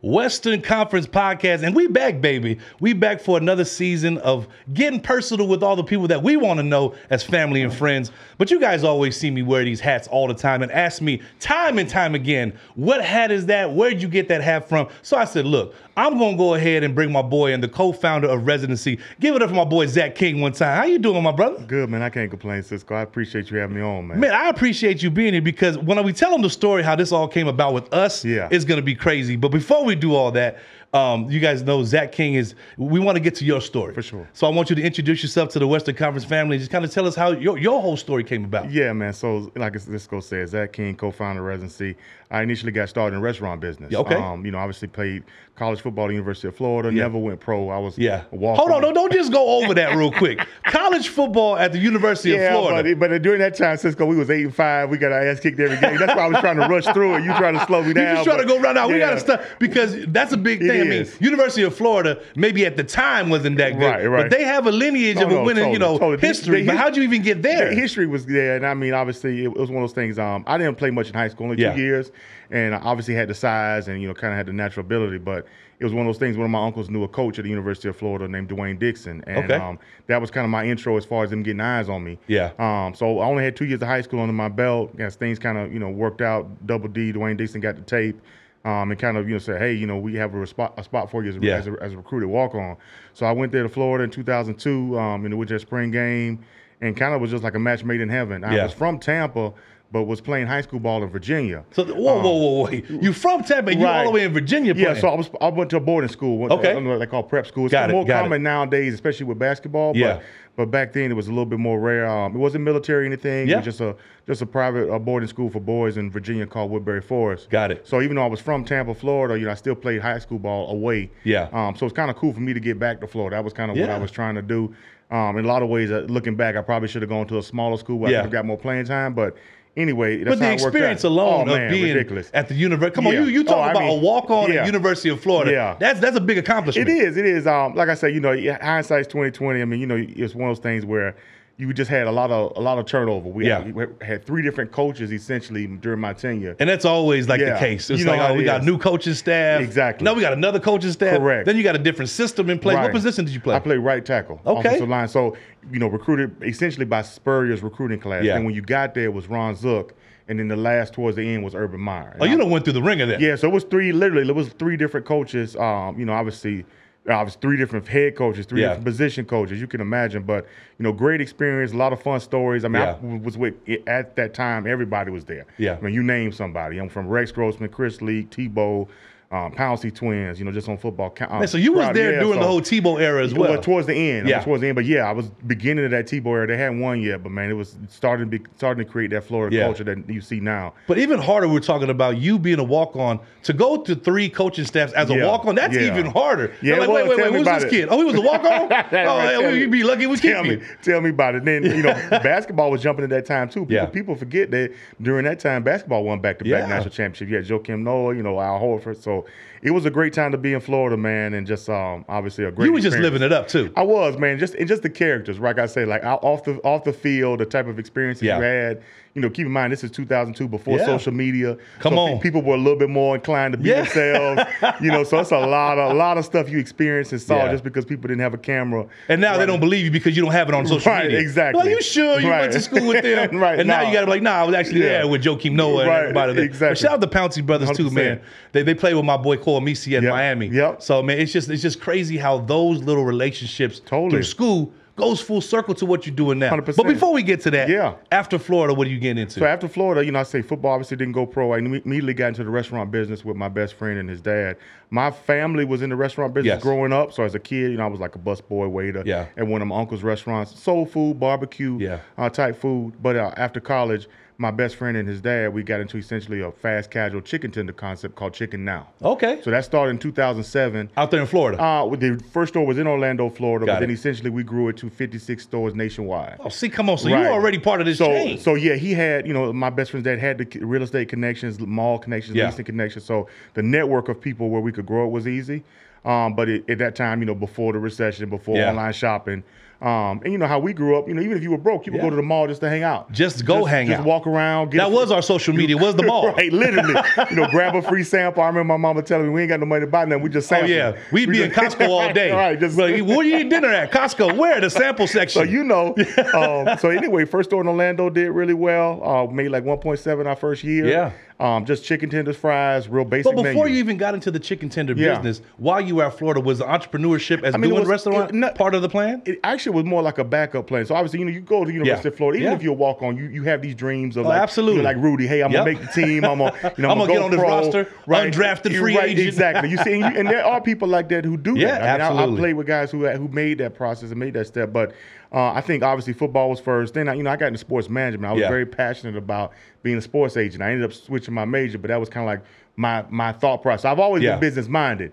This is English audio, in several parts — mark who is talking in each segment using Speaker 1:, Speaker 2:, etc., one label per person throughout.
Speaker 1: Western Conference Podcast. And we back, baby. We back for another season of getting personal with all the people that we want to know as family and friends. But you guys always see me wear these hats all the time and ask me time and time again, what hat is that? Where'd you get that hat from? So I said, look, I'm gonna go ahead and bring my boy and the co-founder of residency. Give it up for my boy Zach King one time. How you doing, my brother?
Speaker 2: Good, man. I can't complain, Cisco. I appreciate you having me on, man.
Speaker 1: Man, I appreciate you being here because when we tell them the story how this all came about with us,
Speaker 2: Yeah.
Speaker 1: it's gonna be crazy. But before we do all that, um, you guys know Zach King is. We want to get to your story for
Speaker 2: sure.
Speaker 1: So I want you to introduce yourself to the Western Conference family. and Just kind of tell us how your, your whole story came about.
Speaker 2: Yeah, man. So, like Cisco said, Zach King, co-founder of Residency. I initially got started in the restaurant business.
Speaker 1: Yeah, okay.
Speaker 2: Um, you know, obviously played college football at the University of Florida. Never went pro. I was
Speaker 1: Yeah.
Speaker 2: a walk
Speaker 1: Hold on, don't, don't just go over that real quick. College football at the University
Speaker 2: Yeah,
Speaker 1: of Florida.
Speaker 2: But, but during that time, Cisco, we was eight and five. We got our ass kicked every game. That's why I was trying to rush through it. You trying to slow me
Speaker 1: You
Speaker 2: down?
Speaker 1: just trying to
Speaker 2: but-
Speaker 1: go right now. We got
Speaker 2: Yeah.
Speaker 1: to stop because that's a big
Speaker 2: It
Speaker 1: thing. I mean,
Speaker 2: is.
Speaker 1: University of Florida maybe at the time wasn't that good,
Speaker 2: Right, right.
Speaker 1: but they have a lineage
Speaker 2: No,
Speaker 1: of a
Speaker 2: no,
Speaker 1: winning, you
Speaker 2: totally,
Speaker 1: know,
Speaker 2: totally. The-
Speaker 1: history.
Speaker 2: the
Speaker 1: but
Speaker 2: his-
Speaker 1: how'd you even get there?
Speaker 2: The history was there, and I mean, obviously, it was one of those things. Um, I didn't play much in high school, only
Speaker 1: Yeah.
Speaker 2: two years, and I obviously had the size and you know, kind of had the natural ability. But it was one of those things. One of my uncles knew a coach at the University of Florida named Dwayne Dixon, and
Speaker 1: Okay.
Speaker 2: um, that was kind of my intro as far as them getting eyes on me.
Speaker 1: Yeah.
Speaker 2: Um, so I only had two years of high school under my belt. As things kind of you know worked out, Double D, Dwayne Dixon got the tape. Um, and kind of you know said, hey, you know, we have a, spot, a spot for you as a,
Speaker 1: Yeah.
Speaker 2: as a as a recruited walk on. So I went there to Florida in 2002 um, in the Woodjet Spring game and kind of was just like a match made in heaven. I
Speaker 1: Yeah.
Speaker 2: was from Tampa, but was playing high school ball in Virginia.
Speaker 1: so whoa, whoa, whoa, wait! You from Tampa? You all
Speaker 2: Um, Right.
Speaker 1: the way in Virginia?
Speaker 2: Yeah,
Speaker 1: Playing.
Speaker 2: so I was I went to a boarding school. Went
Speaker 1: Okay.
Speaker 2: to, um, what they call prep school. It's
Speaker 1: Got it,
Speaker 2: more
Speaker 1: got it.
Speaker 2: common nowadays, especially with basketball.
Speaker 1: Yeah.
Speaker 2: But, but back then it was a little bit more rare. Um, it wasn't military or anything.
Speaker 1: Yeah.
Speaker 2: It was just a just a private uh, boarding school for boys in Virginia called Woodbury Forest.
Speaker 1: Got it.
Speaker 2: So even though I was from Tampa, Florida, you know, I still played high school ball away.
Speaker 1: Yeah.
Speaker 2: Um, so it's kind of cool for me to get back to Florida. That was kind of what
Speaker 1: Yeah.
Speaker 2: I was trying to do. Um, in a lot of ways, uh, looking back, I probably should have gone to a smaller school where
Speaker 1: Yeah.
Speaker 2: I could have got more playing time. But anyway, that's
Speaker 1: but the
Speaker 2: how it worked out.
Speaker 1: experience alone
Speaker 2: Oh,
Speaker 1: of
Speaker 2: man,
Speaker 1: being
Speaker 2: ridiculous.
Speaker 1: at the university. Come on,
Speaker 2: Yeah.
Speaker 1: you you
Speaker 2: Oh,
Speaker 1: talk
Speaker 2: I
Speaker 1: about
Speaker 2: mean,
Speaker 1: a walk on
Speaker 2: yeah.
Speaker 1: at University of Florida.
Speaker 2: Yeah.
Speaker 1: That's that's a big accomplishment.
Speaker 2: It is. It is. Um, like I said, you know, yeah, hindsight's twenty twenty. I mean, you know, it's one of those things where you just had a lot of a lot of turnover. We,
Speaker 1: Yeah.
Speaker 2: had, we had three different coaches essentially during my tenure.
Speaker 1: And that's always like the
Speaker 2: Yeah.
Speaker 1: case. It's
Speaker 2: You know
Speaker 1: like,
Speaker 2: how
Speaker 1: oh, we
Speaker 2: it
Speaker 1: got
Speaker 2: is.
Speaker 1: new coaching staff.
Speaker 2: Exactly.
Speaker 1: Now we got another coaching staff.
Speaker 2: Correct.
Speaker 1: Then you got a different system in place. What
Speaker 2: Right.
Speaker 1: position did you play?
Speaker 2: I played right tackle.
Speaker 1: Okay.
Speaker 2: Offensive line. So, you know, recruited essentially by Spurrier's recruiting class.
Speaker 1: Yeah.
Speaker 2: And when you got there, it was Ron Zook. And then the last towards the end was Urban Meyer. And
Speaker 1: oh,
Speaker 2: I-
Speaker 1: you done went through the ringer then.
Speaker 2: Yeah, so it was three. Literally, it was three different coaches. Um, you know, obviously, I was three different head coaches, three
Speaker 1: Yeah.
Speaker 2: different position coaches. You can imagine, but you know, great experience, a lot of fun stories. I mean,
Speaker 1: Yeah.
Speaker 2: I w- was with at that time. Everybody was there.
Speaker 1: Yeah.
Speaker 2: I mean, you name somebody. I'm from Rex Grossman, Chris Leak, Tebow, um, Pouncey Twins. You know, just on football. ca- um,
Speaker 1: Man, so you was
Speaker 2: crowd.
Speaker 1: there
Speaker 2: Yeah,
Speaker 1: during the
Speaker 2: so-
Speaker 1: whole Tebow era as well.
Speaker 2: well, towards the end. I
Speaker 1: Yeah.
Speaker 2: mean, towards the end. But yeah, I was beginning of that Tebow era. They hadn't won yet, but man, it was starting to be starting to create that Florida
Speaker 1: Yeah.
Speaker 2: culture that you see now.
Speaker 1: But even harder, we're talking about you being a walk on to go to three coaching staffs as a
Speaker 2: Yeah,
Speaker 1: walk on. That's
Speaker 2: yeah.
Speaker 1: even harder.
Speaker 2: Yeah,
Speaker 1: They're like,
Speaker 2: it
Speaker 1: wait,
Speaker 2: was.
Speaker 1: wait,
Speaker 2: Tell
Speaker 1: wait,
Speaker 2: me
Speaker 1: who's
Speaker 2: about
Speaker 1: this
Speaker 2: it.
Speaker 1: kid? Oh, he was a walk on. oh, yeah,
Speaker 2: Tell
Speaker 1: well,
Speaker 2: me.
Speaker 1: you'd be lucky we keep
Speaker 2: tell me,
Speaker 1: you.
Speaker 2: tell me about it. Then you know, basketball was jumping at that time too. People,
Speaker 1: Yeah.
Speaker 2: people forget that during that time, basketball won
Speaker 1: Yeah.
Speaker 2: back-to-back national championship. You had Joakim Noah, you know, Al Horford. So it was a great time to be in Florida, man, and just um, obviously a great.
Speaker 1: You was just
Speaker 2: experience.
Speaker 1: living it up too.
Speaker 2: I was, man. Just and just the characters, like I say, like out- off the off the field, the type of experiences
Speaker 1: Yeah.
Speaker 2: you had. You know, keep in mind this is 2002 before
Speaker 1: Yeah.
Speaker 2: social media.
Speaker 1: Come
Speaker 2: so pe-
Speaker 1: on.
Speaker 2: people were a little bit more inclined to be
Speaker 1: Yeah.
Speaker 2: themselves. you know, so it's a lot of a lot of stuff you experienced and saw
Speaker 1: Yeah.
Speaker 2: just because people didn't have a camera.
Speaker 1: And now they
Speaker 2: Right.
Speaker 1: don't believe you because you don't have it on social
Speaker 2: Right,
Speaker 1: media.
Speaker 2: exactly.
Speaker 1: Well, you sure you went
Speaker 2: Right.
Speaker 1: to school with them?
Speaker 2: Right,
Speaker 1: And now
Speaker 2: nah.
Speaker 1: you got to be like, nah, I was actually
Speaker 2: Yeah.
Speaker 1: there with Joakim Noah and
Speaker 2: Right,
Speaker 1: everybody. There.
Speaker 2: exactly.
Speaker 1: But shout out the Pouncey brothers too, man.
Speaker 2: 100%.
Speaker 1: They they play with my boy Cole Misi at
Speaker 2: Yep,
Speaker 1: Miami.
Speaker 2: yep.
Speaker 1: So man, it's just it's just crazy how those little relationships
Speaker 2: Totally.
Speaker 1: through school goes full circle to what you're doing now.
Speaker 2: 100%.
Speaker 1: But before we get to that,
Speaker 2: Yeah.
Speaker 1: After Florida, what are you getting into?
Speaker 2: So after Florida, you know, I say football obviously didn't go pro. I imme- immediately got into the restaurant business with my best friend and his dad. My family was in the restaurant business
Speaker 1: Yes.
Speaker 2: growing up. So as a kid, you know, I was like a busboy waiter
Speaker 1: Yeah.
Speaker 2: at one of my uncle's restaurants, soul food, barbecue
Speaker 1: Yeah.
Speaker 2: uh, type food. But uh, after college, my best friend and his dad, we got into essentially a fast casual chicken tender concept called Chicken Now.
Speaker 1: okay.
Speaker 2: So that started in 2007.
Speaker 1: out there in Florida.
Speaker 2: Uh, with the first store was in Orlando, Florida,
Speaker 1: Got
Speaker 2: but then
Speaker 1: it.
Speaker 2: essentially we grew it to 56 stores nationwide.
Speaker 1: oh, see, come on. So
Speaker 2: Right.
Speaker 1: you're already part of this
Speaker 2: so,
Speaker 1: chain.
Speaker 2: So yeah, he had you know my best friend's dad had the c- real estate connections, mall connections,
Speaker 1: Yeah.
Speaker 2: leasing connections. So the network of people where we could grow it was easy. Um, but it, at that time, you know, before the recession, before
Speaker 1: Yeah.
Speaker 2: online shopping, Um, and you know how we grew up. You know, even if you were broke, you would
Speaker 1: Yeah.
Speaker 2: go to the mall just to hang out.
Speaker 1: Just go hang
Speaker 2: just
Speaker 1: out.
Speaker 2: walk around. Get
Speaker 1: That
Speaker 2: a-
Speaker 1: was our social media. Was the mall?
Speaker 2: Right, literally. you know, grab a free sample. I remember my mama telling me we ain't got no money to buy nothing. We just
Speaker 1: Oh
Speaker 2: sample.
Speaker 1: yeah, we'd be in Costco all day.
Speaker 2: right, just
Speaker 1: Like, where you eat dinner at? Costco. Where the sample section?
Speaker 2: So you know. um, so anyway, first store in Orlando did really well. Uh, made like 1.7 our first year.
Speaker 1: Yeah.
Speaker 2: Um, just chicken tenders, fries, real basic.
Speaker 1: but before
Speaker 2: menu.
Speaker 1: you even got into the chicken tender
Speaker 2: Yeah.
Speaker 1: business, while you were at Florida, was the entrepreneurship as
Speaker 2: mean, it
Speaker 1: doing
Speaker 2: was-
Speaker 1: restaurant
Speaker 2: it- no-
Speaker 1: part of the plan?
Speaker 2: it actually was more like a backup plan. So obviously, you know, you go to the University
Speaker 1: Yeah.
Speaker 2: of Florida, even
Speaker 1: Yeah. Oh,
Speaker 2: if you're a walk on, you you have these dreams of like,
Speaker 1: absolutely.
Speaker 2: you know, like Rudy, hey, I'm
Speaker 1: Yep.
Speaker 2: gonna make the team. I'm gonna, you know,
Speaker 1: I'm
Speaker 2: I'm,
Speaker 1: gonna get on this
Speaker 2: pro,
Speaker 1: roster, undrafted
Speaker 2: You're
Speaker 1: free agent.
Speaker 2: Exactly. You see, and, you, and there are people like that who do
Speaker 1: Yeah,
Speaker 2: that. I mean, I, I
Speaker 1: absolutely.
Speaker 2: played with guys who who made that process and made that step. But uh, I think obviously football was first. Then I, you know, I got into sports management. I was
Speaker 1: Yeah.
Speaker 2: very passionate about being a sports agent. I ended up switching my major, but that was kind of like my my thought process. I've always
Speaker 1: Yeah.
Speaker 2: been business minded.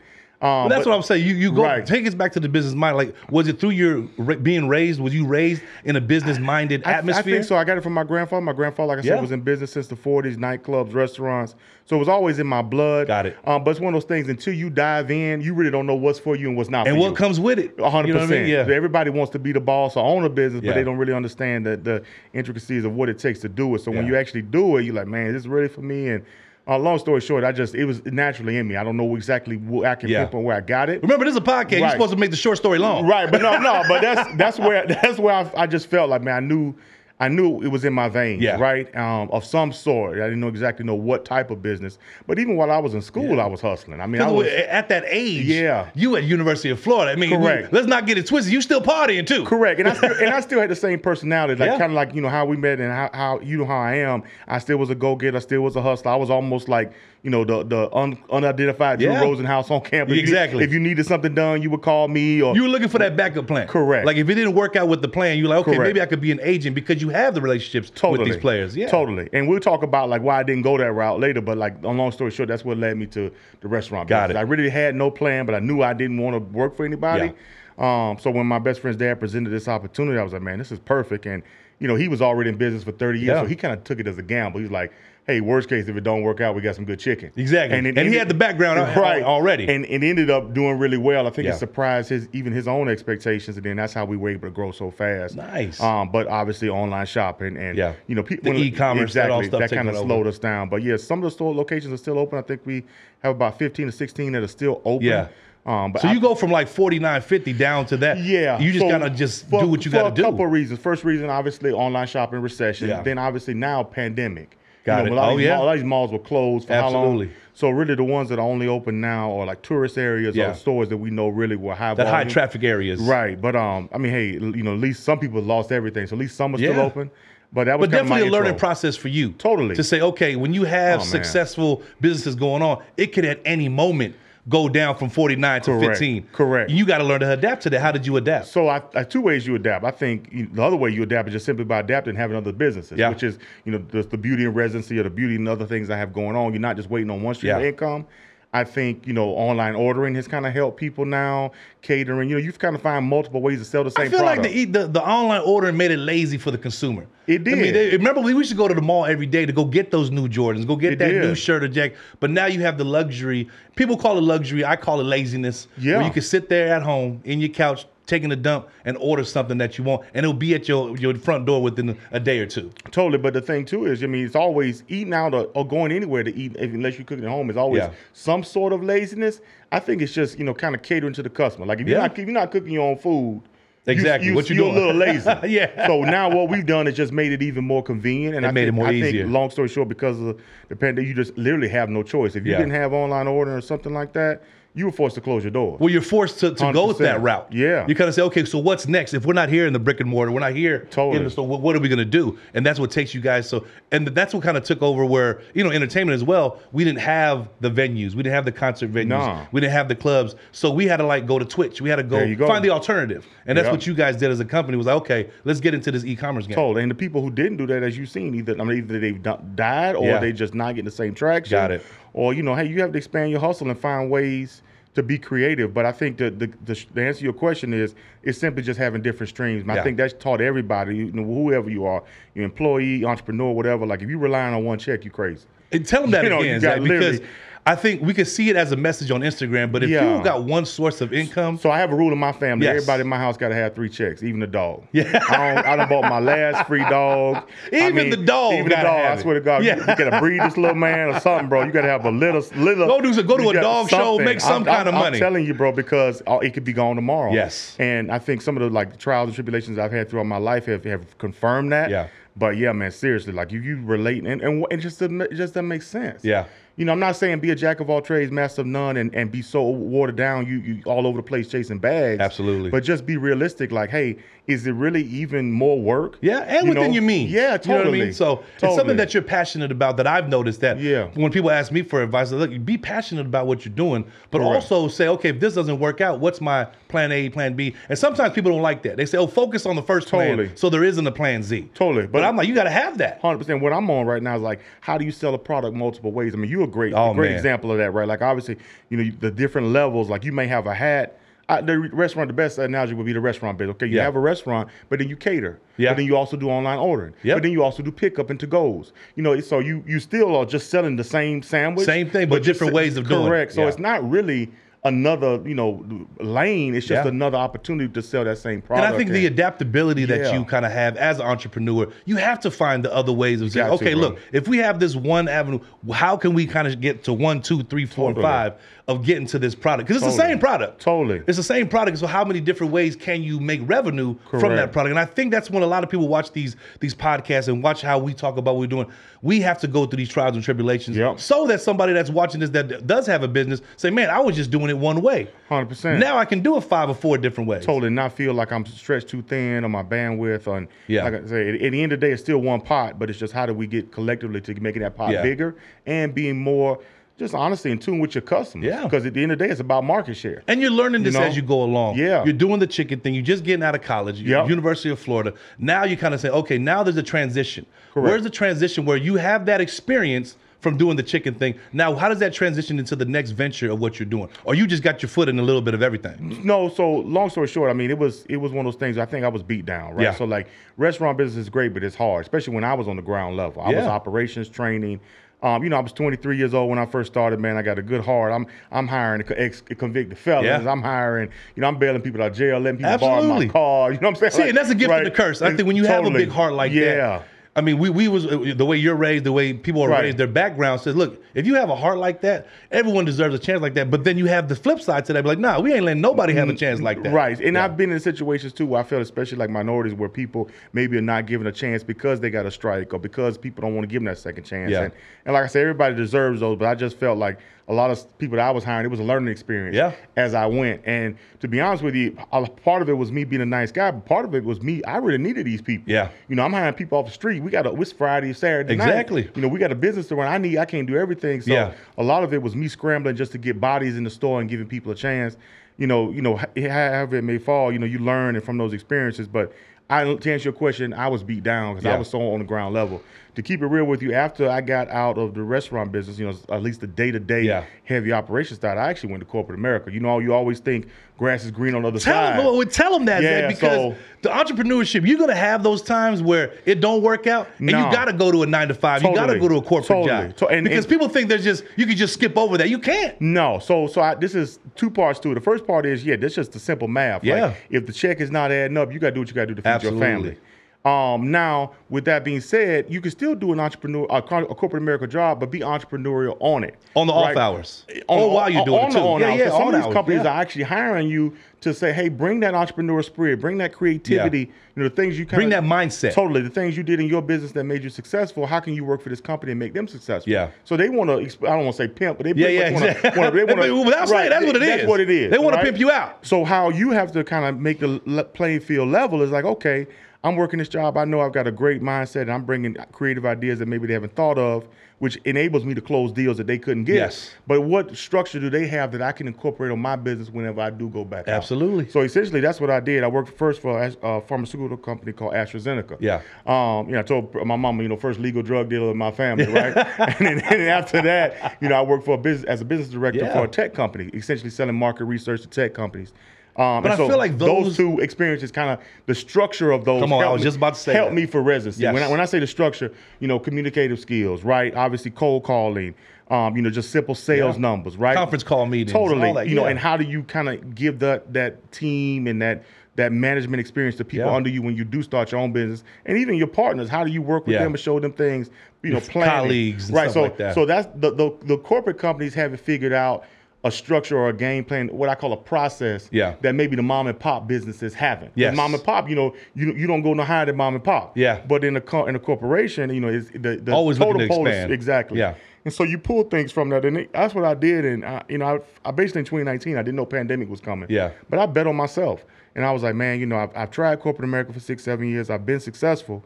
Speaker 1: But
Speaker 2: Um,
Speaker 1: that's
Speaker 2: but-
Speaker 1: what I'm saying. You you go
Speaker 2: Right.
Speaker 1: take us back to the business mind. Like, was it through your ra- being raised? Was you raised in a business minded
Speaker 2: I-
Speaker 1: atmosphere?
Speaker 2: I think so. I got it from my grandfather. My grandfather, like I
Speaker 1: Yeah.
Speaker 2: said, was in business since the 40s, nightclubs, restaurants. So it was always in my blood.
Speaker 1: Got it.
Speaker 2: Um, but it's one of those things, until you dive in, you really don't know what's for you and what's not
Speaker 1: And
Speaker 2: for
Speaker 1: what
Speaker 2: you.
Speaker 1: comes with it?
Speaker 2: A hundred
Speaker 1: You know what I
Speaker 2: percent.
Speaker 1: mean? Yeah.
Speaker 2: Everybody wants to be the boss or own a business,
Speaker 1: Yeah.
Speaker 2: but they don't really understand the, the intricacies of what it takes to do it. So when
Speaker 1: Yeah.
Speaker 2: you actually do it, you're like, man, is this really for me? And uh, long story short, I just it was naturally in me. I don't know exactly what I can
Speaker 1: Yeah.
Speaker 2: pinpoint where I got it.
Speaker 1: Remember, this is a podcast. You're
Speaker 2: Right.
Speaker 1: supposed to make the short story long.
Speaker 2: Right, but no, no, but that's that's where that's where I, I just felt like man, I knew I knew it was in my veins,
Speaker 1: Yeah.
Speaker 2: right? Um, of some sort. I didn't know exactly know what type of business, but even while I was in school, I was hustling. I mean, I
Speaker 1: 'Cause
Speaker 2: was
Speaker 1: at that age,
Speaker 2: Yeah.
Speaker 1: you at University of Florida. I mean, we-
Speaker 2: Correct.
Speaker 1: let's not get it twisted. You still partying too.
Speaker 2: correct, and I still, and I still had the same personality, like
Speaker 1: Yeah.
Speaker 2: kind of like you know how we met and how, how you know how I am. I still was a go getter. I still was a hustler. I was almost like you know the the un, unidentified
Speaker 1: Yeah.
Speaker 2: Drew Rosenhaus on campus.
Speaker 1: Exactly.
Speaker 2: If you needed something done, you would call me or
Speaker 1: You were looking for that backup plan.
Speaker 2: Correct.
Speaker 1: Like if it didn't work out with the plan, you're like, okay,
Speaker 2: Correct.
Speaker 1: maybe I could be an agent because you have the relationships with these players. Yeah.
Speaker 2: Totally. And we'll talk about like why I didn't go that route later, but like on long story short, that's what led me to the restaurant.
Speaker 1: Got
Speaker 2: business.
Speaker 1: it.
Speaker 2: I really had no plan, but I knew I didn't want to work for anybody.
Speaker 1: Yeah.
Speaker 2: Um, so when my best friend's dad presented this opportunity, I was like, man, this is perfect. And you know, he was already in business for 30 years,
Speaker 1: Yeah.
Speaker 2: so he kind of took it as a gamble. He was like, hey, worst case, if it don't work out, we got some good chicken.
Speaker 1: Exactly.
Speaker 2: it
Speaker 1: And he had the background al- already.
Speaker 2: And it ended up doing really well. I think
Speaker 1: Yeah.
Speaker 2: it surprised his even his own expectations, and then that's how we were able to grow so fast.
Speaker 1: Nice.
Speaker 2: Um, but obviously online shopping and
Speaker 1: Yeah.
Speaker 2: you know,
Speaker 1: The
Speaker 2: people
Speaker 1: e-commerce, that all
Speaker 2: exactly,
Speaker 1: stuff
Speaker 2: that
Speaker 1: taking
Speaker 2: kind of
Speaker 1: over.
Speaker 2: slowed us down. But yeah, some of the store locations are still open. I think we have about fifteen to sixteen that are still open.
Speaker 1: Yeah.
Speaker 2: Um, but
Speaker 1: So
Speaker 2: I-
Speaker 1: you go from like 49, 50 down to that.
Speaker 2: yeah,
Speaker 1: You just
Speaker 2: for-
Speaker 1: gotta just
Speaker 2: for-
Speaker 1: do what you
Speaker 2: for
Speaker 1: gotta
Speaker 2: A couple
Speaker 1: do.
Speaker 2: of reasons. First reason, obviously, online shopping recession.
Speaker 1: Yeah.
Speaker 2: Then obviously now pandemic.
Speaker 1: Got
Speaker 2: you
Speaker 1: it.
Speaker 2: know, A lot,
Speaker 1: Oh,
Speaker 2: of these
Speaker 1: yeah.
Speaker 2: malls, a lot of these malls were closed for how
Speaker 1: Absolutely.
Speaker 2: long? So really, the ones that are only open now are like tourist areas
Speaker 1: Yeah.
Speaker 2: or stores that we know really were high
Speaker 1: That high
Speaker 2: volume.
Speaker 1: traffic areas.
Speaker 2: Right, but um, I mean, hey, l- you know, at least some people lost everything, so at least some are still
Speaker 1: Yeah.
Speaker 2: open. But that was
Speaker 1: But
Speaker 2: kinda my
Speaker 1: definitely a learning
Speaker 2: intro.
Speaker 1: process for you.
Speaker 2: Totally.
Speaker 1: To say, okay, when you have
Speaker 2: Oh, man.
Speaker 1: successful businesses going on, it could at any moment go down from 49 to
Speaker 2: Correct.
Speaker 1: 15.
Speaker 2: Correct.
Speaker 1: You gotta learn to adapt to that. How did you adapt?
Speaker 2: So I, I two ways you adapt. I think you, the other way you adapt is just simply by adapting and having other businesses,
Speaker 1: Yeah.
Speaker 2: which is you know the, the beauty and residency or the beauty and other things I have going on. You're not just waiting on one stream of
Speaker 1: Yeah.
Speaker 2: income. I think you know online ordering has kind of helped people now. Catering, you know, you've kind of find multiple ways to sell the same
Speaker 1: I feel
Speaker 2: product.
Speaker 1: like the, e- the the online ordering made it lazy for the consumer.
Speaker 2: It
Speaker 1: I mean,
Speaker 2: did.
Speaker 1: they, remember, we used to go to the mall every day to go get those new Jordans, go get
Speaker 2: It
Speaker 1: that
Speaker 2: did.
Speaker 1: new shirt or jacket. But now you have the luxury. People call it luxury. I call it laziness.
Speaker 2: Yeah.
Speaker 1: Where you can sit there at home in your couch taking a dump and order something that you want, and it'll be at your your front door within a day or two.
Speaker 2: Totally, but the thing too is, I mean, it's always eating out or, or going anywhere to eat, if- unless you cook at home, is always
Speaker 1: Yeah.
Speaker 2: some sort of laziness. I think it's just you know kind of catering to the customer. Like if you're
Speaker 1: Yeah.
Speaker 2: not if you're not cooking your own food, you-
Speaker 1: Exactly, what you
Speaker 2: you're
Speaker 1: doing?
Speaker 2: a little lazy.
Speaker 1: Yeah.
Speaker 2: So now what we've done is just made it even more convenient, and
Speaker 1: It
Speaker 2: I
Speaker 1: made it
Speaker 2: think,
Speaker 1: more
Speaker 2: I
Speaker 1: easier.
Speaker 2: Think, long story short, because of the pandemic, you just literally have no choice. If you
Speaker 1: Yeah.
Speaker 2: didn't have online ordering or something like that, you were forced to close your door.
Speaker 1: Well, you're forced to, to go with that
Speaker 2: 100%.
Speaker 1: route.
Speaker 2: Yeah.
Speaker 1: You kind of say, okay, so what's next? If we're not here in the brick and mortar, we're not here.
Speaker 2: Totally.
Speaker 1: In the store, what, what are we going to do? And that's what takes you guys. So, and that's what kind of took over where, you know, entertainment as well. We didn't have the venues. We didn't have the concert venues.
Speaker 2: Nah.
Speaker 1: We didn't have the clubs. So we had to like go to Twitch. We had to
Speaker 2: There
Speaker 1: go,
Speaker 2: you go.
Speaker 1: find the alternative. And that's
Speaker 2: Yeah.
Speaker 1: what you guys did as a company was like, okay, let's get into this e-commerce game.
Speaker 2: told. And the people who didn't do that, as you've seen, either I mean, either they've d- died or
Speaker 1: Yeah.
Speaker 2: they just not getting the same traction.
Speaker 1: Got it.
Speaker 2: Or you know, hey, you have to expand your hustle and find ways to be creative. But I think the the, the, sh- the answer to your question is it's simply just having different streams. And
Speaker 1: Yeah.
Speaker 2: I think that's taught everybody, you know, whoever you are, your employee, entrepreneur, whatever. Like if you relying on one check, you crazy.
Speaker 1: And tell them that
Speaker 2: You know,
Speaker 1: again,
Speaker 2: you got
Speaker 1: Zach, because
Speaker 2: literally-
Speaker 1: I think we could see it as a message on Instagram, but if
Speaker 2: Yeah.
Speaker 1: you got one source of income,
Speaker 2: So I have a rule in my family.
Speaker 1: Yes.
Speaker 2: Everybody in my house got to have three checks, even the dog.
Speaker 1: Yeah.
Speaker 2: I don't, I done bought my last free dog. I
Speaker 1: Even the dog
Speaker 2: Even the
Speaker 1: gotta
Speaker 2: dog.
Speaker 1: have
Speaker 2: I
Speaker 1: it.
Speaker 2: swear to God, you-
Speaker 1: Yeah.
Speaker 2: you, gotta breed this little man or something, bro. You gotta have a little, little.
Speaker 1: Go do some- go to
Speaker 2: you
Speaker 1: a
Speaker 2: got
Speaker 1: dog show,
Speaker 2: something.
Speaker 1: make some
Speaker 2: I'm-
Speaker 1: kind of
Speaker 2: I'm-
Speaker 1: money.
Speaker 2: I'm telling you, bro, because uh, it could be gone tomorrow.
Speaker 1: Yes.
Speaker 2: And I think some of the like trials and tribulations I've had throughout my life have, have confirmed that.
Speaker 1: Yeah.
Speaker 2: But yeah, man, seriously, like if you relate and and, wh- it just doesn't- it just doesn't make sense.
Speaker 1: Yeah.
Speaker 2: You know, I'm not saying be a jack of all trades, master of none, and, and be so watered down, you you all over the place chasing bags.
Speaker 1: Absolutely.
Speaker 2: But just be realistic. Like, hey, is it really even more work?
Speaker 1: Yeah, and
Speaker 2: You
Speaker 1: within
Speaker 2: know?
Speaker 1: your means.
Speaker 2: Yeah,
Speaker 1: You know what I
Speaker 2: totally.
Speaker 1: mean? So it's
Speaker 2: Totally.
Speaker 1: something that you're passionate about that I've noticed that
Speaker 2: Yeah.
Speaker 1: when people ask me for advice, I look, be passionate about what you're doing, but
Speaker 2: Correct.
Speaker 1: also say, okay, if this doesn't work out, what's my plan A, plan B? And sometimes people don't like that. They say, oh, focus on the first
Speaker 2: Totally.
Speaker 1: plan, so there isn't a plan Z.
Speaker 2: Totally.
Speaker 1: But
Speaker 2: But-
Speaker 1: I'm like, you got to have that.
Speaker 2: Hundred percent. What I'm on right now is like, how do you sell a product multiple ways? I mean, you're a great,
Speaker 1: Oh,
Speaker 2: great
Speaker 1: man.
Speaker 2: example of that, right? Like, obviously, you know, you- the different levels. Like, you may have a hat. I, the restaurant, the best analogy would be the restaurant bit. Okay, you
Speaker 1: Yeah.
Speaker 2: have a restaurant, but then you cater.
Speaker 1: Yeah.
Speaker 2: But then you also do online ordering.
Speaker 1: Yep.
Speaker 2: But then you also do pickup and to goes. You know, so you you still are just selling the same sandwich.
Speaker 1: Same thing, but
Speaker 2: you're
Speaker 1: different
Speaker 2: se-
Speaker 1: ways of doing it.
Speaker 2: Correct. So
Speaker 1: Yeah.
Speaker 2: it's not really another, you know, lane. It's just
Speaker 1: Yeah.
Speaker 2: another opportunity to sell that same
Speaker 1: And
Speaker 2: product.
Speaker 1: I think the
Speaker 2: in.
Speaker 1: adaptability that
Speaker 2: Yeah.
Speaker 1: you kind of have as an entrepreneur, you have to find the other ways of saying,
Speaker 2: got to,
Speaker 1: okay,
Speaker 2: bro.
Speaker 1: look, if we have this one avenue, how can we kind of get to one, two, three, four, and
Speaker 2: Totally.
Speaker 1: five of getting to this product? Because it's the
Speaker 2: Totally.
Speaker 1: same product.
Speaker 2: Totally.
Speaker 1: It's the same product. So how many different ways can you make revenue from
Speaker 2: Correct.
Speaker 1: that product? And I think that's when a lot of people watch these these podcasts and watch how we talk about what we're doing. We have to go through these trials and tribulations
Speaker 2: Yep.
Speaker 1: so that somebody that's watching this that does have a business say, man, I was just doing it one way.
Speaker 2: 100%.
Speaker 1: Now I can do it five or four different ways.
Speaker 2: totally not feel like I'm stretched too thin on my bandwidth. On
Speaker 1: Yeah.
Speaker 2: like I say, at, at the end of the day, it's still one pot, but it's just how do we get collectively to making that pot
Speaker 1: Yeah.
Speaker 2: bigger and being more just honestly in tune with your customers.
Speaker 1: Yeah.
Speaker 2: because at the end of the day, it's about market share.
Speaker 1: And you're learning this
Speaker 2: know?
Speaker 1: as you go along.
Speaker 2: Yeah.
Speaker 1: You're doing the chicken thing. You're just getting out of college,
Speaker 2: Yep.
Speaker 1: University of Florida. Now you kind of say, okay, now there's a transition.
Speaker 2: Correct.
Speaker 1: Where's the transition where you have that experience from doing the chicken thing? Now, how does that transition into the next venture of what you're doing? Or you just got your foot in a little bit of everything?
Speaker 2: No, so long story short, I mean, it was it was one of those things. I think I was beat down, right?
Speaker 1: Yeah.
Speaker 2: So like, restaurant business is great, but it's hard, especially when I was on the ground level. I was
Speaker 1: Yeah.
Speaker 2: operations training. Um, you know, I was 23 years old when I first started. Man, I got a good heart. I'm I'm hiring ex convicted felons.
Speaker 1: Yeah.
Speaker 2: I'm hiring. You know, I'm bailing people out of jail, letting people borrow
Speaker 1: Absolutely.
Speaker 2: my car. You know what I'm saying?
Speaker 1: See, and that's a gift and a curse. I think when you have a big heart like that.
Speaker 2: yeah,
Speaker 1: I mean, we we was uh, the way you're raised, the way people are
Speaker 2: Right.
Speaker 1: raised, their background says, look, if you have a heart like that, everyone deserves a chance like that. But then you have the flip side to that, be like, nah, we ain't letting nobody have a chance like that.
Speaker 2: Right. And I've been in situations too where I felt especially like minorities where people maybe are not given a chance because they got a strike or because people don't want to give them that second chance.
Speaker 1: Yeah.
Speaker 2: And, and like I said, everybody deserves those, but I just felt like a lot of people that I was hiring, it was a learning experience
Speaker 1: Yeah.
Speaker 2: as I went. And to be honest with you, a- part of it was me being a nice guy, but part of it was me, I really needed these people.
Speaker 1: Yeah.
Speaker 2: You know, I'm hiring people off the street. We got a, it's Friday, Saturday night.
Speaker 1: Exactly.
Speaker 2: You know, we got a business to run. I need, I can't do everything. So
Speaker 1: Yeah.
Speaker 2: a lot of it was me scrambling just to get bodies in the store and giving people a chance. You know, you know, h- however it may fall, you know, you learn and from those experiences. But I to answer your question, I was beat down because
Speaker 1: Yeah.
Speaker 2: I was so on the ground level. To keep it real with you, after I got out of the restaurant business, you know, at least the day to
Speaker 1: Yeah.
Speaker 2: day heavy operations side, I actually went to corporate America. You know, you always think grass is green on the other
Speaker 1: Tell
Speaker 2: side.
Speaker 1: them, well, tell them that, Zach,
Speaker 2: Yeah,
Speaker 1: because
Speaker 2: so-
Speaker 1: the entrepreneurship, you're gonna have those times where it don't work out, and you
Speaker 2: No.
Speaker 1: gotta go to a nine to five, you gotta
Speaker 2: Totally.
Speaker 1: go to a corporate
Speaker 2: Totally.
Speaker 1: job,
Speaker 2: To- and-
Speaker 1: because
Speaker 2: and-
Speaker 1: people think there's just you can just skip over that. You can't.
Speaker 2: No, so so I, this is two parts to it. The first part is yeah, that's just the simple math.
Speaker 1: Yeah.
Speaker 2: Like, if the check is not adding up, you got to do what you got to do to feed
Speaker 1: Absolutely.
Speaker 2: your family. Um, now, with that being said, you can still do an entrepreneur, a, co- a corporate America job, but be entrepreneurial on it.
Speaker 1: On the
Speaker 2: right?
Speaker 1: off hours,
Speaker 2: On,
Speaker 1: or while you're doing
Speaker 2: on
Speaker 1: it
Speaker 2: the
Speaker 1: too.
Speaker 2: on
Speaker 1: yeah,
Speaker 2: hours,
Speaker 1: yeah,
Speaker 2: 'cause some
Speaker 1: on
Speaker 2: of these
Speaker 1: hours,
Speaker 2: companies
Speaker 1: yeah.
Speaker 2: are actually hiring you to say, "Hey, bring that entrepreneur spirit, bring that creativity, you know, the things you kind
Speaker 1: Bring that mindset.
Speaker 2: Totally, the things you did in your business that made you successful. How can you work for this company and make them successful?
Speaker 1: Yeah.
Speaker 2: So they want to. Exp- I don't want to say pimp, but they
Speaker 1: Yeah,
Speaker 2: pretty
Speaker 1: yeah,
Speaker 2: much wanna-
Speaker 1: exactly.
Speaker 2: wanna- they wanna-
Speaker 1: They- without saying, that's what it
Speaker 2: that's
Speaker 1: is.
Speaker 2: what it is.
Speaker 1: They wanna
Speaker 2: right?
Speaker 1: pimp you out.
Speaker 2: So how you have to kind of make the le- playing field level is like, okay, I'm working this job. I know I've got a great mindset, and I'm bringing creative ideas that maybe they haven't thought of, which enables me to close deals that they couldn't get.
Speaker 1: Yes.
Speaker 2: But what structure do they have that I can incorporate on my business whenever I do go back? out?
Speaker 1: Absolutely.
Speaker 2: So essentially, that's what I did. I worked first for a a pharmaceutical company called AstraZeneca.
Speaker 1: Yeah.
Speaker 2: Um, you know, I told my mama, you know, first legal drug dealer in my family, right? and, then, and then after that, you know, I worked for a business as a business director
Speaker 1: Yeah.
Speaker 2: for a tech company, essentially selling market research to tech companies. Um,
Speaker 1: But
Speaker 2: and
Speaker 1: I feel like those-
Speaker 2: two experiences, kind of the structure of those,
Speaker 1: Come on, I
Speaker 2: helped
Speaker 1: was
Speaker 2: me-
Speaker 1: just about to say
Speaker 2: helped
Speaker 1: that.
Speaker 2: me for residency.
Speaker 1: Yes.
Speaker 2: When, I, when I say the structure, you know, communicative skills, right? Obviously, cold calling, um, you know, just simple sales
Speaker 1: Yeah.
Speaker 2: numbers, right?
Speaker 1: Conference call meetings,
Speaker 2: totally.
Speaker 1: all that,
Speaker 2: you know,
Speaker 1: yeah.
Speaker 2: and how do you kind of give that that team and that that management experience to people
Speaker 1: Yeah.
Speaker 2: under you when you do start your own business, and even your partners? How do you work with
Speaker 1: Yeah.
Speaker 2: them and show them things? You know,
Speaker 1: With
Speaker 2: planning,
Speaker 1: colleagues and
Speaker 2: right?
Speaker 1: stuff
Speaker 2: so,
Speaker 1: like that.
Speaker 2: so that's the, the the corporate companies haven't figured out a structure or a game plan, what I call a process,
Speaker 1: Yeah.
Speaker 2: that maybe the mom and pop businesses haven't. The
Speaker 1: Yes.
Speaker 2: mom and pop, you know, you you don't go no higher than mom and pop.
Speaker 1: Yeah.
Speaker 2: But in a co- in a corporation, you know, it's the, the
Speaker 1: Always looking
Speaker 2: total
Speaker 1: to
Speaker 2: pole is-
Speaker 1: expand.
Speaker 2: exactly.
Speaker 1: Yeah.
Speaker 2: And so you pull things from that, and it, that's what I did. And I, you know, I, I basically in 2019, I didn't know pandemic was coming.
Speaker 1: Yeah.
Speaker 2: But I bet on myself, and I was like, man, you know, I've, I've tried corporate America for six, seven years. I've been successful.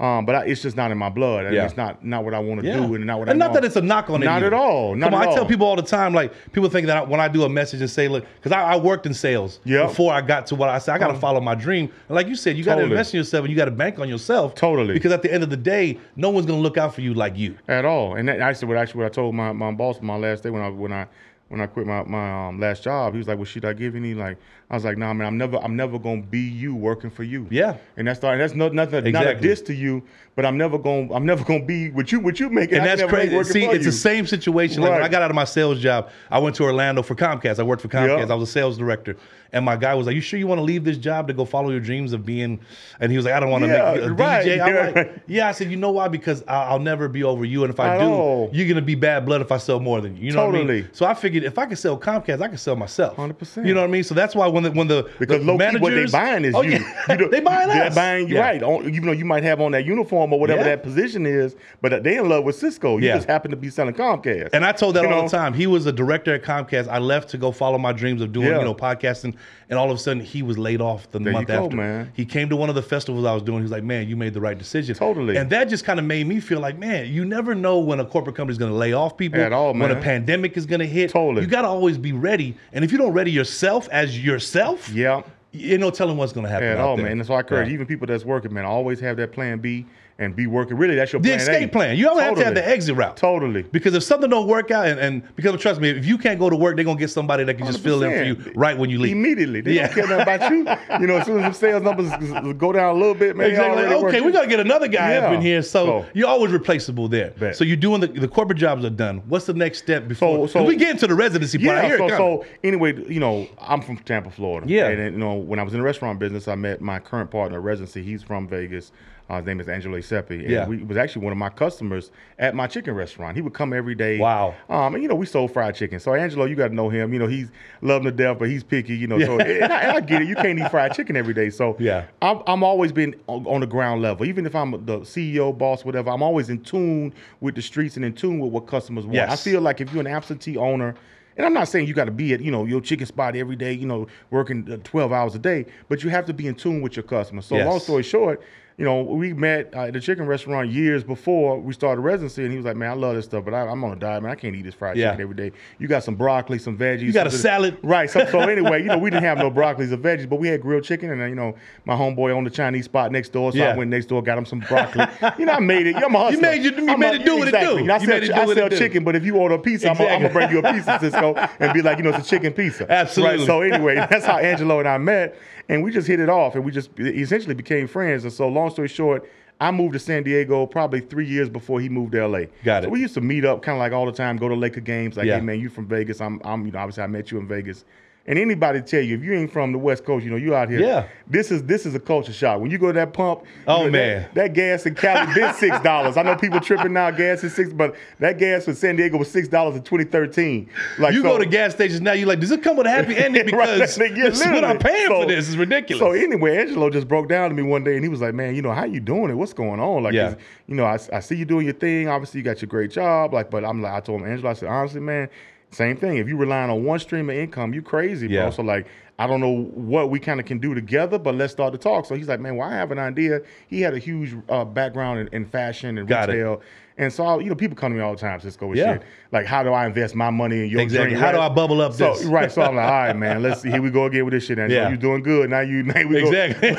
Speaker 2: Um, but I, it's just not in my blood, and
Speaker 1: Yeah.
Speaker 2: it's not not what I want to
Speaker 1: Yeah.
Speaker 2: do, and not what
Speaker 1: and
Speaker 2: I
Speaker 1: not
Speaker 2: know.
Speaker 1: that it's a knock on it.
Speaker 2: Not
Speaker 1: either.
Speaker 2: at all. Not
Speaker 1: Come on,
Speaker 2: at
Speaker 1: I tell
Speaker 2: all.
Speaker 1: people all the time, like people think that I, when I do a message and say, look, because I, I worked in sales
Speaker 2: Yep. Oh.
Speaker 1: before I got to what I said, I got to follow my dream. And like you said, you got to
Speaker 2: Totally.
Speaker 1: invest in yourself and you got to bank on yourself.
Speaker 2: Totally.
Speaker 1: Because at the end of the day, no one's gonna look out for you like you.
Speaker 2: at all. And that, actually, what actually what I told my, my boss my last day when I when I when I quit my my um, last job, he was like, "Well, should I give any?" Like I was like, "Nah, man, I'm never I'm never gonna be you working for you."
Speaker 1: Yeah.
Speaker 2: And that's not, that's no, nothing not a
Speaker 1: Exactly.
Speaker 2: diss to you, but I'm never gonna I'm never gonna be what you what you make.
Speaker 1: And
Speaker 2: I
Speaker 1: that's
Speaker 2: never make
Speaker 1: crazy.
Speaker 2: working
Speaker 1: See,
Speaker 2: for
Speaker 1: it's
Speaker 2: you.
Speaker 1: the same situation. Like when
Speaker 2: Right.
Speaker 1: I got out of my sales job, I went to Orlando for Comcast. I worked for Comcast.
Speaker 2: Yep.
Speaker 1: I was a sales director. And my guy was like, You sure you want to leave this job to go follow your dreams of being? And he was like, I don't want to
Speaker 2: Yeah,
Speaker 1: make you a
Speaker 2: right.
Speaker 1: DJ. I'm
Speaker 2: Yeah.
Speaker 1: like, Yeah, I said, You know why? Because I- I'll never be over you. And if I
Speaker 2: At
Speaker 1: do,
Speaker 2: all.
Speaker 1: you're going to be bad blood if I sell more than you. You know what I
Speaker 2: Totally.
Speaker 1: mean? So I figured if I could sell Comcast, I could sell myself.
Speaker 2: 100%.
Speaker 1: You know what I mean? So that's why when the, when the, the
Speaker 2: Because low key, what they
Speaker 1: managers-
Speaker 2: buying is
Speaker 1: Oh,
Speaker 2: you.
Speaker 1: yeah.
Speaker 2: You know,
Speaker 1: they buying
Speaker 2: they're
Speaker 1: us.
Speaker 2: buying you
Speaker 1: Yeah.
Speaker 2: right. On, even though you might have on that uniform or whatever
Speaker 1: Yeah.
Speaker 2: that position is, but they in love with Cisco. You
Speaker 1: Yeah.
Speaker 2: just happen to be selling Comcast.
Speaker 1: And I told that
Speaker 2: You
Speaker 1: all
Speaker 2: know?
Speaker 1: the time. He was a director at Comcast. I left to go follow my dreams of doing,
Speaker 2: Yeah.
Speaker 1: you know, podcasting. And all of a sudden, he was laid off the
Speaker 2: you
Speaker 1: month
Speaker 2: go,
Speaker 1: after.
Speaker 2: man.
Speaker 1: He came to one of the festivals I was doing. He was like, "Man, you made the right decision."
Speaker 2: Totally.
Speaker 1: And that just kind of made me feel like, man, you never know when a corporate company's going to lay off people.
Speaker 2: At all,
Speaker 1: When a
Speaker 2: man.
Speaker 1: pandemic is going to hit.
Speaker 2: Totally.
Speaker 1: You got to always be ready. And if you don't ready yourself as yourself,
Speaker 2: Yeah.
Speaker 1: you know, telling what's going to happen
Speaker 2: at
Speaker 1: out
Speaker 2: all,
Speaker 1: there.
Speaker 2: man. And so I encourage
Speaker 1: Yeah.
Speaker 2: even people that's working, man, always have that plan B and be working. Really, that's your
Speaker 1: The
Speaker 2: plan
Speaker 1: escape
Speaker 2: A.
Speaker 1: plan. You always have to have
Speaker 2: Totally.
Speaker 1: the exit route.
Speaker 2: Totally.
Speaker 1: Because if something don't work out, and, and because trust me, if you can't go to work, they're gonna get somebody that can just fill in for you
Speaker 2: 100%.
Speaker 1: right when you leave.
Speaker 2: Immediately. They
Speaker 1: Yeah.
Speaker 2: don't care nothing about you. You know, as soon as the sales numbers is- is- go down a little bit, man. they
Speaker 1: Exactly.
Speaker 2: already
Speaker 1: okay,
Speaker 2: working.
Speaker 1: we gotta get another guy up
Speaker 2: Yeah.
Speaker 1: in here. So
Speaker 2: So-
Speaker 1: you're always replaceable there.
Speaker 2: Bet.
Speaker 1: So you're doing the, the corporate jobs are done. What's the next step before
Speaker 2: So- so-
Speaker 1: 'cause we get into the residency part? I
Speaker 2: Yeah,
Speaker 1: hear it coming.
Speaker 2: so, so anyway, you know, I'm from Tampa, Florida.
Speaker 1: Yeah.
Speaker 2: And, then, you know, when I was in the restaurant business, I met my current partner, residency. He's from Vegas. Uh, his name is Angelo Seppi. And
Speaker 1: Yeah.
Speaker 2: we he was actually one of my customers at my chicken restaurant. He would come every day.
Speaker 1: Wow.
Speaker 2: Um, and you know, we sold fried chicken. So Angelo, you got to know him. You know, he's loving to death, but he's picky. You know, so and I, and I get it. You can't eat fried chicken every day. So
Speaker 1: Yeah.
Speaker 2: I'm, I'm always been on, on the ground level. Even if I'm the CEO, boss, whatever, I'm always in tune with the streets and in tune with what customers want. I
Speaker 1: Yes.
Speaker 2: feel like if you're an absentee owner, and I'm not saying you got to be at you know your chicken spot every day, you know working uh, 12 hours a day, but you have to be in tune with your customers. So
Speaker 1: Yes.
Speaker 2: long story short, you know we met uh, at the chicken restaurant years before we started residency, and he was like, "Man, I love this stuff, but I, I'm on a diet, man. I can't eat this fried
Speaker 1: Yeah.
Speaker 2: chicken every day. You got some broccoli, some veggies.
Speaker 1: You got a
Speaker 2: something-
Speaker 1: salad.
Speaker 2: Right. So, so anyway, you know, we didn't have no broccolis or veggies, but we had grilled chicken, and uh, you know, my homeboy owned the Chinese spot next door, so
Speaker 1: Yeah.
Speaker 2: I went next door, got him some broccoli. you know, I made it. You know, I'm a hustler.
Speaker 1: made it- you
Speaker 2: I'm
Speaker 1: made it do what it do.
Speaker 2: exactly. I
Speaker 1: You
Speaker 2: sell,
Speaker 1: made it do
Speaker 2: I
Speaker 1: what it
Speaker 2: sell
Speaker 1: do.
Speaker 2: chicken, but if you order a pizza, I'm
Speaker 1: Exactly.
Speaker 2: gonna bring you a pizza, Cisco, and be like, you know, it's a chicken pizza.
Speaker 1: Absolutely.
Speaker 2: Right? So anyway, that's how Angelo and I met, and we just hit it off, and we just essentially became friends. And so, long story short. I moved to San Diego probably three years before he moved to LA.
Speaker 1: Got it.
Speaker 2: So we used to meet up kind of like all the time, go to Laker games, like,
Speaker 1: Yeah.
Speaker 2: hey man, you from Vegas. I'm, I'm, you know, obviously I met you in Vegas. And anybody tell you if you ain't from the West Coast, you know, you out here.
Speaker 1: Yeah.
Speaker 2: This is this is a culture shock. When you go to that pump, you
Speaker 1: Oh,
Speaker 2: know, that-
Speaker 1: man.
Speaker 2: that, gas in Cali been six dollars. I know people tripping now. Gas is six, but that gas for San Diego was six dollars in 2013. Like
Speaker 1: you
Speaker 2: so-
Speaker 1: go to gas stations now, you're like, does it come with a happy ending?
Speaker 2: Right,
Speaker 1: Because
Speaker 2: like, yeah,
Speaker 1: this is what I'm
Speaker 2: literally.
Speaker 1: paying
Speaker 2: So-
Speaker 1: for this. It's ridiculous.
Speaker 2: So anyway, Angelo just broke down to me one day, and he was like, "Man, you know how you doing it? What's going on? Like,
Speaker 1: Yeah.
Speaker 2: is- you know, I, I see you doing your thing. Obviously, you got your great job. Like, but I'm like, I told him, Angelo, I said, honestly, man, same thing. If you relying on one stream of income, you crazy,
Speaker 1: Yeah.
Speaker 2: bro. So like, I don't know what we kind of can do together, but let's start to talk. So he's like, man, well, I have an idea. He had a huge uh, background in, in fashion and
Speaker 1: Got it.
Speaker 2: retail. And so, I- you know, people come to me all the time, Cisco, with
Speaker 1: Yeah.
Speaker 2: shit. Like, how do I invest my money in your
Speaker 1: Exactly.
Speaker 2: dream?
Speaker 1: How do
Speaker 2: Right?
Speaker 1: I bubble up
Speaker 2: so,
Speaker 1: this?
Speaker 2: Right. So I'm like, all right, man, let's see. Here we go again with this shit. Angelo.
Speaker 1: Yeah.
Speaker 2: You're doing good. Now you, now we go-
Speaker 1: exactly.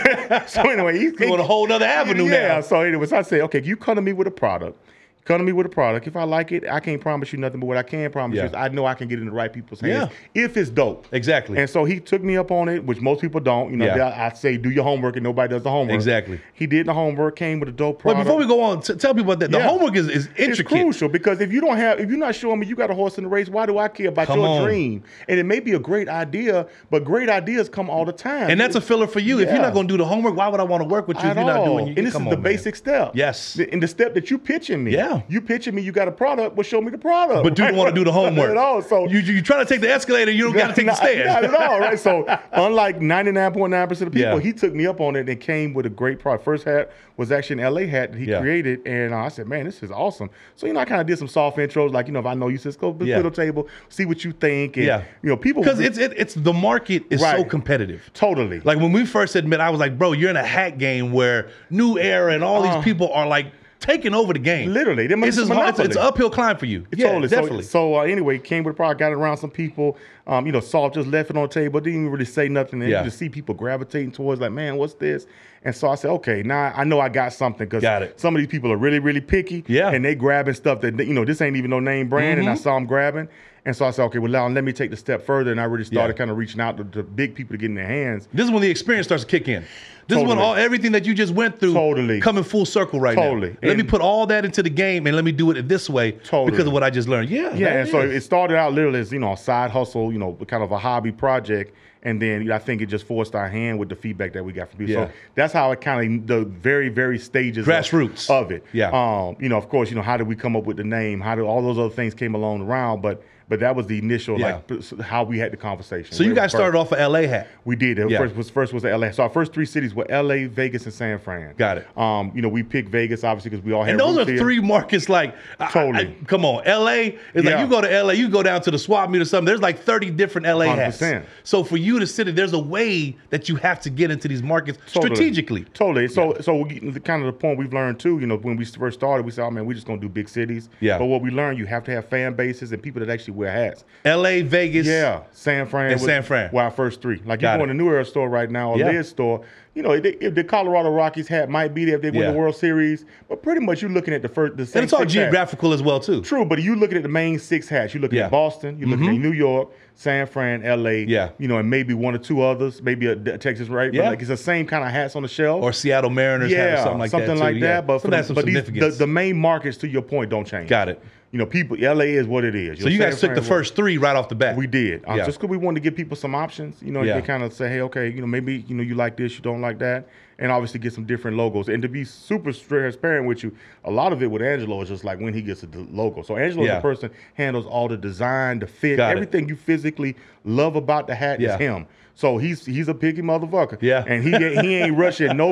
Speaker 2: so anyway, he's
Speaker 1: Going a whole nother avenue
Speaker 2: yeah,
Speaker 1: now.
Speaker 2: So anyways, I say, okay, you come to me with a product. Come to me with a product. If I like it, I can't promise you nothing. But what I can promise
Speaker 1: Yeah.
Speaker 2: you is I know I can get it in the right people's hands
Speaker 1: Yeah.
Speaker 2: if it's dope.
Speaker 1: Exactly.
Speaker 2: And so he took me up on it, which most people don't. You know,
Speaker 1: Yeah.
Speaker 2: I, I say do your homework, and nobody does the homework.
Speaker 1: Exactly.
Speaker 2: He did the homework, came with a dope
Speaker 1: But
Speaker 2: product.
Speaker 1: before we go on, t- tell people about that. The
Speaker 2: Yeah.
Speaker 1: homework is, is
Speaker 2: It's
Speaker 1: intricate.
Speaker 2: crucial because if you don't have, if you're not showing me you got a horse in the race, why do I care about
Speaker 1: Come
Speaker 2: your
Speaker 1: on.
Speaker 2: dream? And it may be a great idea, but great ideas come all the time.
Speaker 1: And that's a filler for you. If you're
Speaker 2: Yeah.
Speaker 1: not going to do the homework, why would I want to work with you if
Speaker 2: at
Speaker 1: you're not
Speaker 2: all.
Speaker 1: doing
Speaker 2: and this is
Speaker 1: come
Speaker 2: the
Speaker 1: on, man.
Speaker 2: basic step.
Speaker 1: Yes.
Speaker 2: The- And the step that you pitching me.
Speaker 1: Yeah.
Speaker 2: You pitching me, you got a product, well, show me the product.
Speaker 1: But you don't
Speaker 2: Right?
Speaker 1: want to do the homework.
Speaker 2: Not at all. So
Speaker 1: you, you, you're trying to take the escalator, you don't got to take the
Speaker 2: not,
Speaker 1: stairs.
Speaker 2: Not at all, right? So unlike 99.9% of people,
Speaker 1: Yeah.
Speaker 2: he took me up on it and came with a great product. First hat was actually an LA hat that he
Speaker 1: Yeah.
Speaker 2: created. And uh, I said, man, this is awesome. So, you know, I kind of did some soft intros, like, you know, if I know you, Cisco, but
Speaker 1: Yeah.
Speaker 2: yeah. table, see what you think. And,
Speaker 1: Yeah.
Speaker 2: you know, people.
Speaker 1: Because it's, it, it's the market is so
Speaker 2: Right.
Speaker 1: competitive.
Speaker 2: Totally.
Speaker 1: Like when we first admit, I was like, bro, you're in a hack game where new era and all
Speaker 2: Uh.
Speaker 1: these people are like taking over the game.
Speaker 2: Literally, they must-
Speaker 1: It's,
Speaker 2: it's
Speaker 1: just hard- it's, it's an
Speaker 2: monopoly.
Speaker 1: uphill climb for you. Yeah,
Speaker 2: totally. So-
Speaker 1: definitely.
Speaker 2: So, uh, anyway, came with a product, got it around some people. Um, you know, Salt just left it on the table, didn't even really say nothing. And
Speaker 1: Yeah.
Speaker 2: you just see people gravitating towards, like, man, what's this? And so I said, okay, now I know I got something because
Speaker 1: Got it.
Speaker 2: some of these people are really, really picky.
Speaker 1: Yeah. Mm-hmm.
Speaker 2: And they grabbing stuff that, you know, this ain't even no name brand. And I saw them grabbing. And so I said, okay, well, now let me take the step further. And I really started
Speaker 1: Yeah.
Speaker 2: kind of reaching out to, to big people to get in their hands.
Speaker 1: this is when the experience starts to kick in. This is when
Speaker 2: Totally.
Speaker 1: all everything that you just went through
Speaker 2: Totally.
Speaker 1: coming full circle right
Speaker 2: Totally.
Speaker 1: now. Let me
Speaker 2: And-
Speaker 1: put all that into the game and let me do it this way
Speaker 2: Totally.
Speaker 1: because of what I just learned. Yeah.
Speaker 2: Yeah,
Speaker 1: that
Speaker 2: and so
Speaker 1: is.
Speaker 2: it started out literally as you know a side hustle, you know, kind of a hobby project, and then you know, I think it just forced our hand with the feedback that we got from people.
Speaker 1: Yeah.
Speaker 2: So that's how it kind of the very very stages of-
Speaker 1: Grassroots.
Speaker 2: of, it.
Speaker 1: Yeah.
Speaker 2: um, you know, of course, you know, how did we come up with the name? How did all those other things came along around? But but that was the initial
Speaker 1: Yeah.
Speaker 2: like p- how we had the conversation.
Speaker 1: so you
Speaker 2: Where it
Speaker 1: guys
Speaker 2: first-
Speaker 1: started off with LA hat.
Speaker 2: we did. It
Speaker 1: Yeah.
Speaker 2: First was first was the LA. So our first three cities were LA, Vegas, and San Fran.
Speaker 1: Got it.
Speaker 2: Um, you know, we picked Vegas obviously because we all had.
Speaker 1: And those
Speaker 2: roots
Speaker 1: are
Speaker 2: here.
Speaker 1: three markets like I- I-
Speaker 2: Totally.
Speaker 1: I- come on, LA is like
Speaker 2: Yeah.
Speaker 1: you go to LA, you go down to the swap meet or something. There's like 30 different LA hats.
Speaker 2: 100%.
Speaker 1: So for you to sit in, there's a way that you have to get into these markets
Speaker 2: Totally.
Speaker 1: strategically.
Speaker 2: Totally. So, so we get- the kind of the point we've learned too. You know, when we first started, we said, "Oh man, we're just gonna do big cities."
Speaker 1: Yeah.
Speaker 2: But what we learned, you have to have fan bases and people that actually wear hats.
Speaker 1: LA, Vegas.
Speaker 2: Yeah, San Fran.
Speaker 1: And
Speaker 2: was-
Speaker 1: San Fran.
Speaker 2: Were our first three. Like
Speaker 1: Got
Speaker 2: you go in
Speaker 1: it.
Speaker 2: a New Era store right now, or
Speaker 1: Yeah.
Speaker 2: Liz store. You know, if, they- if the Colorado Rockies hat might be there if they win
Speaker 1: Yeah.
Speaker 2: the World Series, but pretty much you're looking at the first. The same
Speaker 1: And it's all
Speaker 2: six hats.
Speaker 1: geographical as well too.
Speaker 2: True, but you looking at the main six hats. You're looking
Speaker 1: Yeah. Mm-hmm.
Speaker 2: at Boston. You're looking at New York, San Fran, L.A.
Speaker 1: Yeah.
Speaker 2: You know, and maybe one or two others, maybe a, a Texas, right? But
Speaker 1: Yeah.
Speaker 2: like it's the same kind of hats on the shelf
Speaker 1: Or Seattle Mariners hat or something like that. too. Yeah.
Speaker 2: But,
Speaker 1: So
Speaker 2: for the-
Speaker 1: that's some
Speaker 2: but these, the,
Speaker 1: significance.
Speaker 2: the main markets, to your point, don't change.
Speaker 1: Got it.
Speaker 2: You know, people, LA is what it is.
Speaker 1: so you guys took the first three right off the bat.
Speaker 2: We did. Um,
Speaker 1: Yeah.
Speaker 2: Just because we wanted to give people some options, you know,
Speaker 1: Yeah.
Speaker 2: they kind of say, hey, okay, you know, maybe, you know, you like this, you don't like that. And obviously get some different logos. And to be super transparent with you, a lot of it with Angelo is just like when he gets a d- logo. So Angelo is
Speaker 1: Yeah.
Speaker 2: the person handles all the design, the fit,
Speaker 1: Got it.
Speaker 2: everything you physically love about the hat
Speaker 1: Yeah.
Speaker 2: is him. So he's he's a picky motherfucker.
Speaker 1: Yeah.
Speaker 2: And he ain't- he ain't rushing no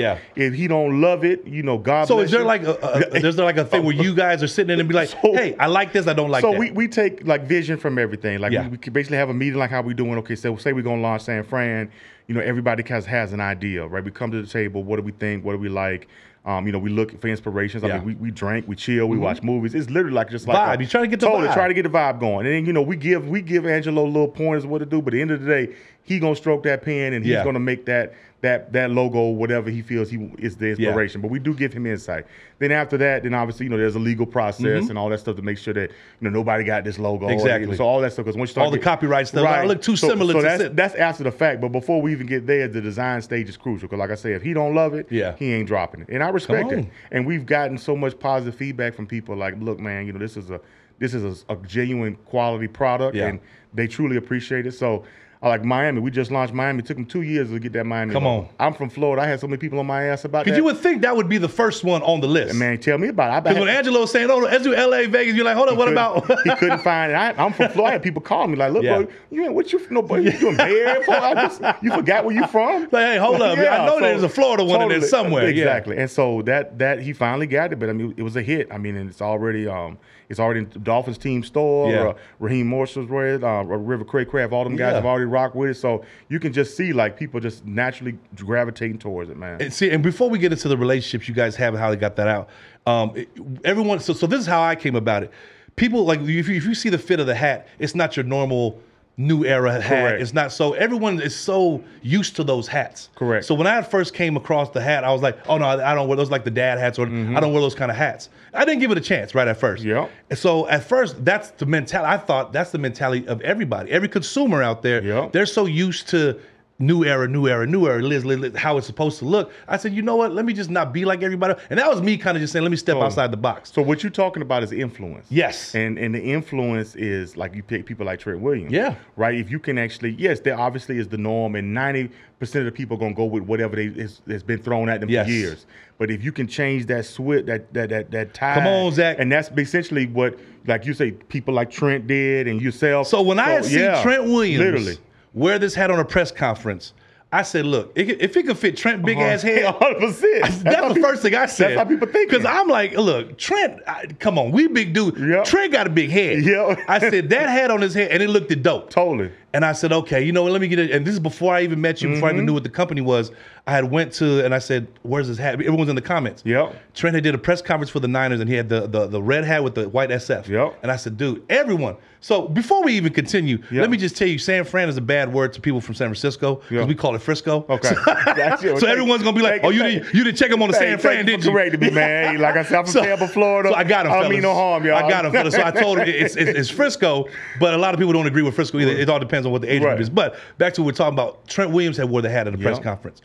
Speaker 1: Yeah.
Speaker 2: If he don't love it, you know, God
Speaker 1: So
Speaker 2: bless
Speaker 1: is there
Speaker 2: you.
Speaker 1: like a, a, a- is there like a thing where you guys are sitting in and be like,
Speaker 2: So-
Speaker 1: hey, I like this, I don't like
Speaker 2: so
Speaker 1: that.
Speaker 2: we, we take like vision from everything. Like
Speaker 1: Yeah.
Speaker 2: we, we could basically have a meeting like how we doing. Okay, so say we're gonna launch San Fran. You know, everybody has has an idea, right? We come to the table. What do we think? What do we like? Um, you know, we look for inspirations. I
Speaker 1: Yeah. Mm-hmm.
Speaker 2: mean, we, we drink, we chill, we watch movies. It's literally like just like
Speaker 1: Vibe. You trying to get the
Speaker 2: totally
Speaker 1: vibe.
Speaker 2: try to get the vibe going. And then you know, we give we give Angelo little pointers what to do. But at the end of the day, he gonna stroke that pen and he's
Speaker 1: Yeah.
Speaker 2: gonna make that that that logo whatever he feels he is the
Speaker 1: Yeah.
Speaker 2: inspiration. But we do give him insight. Then after that, then obviously you know there's a legal process and all that stuff to make sure that you know nobody got this logo. or-
Speaker 1: Mm-hmm. Exactly.
Speaker 2: so all that stuff because once you start
Speaker 1: All the copyright stuff, "Oh, I look too
Speaker 2: so,
Speaker 1: similar
Speaker 2: So
Speaker 1: to
Speaker 2: that's
Speaker 1: Sid."
Speaker 2: that's after the fact. But before we even get there, the design stage is crucial because like I said, if he don't love it,
Speaker 1: Yeah.
Speaker 2: he ain't dropping it. And I respect
Speaker 1: Come
Speaker 2: it.
Speaker 1: on.
Speaker 2: And we've gotten so much positive feedback from people like, look, man, you know this is a this is a, a genuine quality product
Speaker 1: Yeah.
Speaker 2: and they truly appreciate it. So. I like Miami. We just launched Miami. It took them two years to get that Miami.
Speaker 1: Come
Speaker 2: logo.
Speaker 1: on.
Speaker 2: I'm from Florida. I had so many people on my ass about that.
Speaker 1: Because you would think that would be the first one on the list.
Speaker 2: man, tell me about it. I- I
Speaker 1: Because
Speaker 2: had-
Speaker 1: when Angelo was saying, oh, let's do LA, Vegas, you're like, hold up, what about?
Speaker 2: couldn't- he couldn't find it. I, I'm from Florida. People call me like, "Look,
Speaker 1: Yeah.
Speaker 2: bro, you ain't what you no, bro, you doing Bay Area for? I just, you forgot where you from?
Speaker 1: Like, hey, hold up. I know there's a Florida one in there somewhere. Yeah.
Speaker 2: Exactly. And so that that he finally got it, but I mean, it was a hit. I mean, and it's already um, it's already in Dolphins team store.
Speaker 1: Yeah.
Speaker 2: Uh, Raheem Marshall's red, uh, River Craig Craft. All them guys
Speaker 1: Yeah.
Speaker 2: have already rocked with it. So you can just see like people just naturally gravitating towards it, man.
Speaker 1: And see, and before we get into the relationships you guys have and how they got that out, um, it- everyone. So, so this is how I came about it. People like if you, if you see the fit of the hat, it's not your normal new era hat.
Speaker 2: Correct.
Speaker 1: It's not so everyone is so used to those hats.
Speaker 2: Correct.
Speaker 1: So when I first came across the hat, I was like, oh no, I I don't wear those like the dad hats or I don't wear those kind of hats. I didn't give it a chance right at first.
Speaker 2: Mm-hmm. Yep.
Speaker 1: And So at first, that's the mentality. I thought that's the mentality of everybody, every consumer out there.
Speaker 2: Yep.
Speaker 1: They're so used to new era, new era, new era, Liz, Liz, Liz, how it's supposed to look. I said, you know what? Let me just not be like everybody. And that was me kind of just saying, let me step outside the box.
Speaker 2: So what you're talking about is influence.
Speaker 1: Yes.
Speaker 2: Oh. And and the influence is like you pick people like Trent Williams.
Speaker 1: Yeah.
Speaker 2: Right. If you can actually, yes, there obviously is the norm, and ninety percent of the people gonna go with whatever they has, has been thrown at them
Speaker 1: Yes.
Speaker 2: for years. But if you can change that switch, that that that that tide.
Speaker 1: Come on, Zach.
Speaker 2: And that's essentially what, like you say, people like Trent did, and yourself.
Speaker 1: So when I had seen
Speaker 2: yeah,
Speaker 1: Trent Williams
Speaker 2: literally.
Speaker 1: wear this hat on a press conference, I said, look, it, could- if it could fit Trent big ass head,
Speaker 2: hundred percent.
Speaker 1: that's, the first thing I said.
Speaker 2: That's Uh-huh. how people think.
Speaker 1: Because I'm like, look, Trent, I, come on, we big dude.
Speaker 2: Yep.
Speaker 1: Trent got a big head.
Speaker 2: Yep.
Speaker 1: I said that hat on his head, and it looked it dope.
Speaker 2: totally.
Speaker 1: And I said, okay, you know what? Let me get it. And this is before I even met you, before
Speaker 2: Mm-hmm.
Speaker 1: I even knew what the company was. I had went to and I said, "Where's his hat?" Everyone's in the comments.
Speaker 2: Yep.
Speaker 1: Trent had did a press conference for the Niners, and he had the the, the red hat with the white SF.
Speaker 2: Yep.
Speaker 1: And I said, dude, everyone. So before we even continue, let me just tell you, San Fran is a bad word to people from San Francisco because
Speaker 2: Yeah.
Speaker 1: we call it Frisco.
Speaker 2: Okay. That's it.
Speaker 1: so everyone's gonna be like,
Speaker 2: Thank
Speaker 1: "Oh, you
Speaker 2: thank-
Speaker 1: didn't you didn't check him on the San
Speaker 2: thank-
Speaker 1: Fran,
Speaker 2: thank you
Speaker 1: did
Speaker 2: for
Speaker 1: you?"
Speaker 2: correcting me, man. Like I said, I'm from Tampa, Florida.
Speaker 1: So I got him.
Speaker 2: I don't mean no
Speaker 1: fellas.
Speaker 2: harm, y'all.
Speaker 1: I got him. fellas. So I told him it's, it's, it's Frisco, but a lot of people don't agree with Frisco either. It all depends on what the age group
Speaker 2: Right.
Speaker 1: is. But back to what we're talking about, Trent Williams had wore the hat at a press
Speaker 2: Yep.
Speaker 1: conference.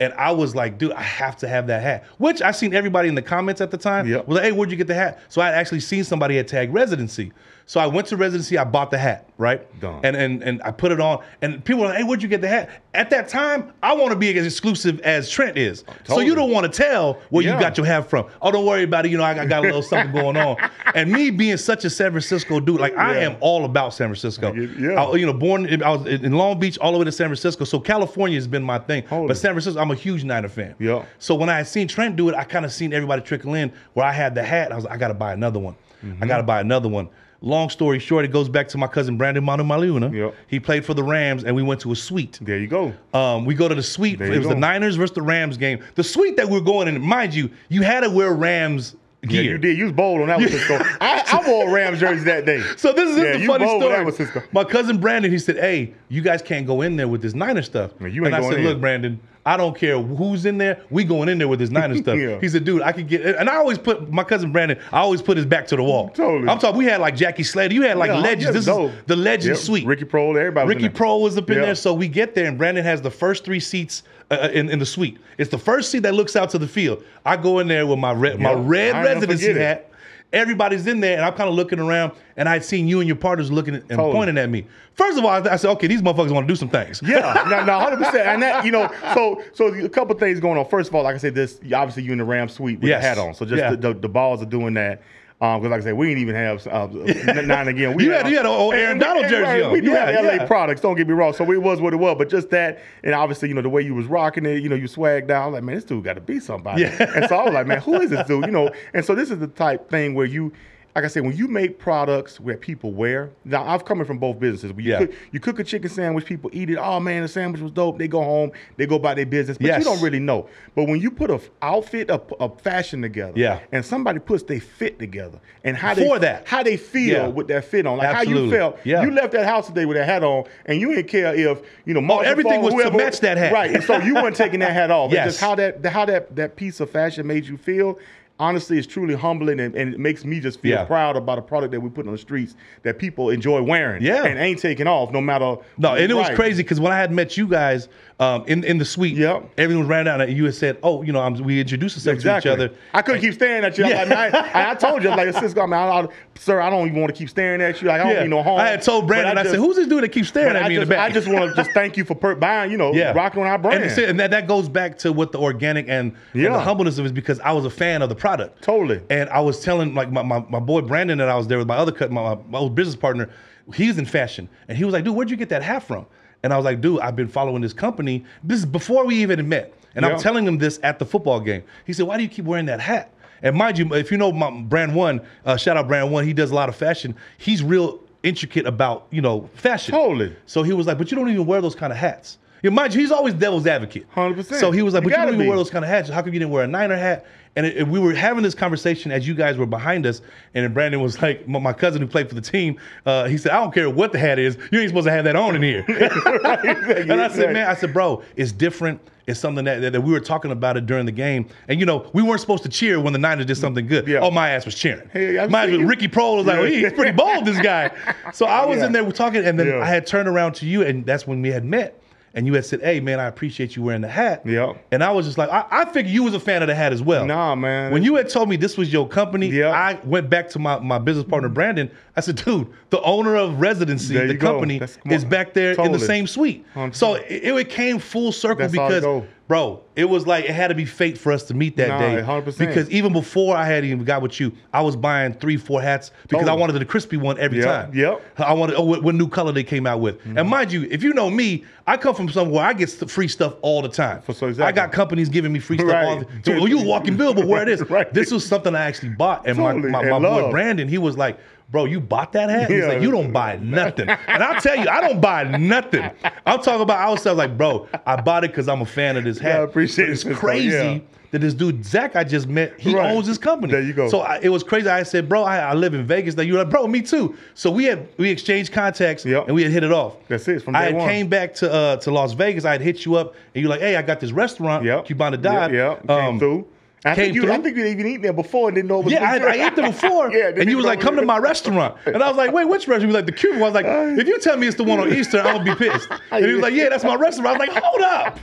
Speaker 1: And I was like, dude, I have to have that hat. Which I seen everybody in the comments at the time
Speaker 2: Yep.
Speaker 1: was like, hey, where'd you get the hat? So I had actually seen somebody had tagged residency. So I went to residency, I bought the hat, right?
Speaker 2: Done.
Speaker 1: And and and I put it on. And people were like, hey, where'd you get the hat? At that time, I want to be as exclusive as Trent is. So you
Speaker 2: Totally.
Speaker 1: don't want to tell where you
Speaker 2: Yeah.
Speaker 1: got your have from. Oh, don't worry about it. You know, I I got a little something going on. And me being such a San Francisco dude, like I
Speaker 2: Yeah.
Speaker 1: am all about San Francisco.
Speaker 2: Yeah.
Speaker 1: I- you know, born I was in Long Beach all the way to San Francisco. So California has been my thing.
Speaker 2: Holy.
Speaker 1: But San Francisco, I'm a huge Niner fan.
Speaker 2: Yeah.
Speaker 1: So when I had seen Trent do it, I kind of seen everybody trickle in where I had the hat. I was like, I gotta buy another one. I
Speaker 2: Mm-hmm.
Speaker 1: gotta buy another one. Long story short, it goes back to my cousin Brandon Montemaliuna.
Speaker 2: Yeah.
Speaker 1: He played for the Rams and we went to a suite.
Speaker 2: There you go.
Speaker 1: Um, we go to the suite.
Speaker 2: There
Speaker 1: it
Speaker 2: you
Speaker 1: was the
Speaker 2: go.
Speaker 1: Niners versus the Rams game. The suite that we're going in, mind you, you had to wear Rams
Speaker 2: Yeah,
Speaker 1: gear.
Speaker 2: you did. You was bold on that one, Cisco. I, I wore a Rams jersey that day.
Speaker 1: So this is, this
Speaker 2: Yeah,
Speaker 1: is the
Speaker 2: you
Speaker 1: funny
Speaker 2: bold with that
Speaker 1: story.
Speaker 2: one, Cisco.
Speaker 1: My cousin Brandon, he said, "Hey, you guys can't go in there with this Niner stuff."
Speaker 2: Yeah, you
Speaker 1: and
Speaker 2: ain't
Speaker 1: I
Speaker 2: going
Speaker 1: said,
Speaker 2: in.
Speaker 1: "Look, Brandon, I don't care who's in there. We going in there with this Niner stuff."
Speaker 2: Yeah.
Speaker 1: He said, "Dude, I could get." And I always put my cousin Brandon. I always put his back to the wall.
Speaker 2: Totally.
Speaker 1: I'm talking. We had like Jackie Slater. You had like
Speaker 2: Yeah,
Speaker 1: legends.
Speaker 2: yeah,
Speaker 1: this
Speaker 2: dope.
Speaker 1: is the legend
Speaker 2: Yep.
Speaker 1: suite.
Speaker 2: Ricky Prohl, everybody. was in
Speaker 1: Ricky
Speaker 2: there.
Speaker 1: Pro was up in
Speaker 2: Yeah.
Speaker 1: there, so we get there, and Brandon has the first three seats uh, in, in the suite. It's the first seat that looks out to the field. I go in there with my red, my
Speaker 2: Yeah.
Speaker 1: red
Speaker 2: I ain't gonna
Speaker 1: residency
Speaker 2: forget it.
Speaker 1: hat. Everybody's in there, and I'm kind of looking around, and I'd seen you and your partners looking at- and
Speaker 2: Totally.
Speaker 1: pointing at me. First of all, I, I said, "Okay, these motherfuckers want to do some things."
Speaker 2: Yeah, no, no, hundred percent. And that, you know, so so a couple things going on. First of all, like I said, this obviously you in the Ram suite with
Speaker 1: Yes.
Speaker 2: the hat on, so just
Speaker 1: Yeah.
Speaker 2: the, the, the balls are doing that. Um, because like I said, we didn't even have uh, nine again. We
Speaker 1: You had- you had an old Aaron
Speaker 2: and we-
Speaker 1: Donald
Speaker 2: and
Speaker 1: jersey
Speaker 2: right,
Speaker 1: on.
Speaker 2: We do
Speaker 1: Yeah,
Speaker 2: have LA
Speaker 1: yeah.
Speaker 2: products. Don't get me wrong. So it was what it was, but just that, and obviously you know the way you was rocking it, you know you swagged out. I was like, man, this dude got to be somebody.
Speaker 1: Yeah.
Speaker 2: And so I was like, man, who is this dude? You know. And so this is the type thing where you, like I said, when you make products where people wear. Now I've coming from both businesses. Where you
Speaker 1: Yeah.
Speaker 2: cook- you cook a chicken sandwich, people eat it. Oh man, the sandwich was dope. They go home, they go about their business, but
Speaker 1: Yes.
Speaker 2: you don't really know. But when you put a f- outfit, a, a fashion together,
Speaker 1: Yeah.
Speaker 2: and somebody puts their fit together, and how
Speaker 1: For
Speaker 2: they,
Speaker 1: that.
Speaker 2: how they feel
Speaker 1: Yeah.
Speaker 2: with that fit on, like how
Speaker 1: Absolutely.
Speaker 2: you felt.
Speaker 1: Yeah. Oh,
Speaker 2: You left that house today with that hat on, and you didn't care if you know Marshall
Speaker 1: everything
Speaker 2: Falk,
Speaker 1: was to
Speaker 2: whoever-
Speaker 1: match that hat.
Speaker 2: right? So you weren't taking that hat off. It's
Speaker 1: Yes.
Speaker 2: just how that how that that piece of fashion made you feel. Honestly, it's truly humbling and, and it makes me just feel
Speaker 1: Yeah.
Speaker 2: proud about a product that we put on the streets that people enjoy wearing
Speaker 1: Yeah.
Speaker 2: and ain't taking off no matter
Speaker 1: No, and it was
Speaker 2: Right.
Speaker 1: crazy because when I had met you guys um, in in the suite,
Speaker 2: Yep.
Speaker 1: everyone ran out and you had said, "Oh, you know, I'm, we introduced ourselves
Speaker 2: Exactly.
Speaker 1: to each other."
Speaker 2: I couldn't keep staring at you. I'm
Speaker 1: Yeah.
Speaker 2: Like, man, I, I told you, I'm like, Cisco, I'm out, sir, I don't even want to keep staring at you. Like, I don't mean no harm.
Speaker 1: I had told
Speaker 2: But
Speaker 1: Brandon, I,
Speaker 2: just-
Speaker 1: said, "Who's this dude that keeps staring
Speaker 2: but
Speaker 1: at
Speaker 2: I
Speaker 1: me
Speaker 2: just,
Speaker 1: in the back?"
Speaker 2: I just want to just thank you for per- buying, you know, rocking on our brand.
Speaker 1: And, it's- and that, that goes back to what the organic and, and
Speaker 2: Yeah.
Speaker 1: the humbleness of it is because I was a fan of the product.
Speaker 2: Totally.
Speaker 1: And I was telling like my, my, my boy Brandon that I was there with my other cut my, my old business partner, he's in fashion. And he was like, dude, where'd you get that hat from? And I was like, dude, I've been following this company. This is before we even met. And
Speaker 2: Yeah.
Speaker 1: I'm telling him this at the football game. He said, why do you keep wearing that hat? And mind you, if you know my brand one, uh, shout out brand one, he does a lot of fashion. He's real intricate about, you know, fashion.
Speaker 2: Totally.
Speaker 1: So he was like, but you don't even wear those kind of hats. Yeah, mind you, he's always devil's advocate.
Speaker 2: 100%.
Speaker 1: So he was like, but
Speaker 2: You
Speaker 1: you
Speaker 2: gotta
Speaker 1: don't even wear
Speaker 2: be.
Speaker 1: those kind of hats. How come you didn't wear a Niner hat? And it, it- we were having this conversation as you guys were behind us. And then Brandon was like, my, my cousin who played for the team, uh, he said, I don't care what the hat is. You ain't supposed to have that on in here. and I said, man, I said, bro, it's different. It's something that, that, that we were talking about it during the game. And, you know, we weren't supposed to cheer when the Niners did something good.
Speaker 2: Yeah.
Speaker 1: Oh, my ass was cheering.
Speaker 2: Hey, I've
Speaker 1: my ass
Speaker 2: seen
Speaker 1: was,
Speaker 2: you.
Speaker 1: Ricky Prohl was like,
Speaker 2: Yeah.
Speaker 1: "Well, he's pretty bold, this guy. So I was
Speaker 2: Yeah.
Speaker 1: in there we're talking, and then
Speaker 2: Yeah.
Speaker 1: I had turned around to you, and that's when we had met. And you had said, "Hey, man, I appreciate you wearing the hat."
Speaker 2: Yeah.
Speaker 1: And I was just like, I, I figured you was a fan of the hat as well.
Speaker 2: Nah, man.
Speaker 1: When you had told me this was your company,
Speaker 2: Yeah.
Speaker 1: I went back to my, my business partner Brandon. I said, "Dude, the owner of residency,
Speaker 2: There
Speaker 1: the
Speaker 2: you go.
Speaker 1: company,
Speaker 2: That's- come
Speaker 1: is
Speaker 2: on.
Speaker 1: back there in the
Speaker 2: Totally.
Speaker 1: same suite."
Speaker 2: Hundred
Speaker 1: So it, it came full circle
Speaker 2: That's how it
Speaker 1: because,
Speaker 2: go.
Speaker 1: bro, it was like it had to be fate for us to meet that
Speaker 2: Nah,
Speaker 1: day.
Speaker 2: 100%.
Speaker 1: Because even before I had even got with you, I was buying three, four hats because I
Speaker 2: Totally.
Speaker 1: wanted the crispy one every
Speaker 2: Yep,
Speaker 1: time.
Speaker 2: yep. Mm-hmm.
Speaker 1: I wanted oh, what, what new color they came out with. And mind you, if you know me, I come from somewhere I get st- free stuff all the time.
Speaker 2: For- so
Speaker 1: I
Speaker 2: exactly.
Speaker 1: got companies giving me free stuff all the
Speaker 2: Right.
Speaker 1: time. So well, you a walking billboard where it is.
Speaker 2: Right.
Speaker 1: This was something I actually bought. And
Speaker 2: Totally,
Speaker 1: my, my, my
Speaker 2: and
Speaker 1: boy
Speaker 2: love.
Speaker 1: Brandon, he was like, Bro, you bought that hat? He's
Speaker 2: Yeah.
Speaker 1: like, you don't buy nothing. And I'll tell you, I don't buy nothing. I'm talking about I was like, bro, I bought it because I'm a fan of this hat.
Speaker 2: I appreciate
Speaker 1: But It's
Speaker 2: this, bro.
Speaker 1: crazy
Speaker 2: Yeah.
Speaker 1: that this dude Zach I just met, he
Speaker 2: Right.
Speaker 1: owns his company.
Speaker 2: There you go.
Speaker 1: So I, it was crazy. I said, bro, I, I live in Vegas. Now you're like, bro, me too. So we had we exchanged contacts
Speaker 2: Yep.
Speaker 1: and we had hit it off.
Speaker 2: That's it, from
Speaker 1: I
Speaker 2: day
Speaker 1: had
Speaker 2: one.
Speaker 1: came back to uh, to Las Vegas. I had hit you up and you're like, hey, I got this restaurant,
Speaker 2: Yep.
Speaker 1: Cubana Dive.
Speaker 2: Yep. yep.
Speaker 1: Um,
Speaker 2: came through. I
Speaker 1: came
Speaker 2: think you. I
Speaker 1: through.
Speaker 2: think you even eaten there before and didn't know. It was
Speaker 1: Yeah, I, I ate there before,
Speaker 2: Yeah,
Speaker 1: and you was like, "Come to my restaurant," and I was like, "Wait, which restaurant?" He was like, "The Cuban." I was like, "If you tell me it's the one on Eastern, I'm gonna be pissed." And he was like, "Yeah, that's my restaurant." I was like, "Hold up,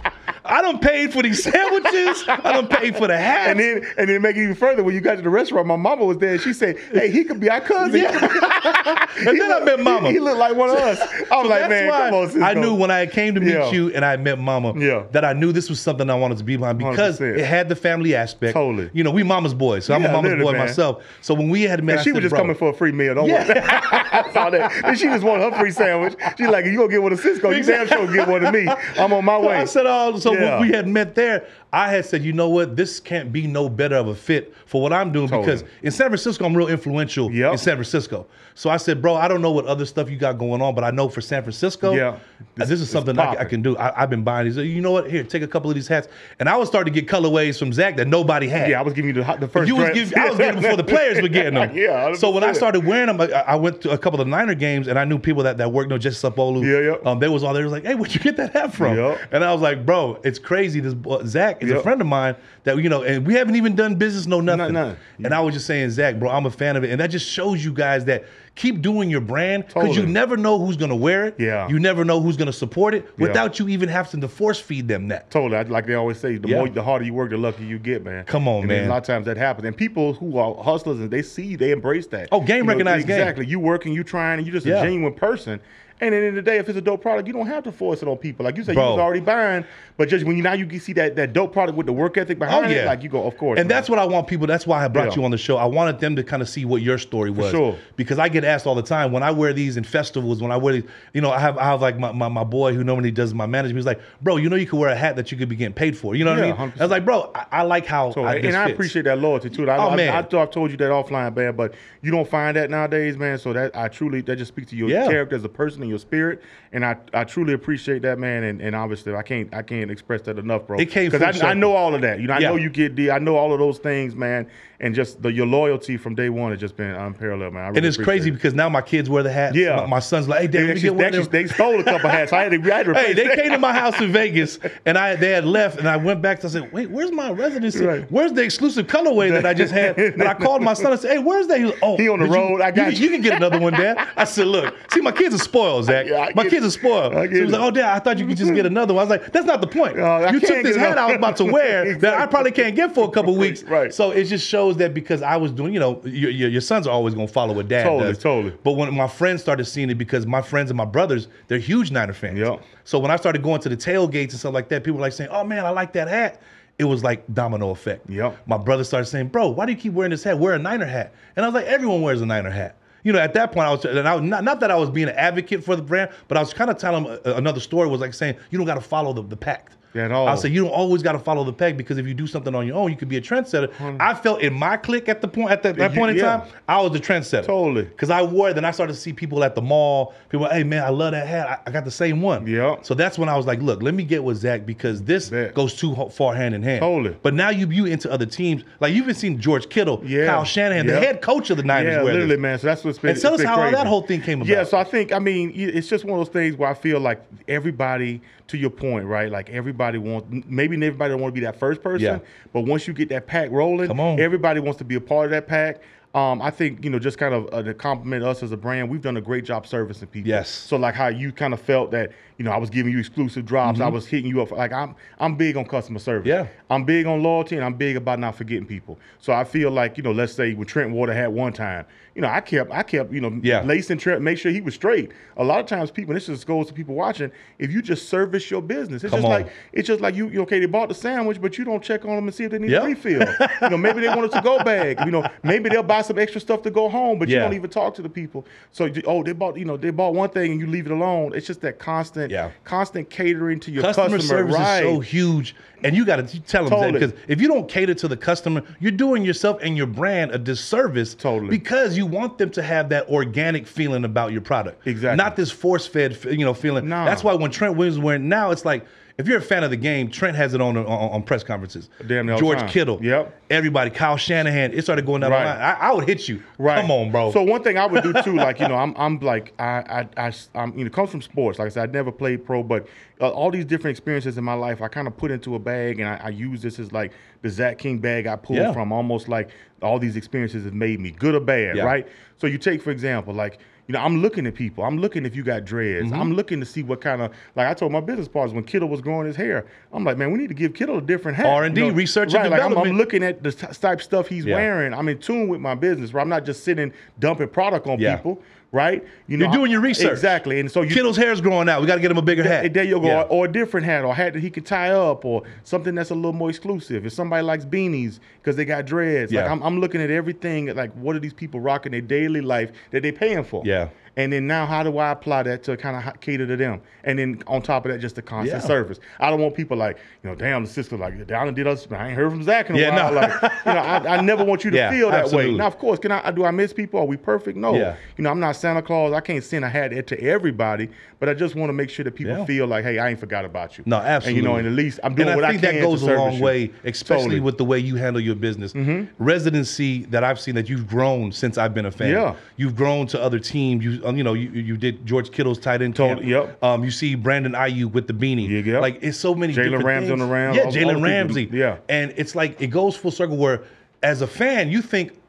Speaker 1: I done paid for these sandwiches. I done paid for the hat."
Speaker 2: And then, and then make it even further. When you got to the restaurant, my mama was there. and She said, "Hey, he could be our cousin."
Speaker 1: and then I met Mama.
Speaker 2: He, looked like one of us. I was
Speaker 1: So
Speaker 2: like, man, come on,
Speaker 1: I
Speaker 2: Cisco."
Speaker 1: knew when I came to meet
Speaker 2: Yeah.
Speaker 1: you and I met Mama,
Speaker 2: Yeah.
Speaker 1: that I knew this was something I wanted to be behind because
Speaker 2: 100%.
Speaker 1: it had the family aspect.
Speaker 2: Totally.
Speaker 1: You know, we Mama's boys, so I'm a
Speaker 2: Yeah,
Speaker 1: Mama's boy
Speaker 2: literally, man.
Speaker 1: myself. So when we had met,
Speaker 2: And
Speaker 1: I
Speaker 2: she
Speaker 1: said,
Speaker 2: was just
Speaker 1: "Bro,
Speaker 2: coming for a free meal. Don't worry. I saw that. And she just wanted her free sandwich. She's like, you gonna get one of Cisco? You damn sure get one of me. I'm on my way.
Speaker 1: I said, oh, so
Speaker 2: Yeah.
Speaker 1: when we had met there, I had said, you know what, this can't be no better of a fit for what I'm doing
Speaker 2: Totally.
Speaker 1: because in San Francisco, I'm real influential
Speaker 2: Yep.
Speaker 1: in San Francisco. So I said, bro, I don't know what other stuff you got going on, but I know for San Francisco,
Speaker 2: Yeah.
Speaker 1: uh, this, is something I, I
Speaker 2: popping.
Speaker 1: can do. I, have been buying these. You know what? Here, take a couple of these hats. And I was starting to get colorways from Zach that nobody had.
Speaker 2: yeah, I was giving you the, the first.
Speaker 1: You was
Speaker 2: dress.
Speaker 1: giving, I was getting before the players were getting them.
Speaker 2: Yeah,
Speaker 1: So when I
Speaker 2: 100%.
Speaker 1: started wearing them, I, I went to a couple of Niner games and I knew people that, that worked no Jesse Sapolu.
Speaker 2: Yeah, yeah.
Speaker 1: Um, they was all there. Was like, hey, where'd you get that hat from?
Speaker 2: Yeah.
Speaker 1: And I was like, bro, it's crazy. This boy, Zach is a
Speaker 2: Yeah.
Speaker 1: friend of mine that you know, and we haven't even done business, no nothing.
Speaker 2: none.
Speaker 1: And I was just saying, Zach, bro, I'm a fan of it, and that just shows you guys that keep doing your brand because you
Speaker 2: Totally.
Speaker 1: never know who's gonna wear it.
Speaker 2: Yeah.
Speaker 1: You never know who's gonna support it without you even having to force feed them that.
Speaker 2: Totally, I- like they always say, the
Speaker 1: Yeah.
Speaker 2: more, the harder you work, the luckier you get, man.
Speaker 1: Come on,
Speaker 2: And then
Speaker 1: man.
Speaker 2: A lot of times that happens, and people who are hustlers and they see, they embrace that.
Speaker 1: Oh, game
Speaker 2: You know,
Speaker 1: recognized game.
Speaker 2: Exactly. You working, you trying, and you just
Speaker 1: Yeah.
Speaker 2: a genuine person. And at the end of the day, if it's a dope product, you don't have to force it on people. Like you said,
Speaker 1: Bro.
Speaker 2: you was already buying, but just when you now you can see that that dope product with the work ethic behind it, like you go, of course.
Speaker 1: Oh, And
Speaker 2: man.
Speaker 1: that's what I want people. That's why I brought
Speaker 2: Yeah.
Speaker 1: you on the show. I wanted them to kind of see what your story was.
Speaker 2: sure.
Speaker 1: Because I get asked all the time when I wear these in festivals, when I wear these, you know, I have I have like my, my, my boy who normally does my management. He's like, bro, you know, you could wear a hat that you could be getting paid for. You know what
Speaker 2: Yeah,
Speaker 1: I mean? I
Speaker 2: 100%.
Speaker 1: was like, bro, I, I like how.
Speaker 2: So,
Speaker 1: I,
Speaker 2: and
Speaker 1: this
Speaker 2: I
Speaker 1: fits."
Speaker 2: appreciate that loyalty too. I,
Speaker 1: Oh,
Speaker 2: I,
Speaker 1: man.
Speaker 2: I, thought I've told you that offline, man, but you don't find that nowadays, man. So that I truly that just speaks to your
Speaker 1: Yeah.
Speaker 2: character as a person and your spirit, and I, I truly appreciate that, man. And, and obviously, I can't I can't express that enough, bro.
Speaker 1: It came full
Speaker 2: because I, I
Speaker 1: circle.
Speaker 2: know all of that. You know, I
Speaker 1: Yeah.
Speaker 2: know you get the I know all of those things, man. And just the, your loyalty from day one has just been unparalleled, man. I really
Speaker 1: And it's
Speaker 2: appreciate
Speaker 1: crazy
Speaker 2: It.
Speaker 1: because now my kids wear the hats.
Speaker 2: Yeah.
Speaker 1: My, my son's like, hey, dad,
Speaker 2: They,
Speaker 1: let me get
Speaker 2: actually,
Speaker 1: one
Speaker 2: they,
Speaker 1: of them.
Speaker 2: actually, they stole a couple hats. I had to, I had to
Speaker 1: Hey,
Speaker 2: replace
Speaker 1: they
Speaker 2: that.
Speaker 1: came to my house in Vegas, and I they had left, and I went back. To, I said, "Wait, where's my residency?
Speaker 2: Right.
Speaker 1: Where's the exclusive colorway that I just had?" And I called my son. I said, "Hey, where's that?" He was, "Oh,
Speaker 2: He on the
Speaker 1: did you-
Speaker 2: road. I got
Speaker 1: you. You can get another one, Dad." I said, "Look, see, my kids are spoiled, Zach.
Speaker 2: Yeah, I
Speaker 1: my
Speaker 2: get
Speaker 1: kids
Speaker 2: it.
Speaker 1: are spoiled."
Speaker 2: I
Speaker 1: So he
Speaker 2: get
Speaker 1: was like,
Speaker 2: it.
Speaker 1: "Oh, Dad, I thought you could just get another one." I was like, "That's not the point.
Speaker 2: Uh, I
Speaker 1: you took
Speaker 2: can't
Speaker 1: this
Speaker 2: get
Speaker 1: hat I
Speaker 2: another-
Speaker 1: was about to wear that I
Speaker 2: Exactly.
Speaker 1: probably can't get for a couple weeks."
Speaker 2: right.
Speaker 1: So it just shows that because I was doing, you know, your, your, your sons are always gonna follow what Dad
Speaker 2: Totally,
Speaker 1: does.
Speaker 2: totally.
Speaker 1: But when my friends started seeing it, because my friends and my brothers, they're huge Niner fans.
Speaker 2: Yeah.
Speaker 1: So when I started going to the tailgates and stuff like that, people were like saying, "Oh man, I like that hat." It was like domino effect.
Speaker 2: Yeah.
Speaker 1: My brother started saying, "Bro, why do you keep wearing this hat? Wear a Niner hat." And I was like, "Everyone wears a Niner hat." You know, at that point, I was and I, not not that uh, I was being an advocate for the brand, but I was kind of telling them a- another story. Was like saying, "You don't got to follow the, the pact."
Speaker 2: At all.
Speaker 1: I'll say you don't always got to follow the peg because if you do something on your own, you could be a trendsetter. I felt in my clique at the point at that, that
Speaker 2: You-
Speaker 1: point in
Speaker 2: yeah.
Speaker 1: time, I was the trendsetter.
Speaker 2: Totally.
Speaker 1: Because I wore it, then I started to see people at the mall. People, hey man, I love that hat. I, I got the same one.
Speaker 2: Yeah.
Speaker 1: So that's when I was like, look, let me get with Zach because this
Speaker 2: Bet.
Speaker 1: goes too ho- far hand in hand.
Speaker 2: Totally.
Speaker 1: But now you you into other teams. Like you've been seeing George Kittle,
Speaker 2: Yeah.
Speaker 1: Kyle Shanahan,
Speaker 2: Yeah.
Speaker 1: the head coach of the Niners.
Speaker 2: Yeah,
Speaker 1: wear this.
Speaker 2: literally, man. So that's what's been.
Speaker 1: And tell
Speaker 2: it's
Speaker 1: us
Speaker 2: been
Speaker 1: how all
Speaker 2: crazy.
Speaker 1: that whole thing came
Speaker 2: Yeah,
Speaker 1: about.
Speaker 2: so I think I mean y- it's just one of those things where I feel like everybody, to your point, right? Like everybody wants, maybe everybody don't want to be that first person,
Speaker 1: Yeah.
Speaker 2: but once you get that pack rolling,
Speaker 1: Come on.
Speaker 2: everybody wants to be a part of that pack. Um, I think you know, just kind of uh, to compliment us as a brand, we've done a great job servicing people.
Speaker 1: Yes.
Speaker 2: So like how you kind of felt that you know I was giving you exclusive drops, I was hitting you up. Like I'm I'm big on customer service.
Speaker 1: Mm-hmm. Yeah.
Speaker 2: I'm big on loyalty and I'm big about not forgetting people. So I feel like, you know, let's say when Trent Water had one time, you know, I kept, I kept, you know,
Speaker 1: Yeah.
Speaker 2: lacing Trent, make sure he was straight. A lot of times people, and this just goes to people watching, if you just service your business, it's
Speaker 1: Come
Speaker 2: just
Speaker 1: on.
Speaker 2: like, it's just like you, you- okay, they bought the sandwich, but you don't check on them and see if they need
Speaker 1: Yeah.
Speaker 2: a refill. you know, maybe they wanted to go bag. You know, maybe they'll buy some extra stuff to go home, but you
Speaker 1: Yeah.
Speaker 2: don't even talk to the people. So, you- oh, they bought, you know, they bought one thing and you leave it alone. It's just that constant,
Speaker 1: Yeah.
Speaker 2: constant catering to your
Speaker 1: customer,
Speaker 2: customer.
Speaker 1: service
Speaker 2: right.
Speaker 1: is so huge, and you got to tell them
Speaker 2: Totally.
Speaker 1: that because if you don't cater to the customer, you're doing yourself and your brand a disservice.
Speaker 2: Totally.
Speaker 1: because you want them to have that organic feeling about your product,
Speaker 2: Exactly.
Speaker 1: Not this force fed, you know, feeling.
Speaker 2: Nah.
Speaker 1: That's why when Trent Williams is wearing now, it's like if you're a fan of the game, Trent has it on on, on press conferences.
Speaker 2: Damn near all the
Speaker 1: George
Speaker 2: time.
Speaker 1: Kittle,
Speaker 2: Yep.
Speaker 1: everybody, Kyle Shanahan. It started going down
Speaker 2: Right.
Speaker 1: the line. I, I would hit you.
Speaker 2: Right.
Speaker 1: Come on, bro.
Speaker 2: So one thing I would do too, like you know, I'm I'm like I I I am you know, it comes from sports. Like I said, I never played pro, but uh, all these different experiences in my life, I kind of put into a bag, and I, I use this as like the Zach King bag I pulled
Speaker 1: Yeah.
Speaker 2: from. Almost like all these experiences have made me good or bad,
Speaker 1: Yeah.
Speaker 2: right? So you take for example, like. You know, I'm looking at people. I'm looking if you got dreads.
Speaker 1: Mm-hmm.
Speaker 2: I'm looking to see what kind of like I told my business partners when Kittle was growing his hair. I'm like, man, we need to give Kittle a different hat.
Speaker 1: R&D,
Speaker 2: you know?
Speaker 1: research and
Speaker 2: right, like, I'm- I'm,
Speaker 1: development.
Speaker 2: looking at the t- type stuff he's
Speaker 1: Yeah.
Speaker 2: wearing. I'm in tune with my business, where I'm not just sitting dumping product on
Speaker 1: Yeah.
Speaker 2: people, right? You
Speaker 1: You're doing your research.
Speaker 2: exactly, and so you
Speaker 1: Kittle's hair's growing out. We got to get him a bigger
Speaker 2: Th-
Speaker 1: hat.
Speaker 2: There you go,
Speaker 1: Yeah.
Speaker 2: or, or a different hat, or a hat that he could tie up, or something that's a little more exclusive. If somebody likes beanies because they got dreads, like
Speaker 1: Yeah.
Speaker 2: I'm, I'm looking at everything. Like, what are these people rocking their daily life that they paying for?
Speaker 1: Yeah.
Speaker 2: And then now, how do I apply that to kind of cater to them? And then on top of that, just the constant
Speaker 1: Yeah.
Speaker 2: service. I don't want people like, you know, damn, the sister like down and did us. I ain't heard from Zach in a
Speaker 1: Yeah,
Speaker 2: while.
Speaker 1: no.
Speaker 2: Like, you know, I, I never want you to
Speaker 1: Yeah,
Speaker 2: feel that way.
Speaker 1: absolutely.
Speaker 2: Now, of course, can I do I miss people? Are we perfect? No.
Speaker 1: Yeah.
Speaker 2: You know, I'm not Santa Claus. I can't send a hat to everybody, but I just want to make sure that people
Speaker 1: Yeah.
Speaker 2: feel like, hey, I ain't forgot about you.
Speaker 1: No,
Speaker 2: And
Speaker 1: absolutely.
Speaker 2: you know, and at least I'm doing
Speaker 1: and
Speaker 2: what
Speaker 1: I
Speaker 2: I
Speaker 1: think
Speaker 2: can.
Speaker 1: that goes
Speaker 2: to
Speaker 1: a
Speaker 2: service
Speaker 1: long
Speaker 2: you.
Speaker 1: way, especially
Speaker 2: Totally. Mm-hmm.
Speaker 1: with the way you handle your business. Residency that I've seen that you've grown since I've been a fan.
Speaker 2: Yeah.
Speaker 1: you've grown to other teams. You um, you know you, you did George Kittle's tight end.
Speaker 2: Totally,
Speaker 1: camp.
Speaker 2: yep.
Speaker 1: Um, you see Brandon Ayuk with the beanie.
Speaker 2: Yeah, yep.
Speaker 1: Like it's so many.
Speaker 2: Jalen
Speaker 1: different
Speaker 2: Ramsey on
Speaker 1: things.
Speaker 2: the round,
Speaker 1: Yeah,
Speaker 2: all- all the
Speaker 1: Jalen
Speaker 2: people.
Speaker 1: Ramsey.
Speaker 2: Yeah.
Speaker 1: and it's like it goes full circle where, as a fan, you think.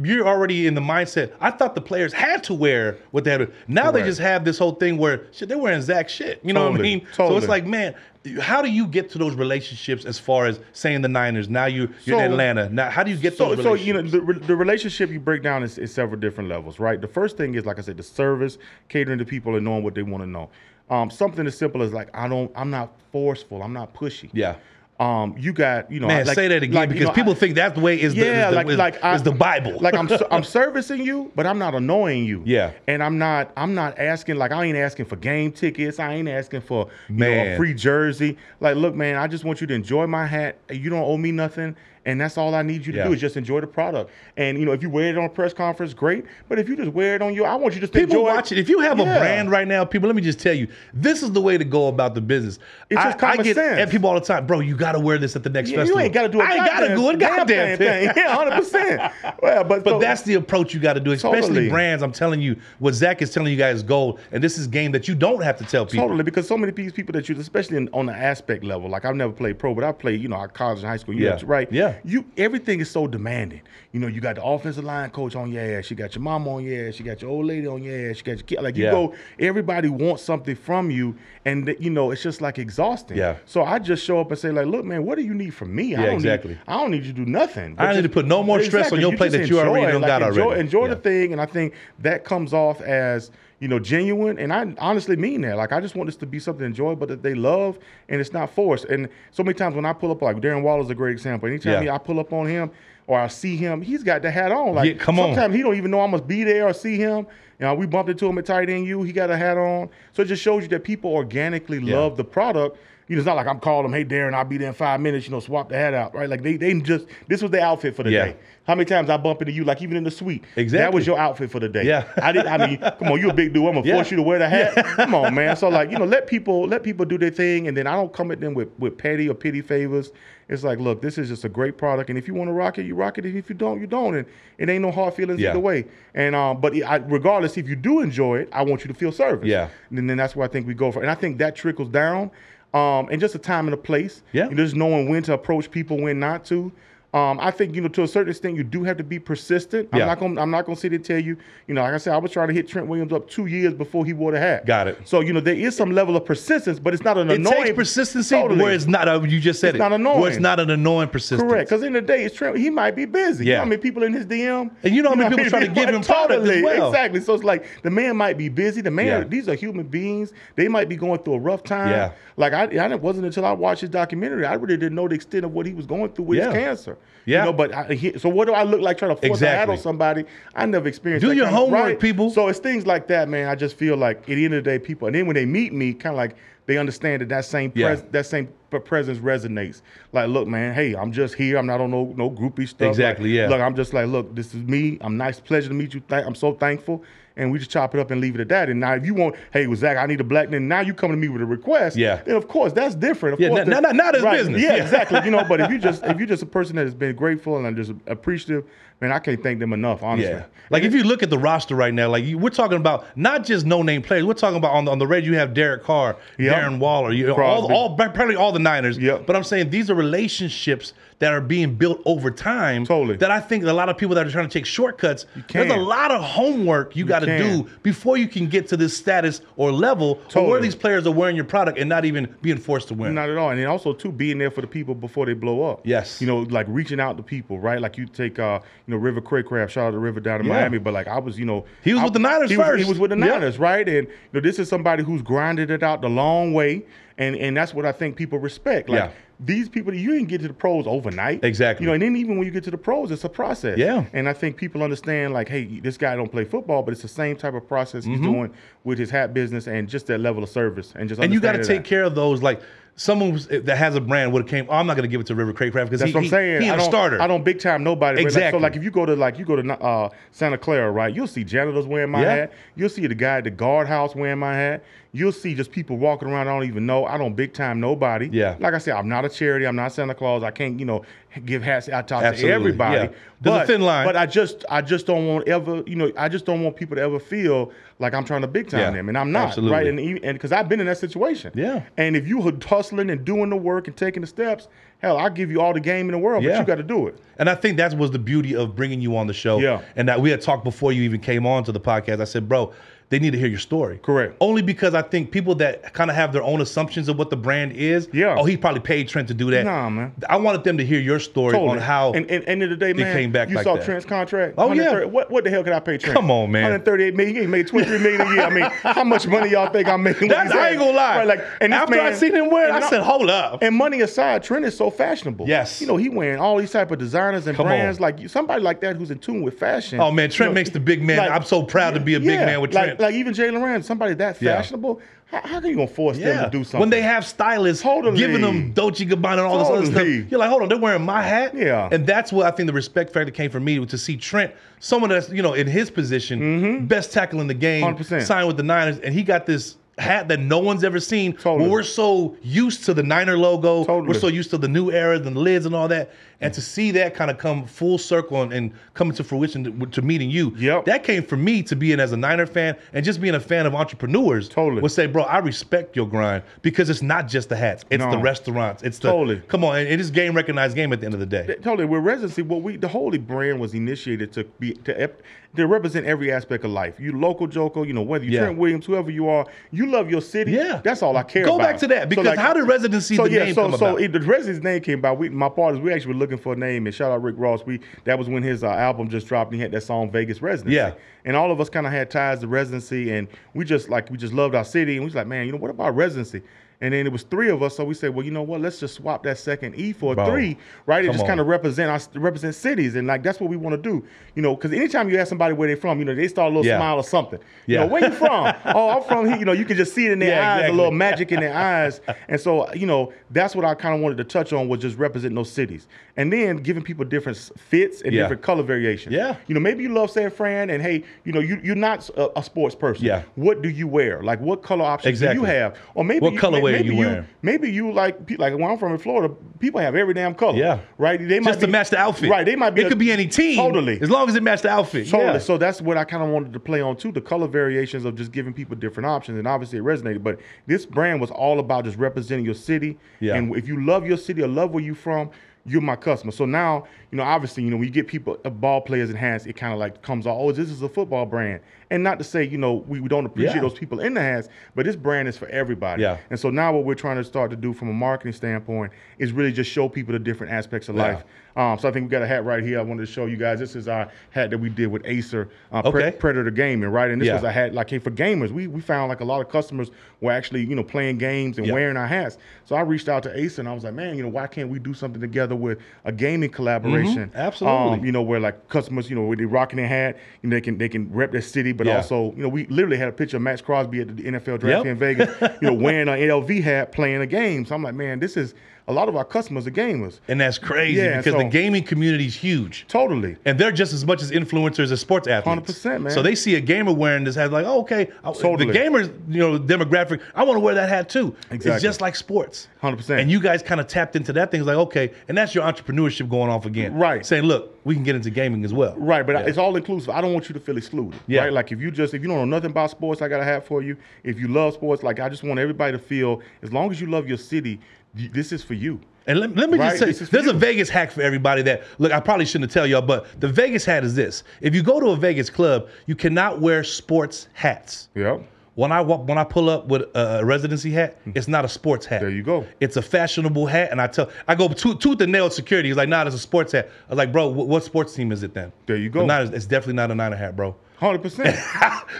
Speaker 1: You're already in the mindset. I thought the players had to wear what they had. to- Now they
Speaker 2: Correct.
Speaker 1: just have this whole thing where shit, they're wearing Zach shit. You know what I
Speaker 2: Totally,
Speaker 1: mean? So
Speaker 2: totally.
Speaker 1: it's like man, how do you get to those relationships as far as saying the Niners? Now you, you're in
Speaker 2: So-
Speaker 1: Atlanta. Now, how do you get
Speaker 2: so,
Speaker 1: those
Speaker 2: so you know
Speaker 1: relationships?
Speaker 2: the, re- the relationship you break down is, is several different levels right the first thing is like i said the service catering to people and knowing what they want to know um, something as simple as like i don't i'm not forceful i'm not pushy
Speaker 1: Yeah.
Speaker 2: um, you got you know
Speaker 1: Man,
Speaker 2: like-
Speaker 1: say that again
Speaker 2: like, you
Speaker 1: because
Speaker 2: know,
Speaker 1: people
Speaker 2: I-
Speaker 1: think that way is the,
Speaker 2: yeah,
Speaker 1: is the,
Speaker 2: like
Speaker 1: is,
Speaker 2: like I-
Speaker 1: is the Bible.
Speaker 2: like I'm ser- I'm servicing you, but I'm not annoying you.
Speaker 1: Yeah.
Speaker 2: and I'm not I'm not asking like I ain't asking for game tickets. I ain't asking for you know, a
Speaker 1: Man.
Speaker 2: free jersey. Like, look, man, I just want you to enjoy my hat. You don't owe me nothing, and that's all I need you to
Speaker 1: Yeah.
Speaker 2: do is just enjoy the product. And you know, if you wear it on a press conference, great. But if you just wear it on your, I want you to just
Speaker 1: people
Speaker 2: enjoy
Speaker 1: watch it. If you have
Speaker 2: Yeah.
Speaker 1: a brand right now, people, let me just tell you, this is the way to go about the business.
Speaker 2: It's just common
Speaker 1: I get
Speaker 2: sense.
Speaker 1: at people all the time, bro. You got to wear this at the next
Speaker 2: Yeah,
Speaker 1: festival.
Speaker 2: you ain't got to do. a
Speaker 1: I ain't got to
Speaker 2: goddamn-
Speaker 1: do a goddamn
Speaker 2: goddamn
Speaker 1: thing.
Speaker 2: Yeah, hundred percent. Well, but
Speaker 1: But
Speaker 2: so-
Speaker 1: that's the approach you got to do, especially
Speaker 2: Totally.
Speaker 1: brands. I'm telling you, what Zach is telling you guys is gold, and this is game that you don't have to tell people.
Speaker 2: Totally, because so many of these people that you, especially in, on the aspect level, like I've never played pro, but I played, you know, our college and high school. You
Speaker 1: Yeah.
Speaker 2: have to- right?
Speaker 1: Yeah.
Speaker 2: You everything is so demanding. You know, you got the offensive line coach on your ass. You got your mom on your ass. You got your old lady on your ass. You got your kid. Like you
Speaker 1: Yeah.
Speaker 2: go, everybody wants something from you, and that, you know, it's just like exhausting.
Speaker 1: Yeah.
Speaker 2: So I just show up and say, like, look, man, what do you need from
Speaker 1: Yeah,
Speaker 2: me? I don't Need,
Speaker 1: exactly.
Speaker 2: I don't need you to do nothing.
Speaker 1: I don't need to put no more stress on your plate
Speaker 2: just
Speaker 1: that you already
Speaker 2: enjoy it.
Speaker 1: done got
Speaker 2: enjoy,
Speaker 1: already.
Speaker 2: Enjoy the
Speaker 1: Yeah.
Speaker 2: thing, and I think that comes off as you know genuine, and I honestly mean that. Like I just want this to be something enjoyable that they love, and it's not forced. And so many times when I pull up, like Darren Waller's a great example. Anytime
Speaker 1: Yeah.
Speaker 2: I pull up on him or I see him, he's got the hat on. Like
Speaker 1: Yeah, come on.
Speaker 2: sometimes he don't even know I must be there or see him. You know, we bumped into him at tight end. You, he got a hat on, so it just shows you that people organically love the product. you know, it's not like I'm calling them, hey Darren, I'll be there in five minutes, you know, swap the hat out, right? Like they they just this was their outfit for the
Speaker 1: Yeah.
Speaker 2: day. How many times I bump into you, like even in the suite. That
Speaker 1: Exactly.
Speaker 2: was your outfit for the day.
Speaker 1: Yeah.
Speaker 2: I did I mean, come on, you a big dude. I'm gonna
Speaker 1: Yeah.
Speaker 2: force you to wear the hat. Come on, man. So like, you know, let people let people do their thing and then I don't come at them with with petty or pity favors. It's like, look, this is just a great product. And if you want to rock it, you rock it. And if you don't, you don't. And it ain't no hard feelings
Speaker 1: Yeah.
Speaker 2: either way. And um, but I, regardless, if you do enjoy it, I want you to feel service.
Speaker 1: Yeah.
Speaker 2: And then that's where I think we go for. And I think that trickles down. Um, and just a time and a place.
Speaker 1: Yeah.
Speaker 2: You know, just knowing when to approach people, when not to. Um, I think you know to a certain extent you do have to be persistent.
Speaker 1: Yeah.
Speaker 2: I'm not gonna I'm not gonna sit there and tell you, you know, like I said, I was trying to hit Trent Williams up two years before he wore the hat.
Speaker 1: Got it.
Speaker 2: So you know there is some level of persistence, but it's not an
Speaker 1: It
Speaker 2: annoying
Speaker 1: takes persistency
Speaker 2: Totally.
Speaker 1: where it's not. uh, you just said
Speaker 2: It's
Speaker 1: it.
Speaker 2: not annoying.
Speaker 1: Where it's not an annoying persistence.
Speaker 2: Correct, because in the day, it's Trent. He might be busy. You
Speaker 1: Yeah.
Speaker 2: know how many people in his DM?
Speaker 1: And you know how many people trying to give him product as
Speaker 2: Totally,
Speaker 1: well.
Speaker 2: Exactly. So it's like the man might be busy. The man,
Speaker 1: Yeah.
Speaker 2: these are human beings. They might be going through a rough time.
Speaker 1: Yeah.
Speaker 2: Like I, I it wasn't until I watched his documentary, I really didn't know the extent of what he was going through with
Speaker 1: Yeah.
Speaker 2: his cancer.
Speaker 1: Yeah.
Speaker 2: You know, but I, he, so what do I look like trying to force a hat
Speaker 1: Exactly.
Speaker 2: on somebody? I never experienced.
Speaker 1: Do
Speaker 2: that
Speaker 1: your
Speaker 2: kind of-
Speaker 1: homework,
Speaker 2: right?
Speaker 1: people.
Speaker 2: So it's things like that, man. I just feel like at the end of the day, people, and then when they meet me, kind of like they understand that that same
Speaker 1: Yeah.
Speaker 2: pres- that same p- presence resonates. Like, look, man, hey, I'm just here. I'm not on no no groupie stuff.
Speaker 1: Exactly,
Speaker 2: Like,
Speaker 1: yeah.
Speaker 2: Look, I'm just like, look, this is me. I'm nice, pleasure to meet you. Thank, I'm so thankful, and we just chop it up and leave it at that. And now, if you want, hey, well, Zach, I need a black man. Now you coming to me with a request.
Speaker 1: Yeah.
Speaker 2: Then of course that's different. Of
Speaker 1: Yeah,
Speaker 2: course,
Speaker 1: now-
Speaker 2: that-
Speaker 1: now- now that's business.
Speaker 2: Yeah,
Speaker 1: Yeah.
Speaker 2: exactly. You know, but if you just if you're just a person that has been grateful and just appreciative, man, I can't thank them enough. Honestly.
Speaker 1: Yeah. Like if you look at the roster right now, like you, we're talking about not just no name players. We're talking about on the, on the red you have Derek Carr,
Speaker 2: Yep.
Speaker 1: Darren Waller, you all,
Speaker 2: Crosby.
Speaker 1: all apparently all the Niners.
Speaker 2: Yep.
Speaker 1: But I'm saying these are relationships that are being built over time.
Speaker 2: Totally.
Speaker 1: That I think a lot of people that are trying to take shortcuts.
Speaker 2: can.
Speaker 1: There's a lot of homework you, got to
Speaker 2: can.
Speaker 1: do before you can get to this status or level or where
Speaker 2: Totally.
Speaker 1: these players are wearing your product and not even being forced to win.
Speaker 2: Not at all. And then also too being there for the people before they blow up.
Speaker 1: Yes.
Speaker 2: You know, like reaching out to people, right? Like you take uh, you know, River Craycraft, shout out to River down in
Speaker 1: Yeah.
Speaker 2: Miami, but like I was, you know,
Speaker 1: He was
Speaker 2: I-
Speaker 1: with the Niners
Speaker 2: he was-
Speaker 1: first.
Speaker 2: he was with the
Speaker 1: Yeah.
Speaker 2: Niners, right? And you know, this is somebody who's grinded it out the long way. And and that's what I think people respect. Like
Speaker 1: Yeah.
Speaker 2: these people you didn't get to the pros overnight.
Speaker 1: Exactly.
Speaker 2: You know, and then even when you get to the pros, it's a process.
Speaker 1: Yeah.
Speaker 2: And I think people understand like, hey, this guy don't play football, but it's the same type of process he's
Speaker 1: Mm-hmm.
Speaker 2: doing with his hat business and just that level of service and just
Speaker 1: and you got to
Speaker 2: understanding
Speaker 1: take
Speaker 2: that.
Speaker 1: care of those like someone who's- that has a brand would have came. Oh, I'm not going to give it to River Craycraft because
Speaker 2: That's
Speaker 1: he,
Speaker 2: what I'm
Speaker 1: he-
Speaker 2: saying.
Speaker 1: he
Speaker 2: I
Speaker 1: ain't a
Speaker 2: don't,
Speaker 1: starter.
Speaker 2: I don't big time nobody. but, Like, so
Speaker 1: Exactly.
Speaker 2: like if you go to like you go to uh, Santa Clara, right? You'll see janitors wearing my
Speaker 1: Yeah.
Speaker 2: hat. You'll see the guy at the guardhouse wearing my hat. You'll see just people walking around. I don't even know. I don't big time nobody.
Speaker 1: Yeah.
Speaker 2: Like I said, I'm not a charity. I'm not Santa Claus. I can't you know give hats out top to
Speaker 1: Absolutely.
Speaker 2: everybody.
Speaker 1: Yeah. There's a
Speaker 2: But-
Speaker 1: thin line.
Speaker 2: But I just I just don't want ever you know I just don't want people to ever feel like I'm trying to big time
Speaker 1: Yeah.
Speaker 2: them, and I'm not
Speaker 1: Absolutely.
Speaker 2: right. And and because I've been in that situation.
Speaker 1: Yeah.
Speaker 2: And if you hud- hustling and doing the work and taking the steps, hell, I'll give you all the game in the world,
Speaker 1: Yeah.
Speaker 2: but you got to do it.
Speaker 1: And I think that was the beauty of bringing you on the show.
Speaker 2: Yeah.
Speaker 1: And that we had talked before you even came on to the podcast. I said, bro, they need to hear your story.
Speaker 2: Correct.
Speaker 1: Only because I think people that kind of have their own assumptions of what the brand is.
Speaker 2: Yeah.
Speaker 1: Oh, he probably paid Trent to do that.
Speaker 2: Nah, man.
Speaker 1: I wanted them to hear your story on
Speaker 2: Totally.
Speaker 1: how.
Speaker 2: and, and end of the day, man,
Speaker 1: came back
Speaker 2: you
Speaker 1: like
Speaker 2: saw
Speaker 1: that.
Speaker 2: Trent's contract.
Speaker 1: Oh, yeah.
Speaker 2: 130 What, what the hell could I pay Trent?
Speaker 1: Come on, man.
Speaker 2: 138 million. He ain't made 23 million a year. I mean, how much money y'all think I'm making? with
Speaker 1: That's-
Speaker 2: these
Speaker 1: I ain't
Speaker 2: ads?
Speaker 1: gonna lie.
Speaker 2: Right, like, and this
Speaker 1: after I
Speaker 2: man-
Speaker 1: seen him wear it,
Speaker 2: and
Speaker 1: I said, "Hold up."
Speaker 2: And money aside, Trent is so fashionable.
Speaker 1: Yes.
Speaker 2: You know, he wearing all these type of designers and
Speaker 1: Come on.
Speaker 2: brands. Like you- somebody like that who's in tune with fashion.
Speaker 1: oh man, Trent
Speaker 2: you know,
Speaker 1: makes the big man.
Speaker 2: like-
Speaker 1: I'm so proud to be a big
Speaker 2: Yeah,
Speaker 1: man with
Speaker 2: like,
Speaker 1: Trent.
Speaker 2: Like even Jalen Ramsey, somebody that
Speaker 1: Yeah.
Speaker 2: fashionable, how, how can you gonna force them
Speaker 1: yeah.
Speaker 2: to do something?
Speaker 1: When they have stylists
Speaker 2: Totally.
Speaker 1: giving them Dolce Gabbana and all this other
Speaker 2: Totally.
Speaker 1: stuff, you're like, hold on, they're wearing my hat.
Speaker 2: Yeah.
Speaker 1: And that's what I think the respect factor came from me to see Trent, someone that's you know in his position,
Speaker 2: Mm-hmm.
Speaker 1: best tackle in the game,
Speaker 2: 100%.
Speaker 1: signed with the Niners, and he got this. Hat that no one's ever seen.
Speaker 2: Totally.
Speaker 1: Well, we're so used to the Niner logo.
Speaker 2: Totally.
Speaker 1: We're so used to the new era, the lids, and all that. And to see that kind of come full circle and, and coming to fruition to, to meeting you,
Speaker 2: Yep.
Speaker 1: that came from me to being as a Niner fan and just being a fan of entrepreneurs.
Speaker 2: Totally.
Speaker 1: was say, bro, I respect your grind because it's not just the hats, it's
Speaker 2: No.
Speaker 1: the restaurants, it's the
Speaker 2: Totally.
Speaker 1: Come on, and it is game recognized game at the end of the day.
Speaker 2: totally with residency what we the holy brand was initiated to be to, ep- to represent every aspect of life you local joker you know whether you
Speaker 1: Yeah.
Speaker 2: trent williams whoever you are you love your city
Speaker 1: Yeah.
Speaker 2: that's all i care
Speaker 1: Go
Speaker 2: about
Speaker 1: back to that
Speaker 2: So,
Speaker 1: because
Speaker 2: like,
Speaker 1: how did residency
Speaker 2: so
Speaker 1: the
Speaker 2: yeah,
Speaker 1: name
Speaker 2: so
Speaker 1: come
Speaker 2: so
Speaker 1: about?
Speaker 2: it, the Dresden's name came by. We, my partners, we actually were looking for a name, and shout out Rick Ross. We that was when his uh, album just dropped, and he had that song Vegas Residency.
Speaker 1: Yeah.
Speaker 2: and all of us kind of had ties to residency, and we just like we just loved our city, and we was like, man, you know what about residency? And then it was three of us, so we said, well, you know what? Let's just swap that second E for a
Speaker 1: Bro,
Speaker 2: three, right? It
Speaker 1: come
Speaker 2: just kind of
Speaker 1: on.
Speaker 2: represent us, represent cities, and like that's what we want to do, you know. Because anytime you ask somebody where they're from, you know, they start a little
Speaker 1: Yeah.
Speaker 2: smile or something.
Speaker 1: Yeah.
Speaker 2: You know, where you from? oh, I'm from here. You know, you can just see it in their
Speaker 1: Yeah,
Speaker 2: eyes,
Speaker 1: exactly.
Speaker 2: a little magic in their eyes. And so, you know, that's what I kind of wanted to touch on was just representing those cities, and then giving people different s- fits and
Speaker 1: Yeah.
Speaker 2: different color variations.
Speaker 1: Yeah.
Speaker 2: You know, maybe you love San Fran, and hey, you know, you you're not a, a sports person.
Speaker 1: Yeah.
Speaker 2: What do you wear? Like, what color options do
Speaker 1: Exactly.
Speaker 2: you have? Or maybe
Speaker 1: What
Speaker 2: you,
Speaker 1: colorway
Speaker 2: may-
Speaker 1: are
Speaker 2: maybe
Speaker 1: you wearing?
Speaker 2: Maybe you like pe- like when I'm from in Florida, people have every damn color.
Speaker 1: Yeah.
Speaker 2: Right. They might
Speaker 1: Just to
Speaker 2: be-
Speaker 1: match the outfit.
Speaker 2: Right. They might be.
Speaker 1: It
Speaker 2: a-
Speaker 1: could be any team.
Speaker 2: Totally.
Speaker 1: As long as it matched the outfit.
Speaker 2: Totally.
Speaker 1: Yeah.
Speaker 2: So that's what I kind of wanted to play on too, the color variations of just giving people different options, and obviously it resonated. But this brand was all about just representing your city,
Speaker 1: Yeah.
Speaker 2: and if you love your city or love where you from, you're my customer. So now, you know, obviously, you know, when you get people, uh, ball players in hands, it kind of like comes off. Oh, this is a football brand, and not to say you know we, we don't appreciate
Speaker 1: Yeah.
Speaker 2: those people in the hands, but this brand is for everybody.
Speaker 1: Yeah.
Speaker 2: And so now, what we're trying to start to do from a marketing standpoint is really just show people the different aspects of
Speaker 1: Yeah.
Speaker 2: life. Um, so I think we got a hat right here. I wanted to show you guys. This is our hat that we did with Acer uh, Pre-
Speaker 1: Okay.
Speaker 2: Predator Gaming, right? And this
Speaker 1: Yeah.
Speaker 2: was a hat like hey, for gamers. We we found like a lot of customers were actually you know playing games and
Speaker 1: Yeah.
Speaker 2: wearing our hats. So I reached out to Acer and I was like, man, you know, why can't we do something together with a gaming collaboration?
Speaker 1: Mm-hmm. Absolutely.
Speaker 2: Um, you know, where like customers, you know, where they rocking their hat, you know, they can they can rep their city, but
Speaker 1: Yeah.
Speaker 2: also you know we literally had a picture of Max Crosby at the NFL draft
Speaker 1: Yep.
Speaker 2: here in Vegas, you know, wearing an LV hat playing a game. So I'm like, man, this is a lot of our customers are gamers.
Speaker 1: And that's crazy
Speaker 2: Yeah,
Speaker 1: because the
Speaker 2: so-
Speaker 1: gaming community is huge.
Speaker 2: Totally.
Speaker 1: And they're just as much as influencers as sports athletes.
Speaker 2: 100%, man.
Speaker 1: So they see a gamer wearing this hat, like, oh, okay, I-
Speaker 2: Totally.
Speaker 1: the gamers, you know, demographic. I want to wear that hat too. It's
Speaker 2: Exactly.
Speaker 1: just like sports.
Speaker 2: 100%.
Speaker 1: And you guys kind of tapped into that thing. It's like, okay, and that's your entrepreneurship going off again.
Speaker 2: Right.
Speaker 1: Saying, look, we can get into gaming as well.
Speaker 2: Right, but it's all inclusive. I don't want you to feel excluded.
Speaker 1: Yeah.
Speaker 2: Right? Like if you just if you don't know nothing about sports, I got a hat for you. If you love sports, like I just want everybody to feel as long as you love your city, y- this is for you.
Speaker 1: And let, let me
Speaker 2: Right,
Speaker 1: just
Speaker 2: this
Speaker 1: say,
Speaker 2: is for
Speaker 1: there's a Vegas hack for everybody that, look, I probably shouldn't tell y'all, but the Vegas hat is this. If you go to a Vegas club, you cannot wear sports hats.
Speaker 2: Yep.
Speaker 1: When I wa- when I pull up with a residency hat, it's not a sports hat.
Speaker 2: Hmm. There you go.
Speaker 1: It's a fashionable hat, and I tell I go tooth, tooth and nail security. He's like, nah, it's a sports hat. I was like, bro, wh- what sports team is it then?
Speaker 2: There you go.
Speaker 1: But Not, it's definitely not a niner hat, bro.
Speaker 2: Hundred percent.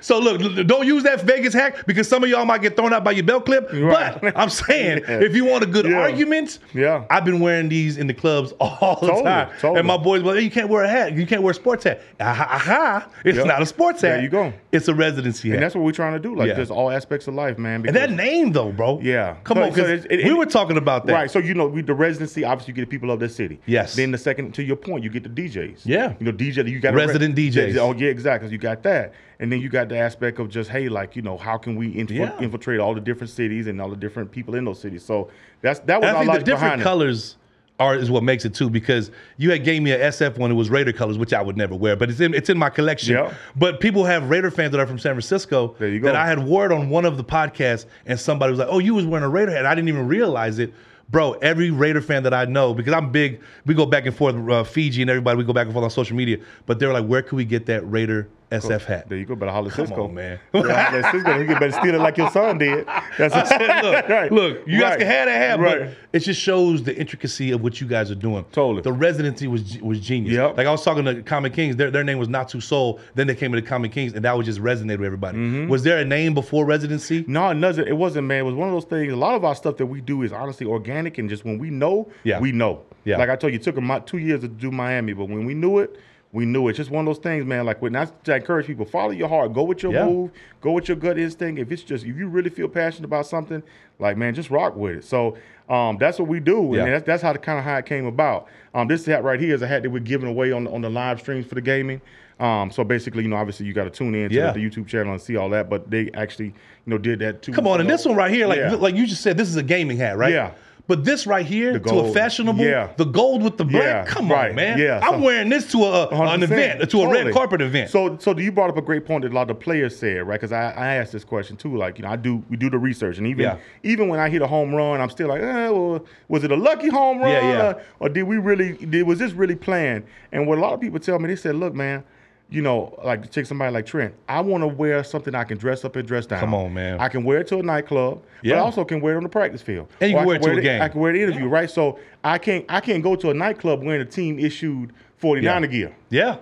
Speaker 1: so look, l- don't use that Vegas hack because some of y'all might get thrown out by your belt clip.
Speaker 2: Right.
Speaker 1: But I'm saying,
Speaker 2: Yeah.
Speaker 1: if you want a good
Speaker 2: Yeah.
Speaker 1: argument,
Speaker 2: Yeah.
Speaker 1: I've been wearing these in the clubs all the
Speaker 2: Totally,
Speaker 1: time.
Speaker 2: totally.
Speaker 1: And my boys, well, you can't wear a hat. You can't wear a sports hat. Aha, aha. It's
Speaker 2: Yep.
Speaker 1: not a sports hat.
Speaker 2: There you go.
Speaker 1: It's a residency
Speaker 2: And
Speaker 1: hat.
Speaker 2: that's what we're trying to do. Like
Speaker 1: Yeah.
Speaker 2: just all aspects of life, man.
Speaker 1: And
Speaker 2: Because,
Speaker 1: that name though, bro.
Speaker 2: Yeah.
Speaker 1: Come
Speaker 2: So-
Speaker 1: on,
Speaker 2: so
Speaker 1: 'cause
Speaker 2: it- it-
Speaker 1: we
Speaker 2: it-
Speaker 1: were talking about that.
Speaker 2: Right. So you know, we the residency, obviously you get the people of that city.
Speaker 1: Yes.
Speaker 2: Then the second to your point, you get the DJs.
Speaker 1: Yeah.
Speaker 2: You know, DJ you got a
Speaker 1: Resident DJs.
Speaker 2: Oh yeah, exactly. You got that. And then you got the aspect of just, hey, like, you know, how can we inf-
Speaker 1: Yeah.
Speaker 2: infiltrate all the different cities and all the different people in those cities? So that's that was
Speaker 1: And I
Speaker 2: our
Speaker 1: think the
Speaker 2: logic
Speaker 1: different
Speaker 2: behind it.
Speaker 1: colors are is what makes it too because you had gave me a SF one. It was Raider colors, which I would never wear, but it's in it's in my collection.
Speaker 2: Yeah.
Speaker 1: But people have Raider fans that are from San Francisco
Speaker 2: There you go.
Speaker 1: that I had wore it on one of the podcasts, and somebody was like, "Oh, you was wearing a Raider hat." I didn't even realize it. Bro, every Raider fan that I know, because I'm big, we go back and forth, uh, Fiji and everybody, we go back and forth on social media. But they were like, "Where could we get that Raider SF hat?"
Speaker 2: There you go, better holler
Speaker 1: Come
Speaker 2: Cisco.
Speaker 1: on, man.
Speaker 2: Yeah, holler Cisco. You better steal it like your son did. That's
Speaker 1: I said, look,
Speaker 2: Right.
Speaker 1: look, you guys
Speaker 2: Right.
Speaker 1: can have that hat,
Speaker 2: Right.
Speaker 1: but it just shows the intricacy of what you guys are doing.
Speaker 2: Totally.
Speaker 1: The residency was ge- was genius.
Speaker 2: Yep.
Speaker 1: Like I was talking to Common Kings, their, their name was Not Too Soul. Then they came into Common Kings, and that would just resonate with everybody.
Speaker 2: Mm-hmm.
Speaker 1: Was there a name before residency?
Speaker 2: No, it doesn't. It wasn't, man. It was one of those things. A lot of our stuff that we do is honestly organic, and just when we know,
Speaker 1: Yeah.
Speaker 2: we know.
Speaker 1: Yeah.
Speaker 2: Like I told you, it took them two years to do Miami, but when we knew it, we knew it. Just one of those things, man. Like when I, I encourage people, follow your heart, go with your
Speaker 1: Yeah.
Speaker 2: move, go with your gut instinct. If it's just if you really feel passionate about something, like man, just rock with it. So um, that's what we do, and
Speaker 1: Yeah.
Speaker 2: that's that's how the kind of how it came about. Um, this hat right here is a hat that we're giving away on the, on the live streams for the gaming. Um, so basically, you know, obviously, you got to tune in to
Speaker 1: Yeah.
Speaker 2: the YouTube channel and see all that. But they actually, you know, did that too.
Speaker 1: Come on, and this one right here, like
Speaker 2: Yeah.
Speaker 1: like you just said, this is a gaming hat, right?
Speaker 2: Yeah.
Speaker 1: But this right here to a
Speaker 2: gold.
Speaker 1: fashionable,
Speaker 2: Yeah.
Speaker 1: the gold with the black.
Speaker 2: Yeah,
Speaker 1: Come on,
Speaker 2: right.
Speaker 1: man.
Speaker 2: Yeah,
Speaker 1: I'm
Speaker 2: so-
Speaker 1: wearing this to a, a- an
Speaker 2: 100%.
Speaker 1: event, to a
Speaker 2: Totally.
Speaker 1: red carpet event.
Speaker 2: So, so you brought up a great point that a lot of the players said, right? Because I, I asked this question too. Like, you know, I do we do the research, and even
Speaker 1: Yeah.
Speaker 2: even when I hit a home run, I'm still like, eh, well, was it a lucky home run?
Speaker 1: Yeah, yeah.
Speaker 2: Or, or did we really? Did was this really planned? And what a lot of people tell me, they said, look, man. You know, like take somebody like Trent. I want to wear something I can dress up and dress down.
Speaker 1: Come on, man.
Speaker 2: I can wear it to a nightclub, but
Speaker 1: Yeah.
Speaker 2: I also can wear it on the practice field.
Speaker 1: And you
Speaker 2: Or
Speaker 1: can
Speaker 2: I
Speaker 1: wear it to a
Speaker 2: the-
Speaker 1: game.
Speaker 2: I can wear the interview, right? So I can't I can't go to a nightclub wearing a team issued 49
Speaker 1: Yeah.
Speaker 2: gear.
Speaker 1: yeah.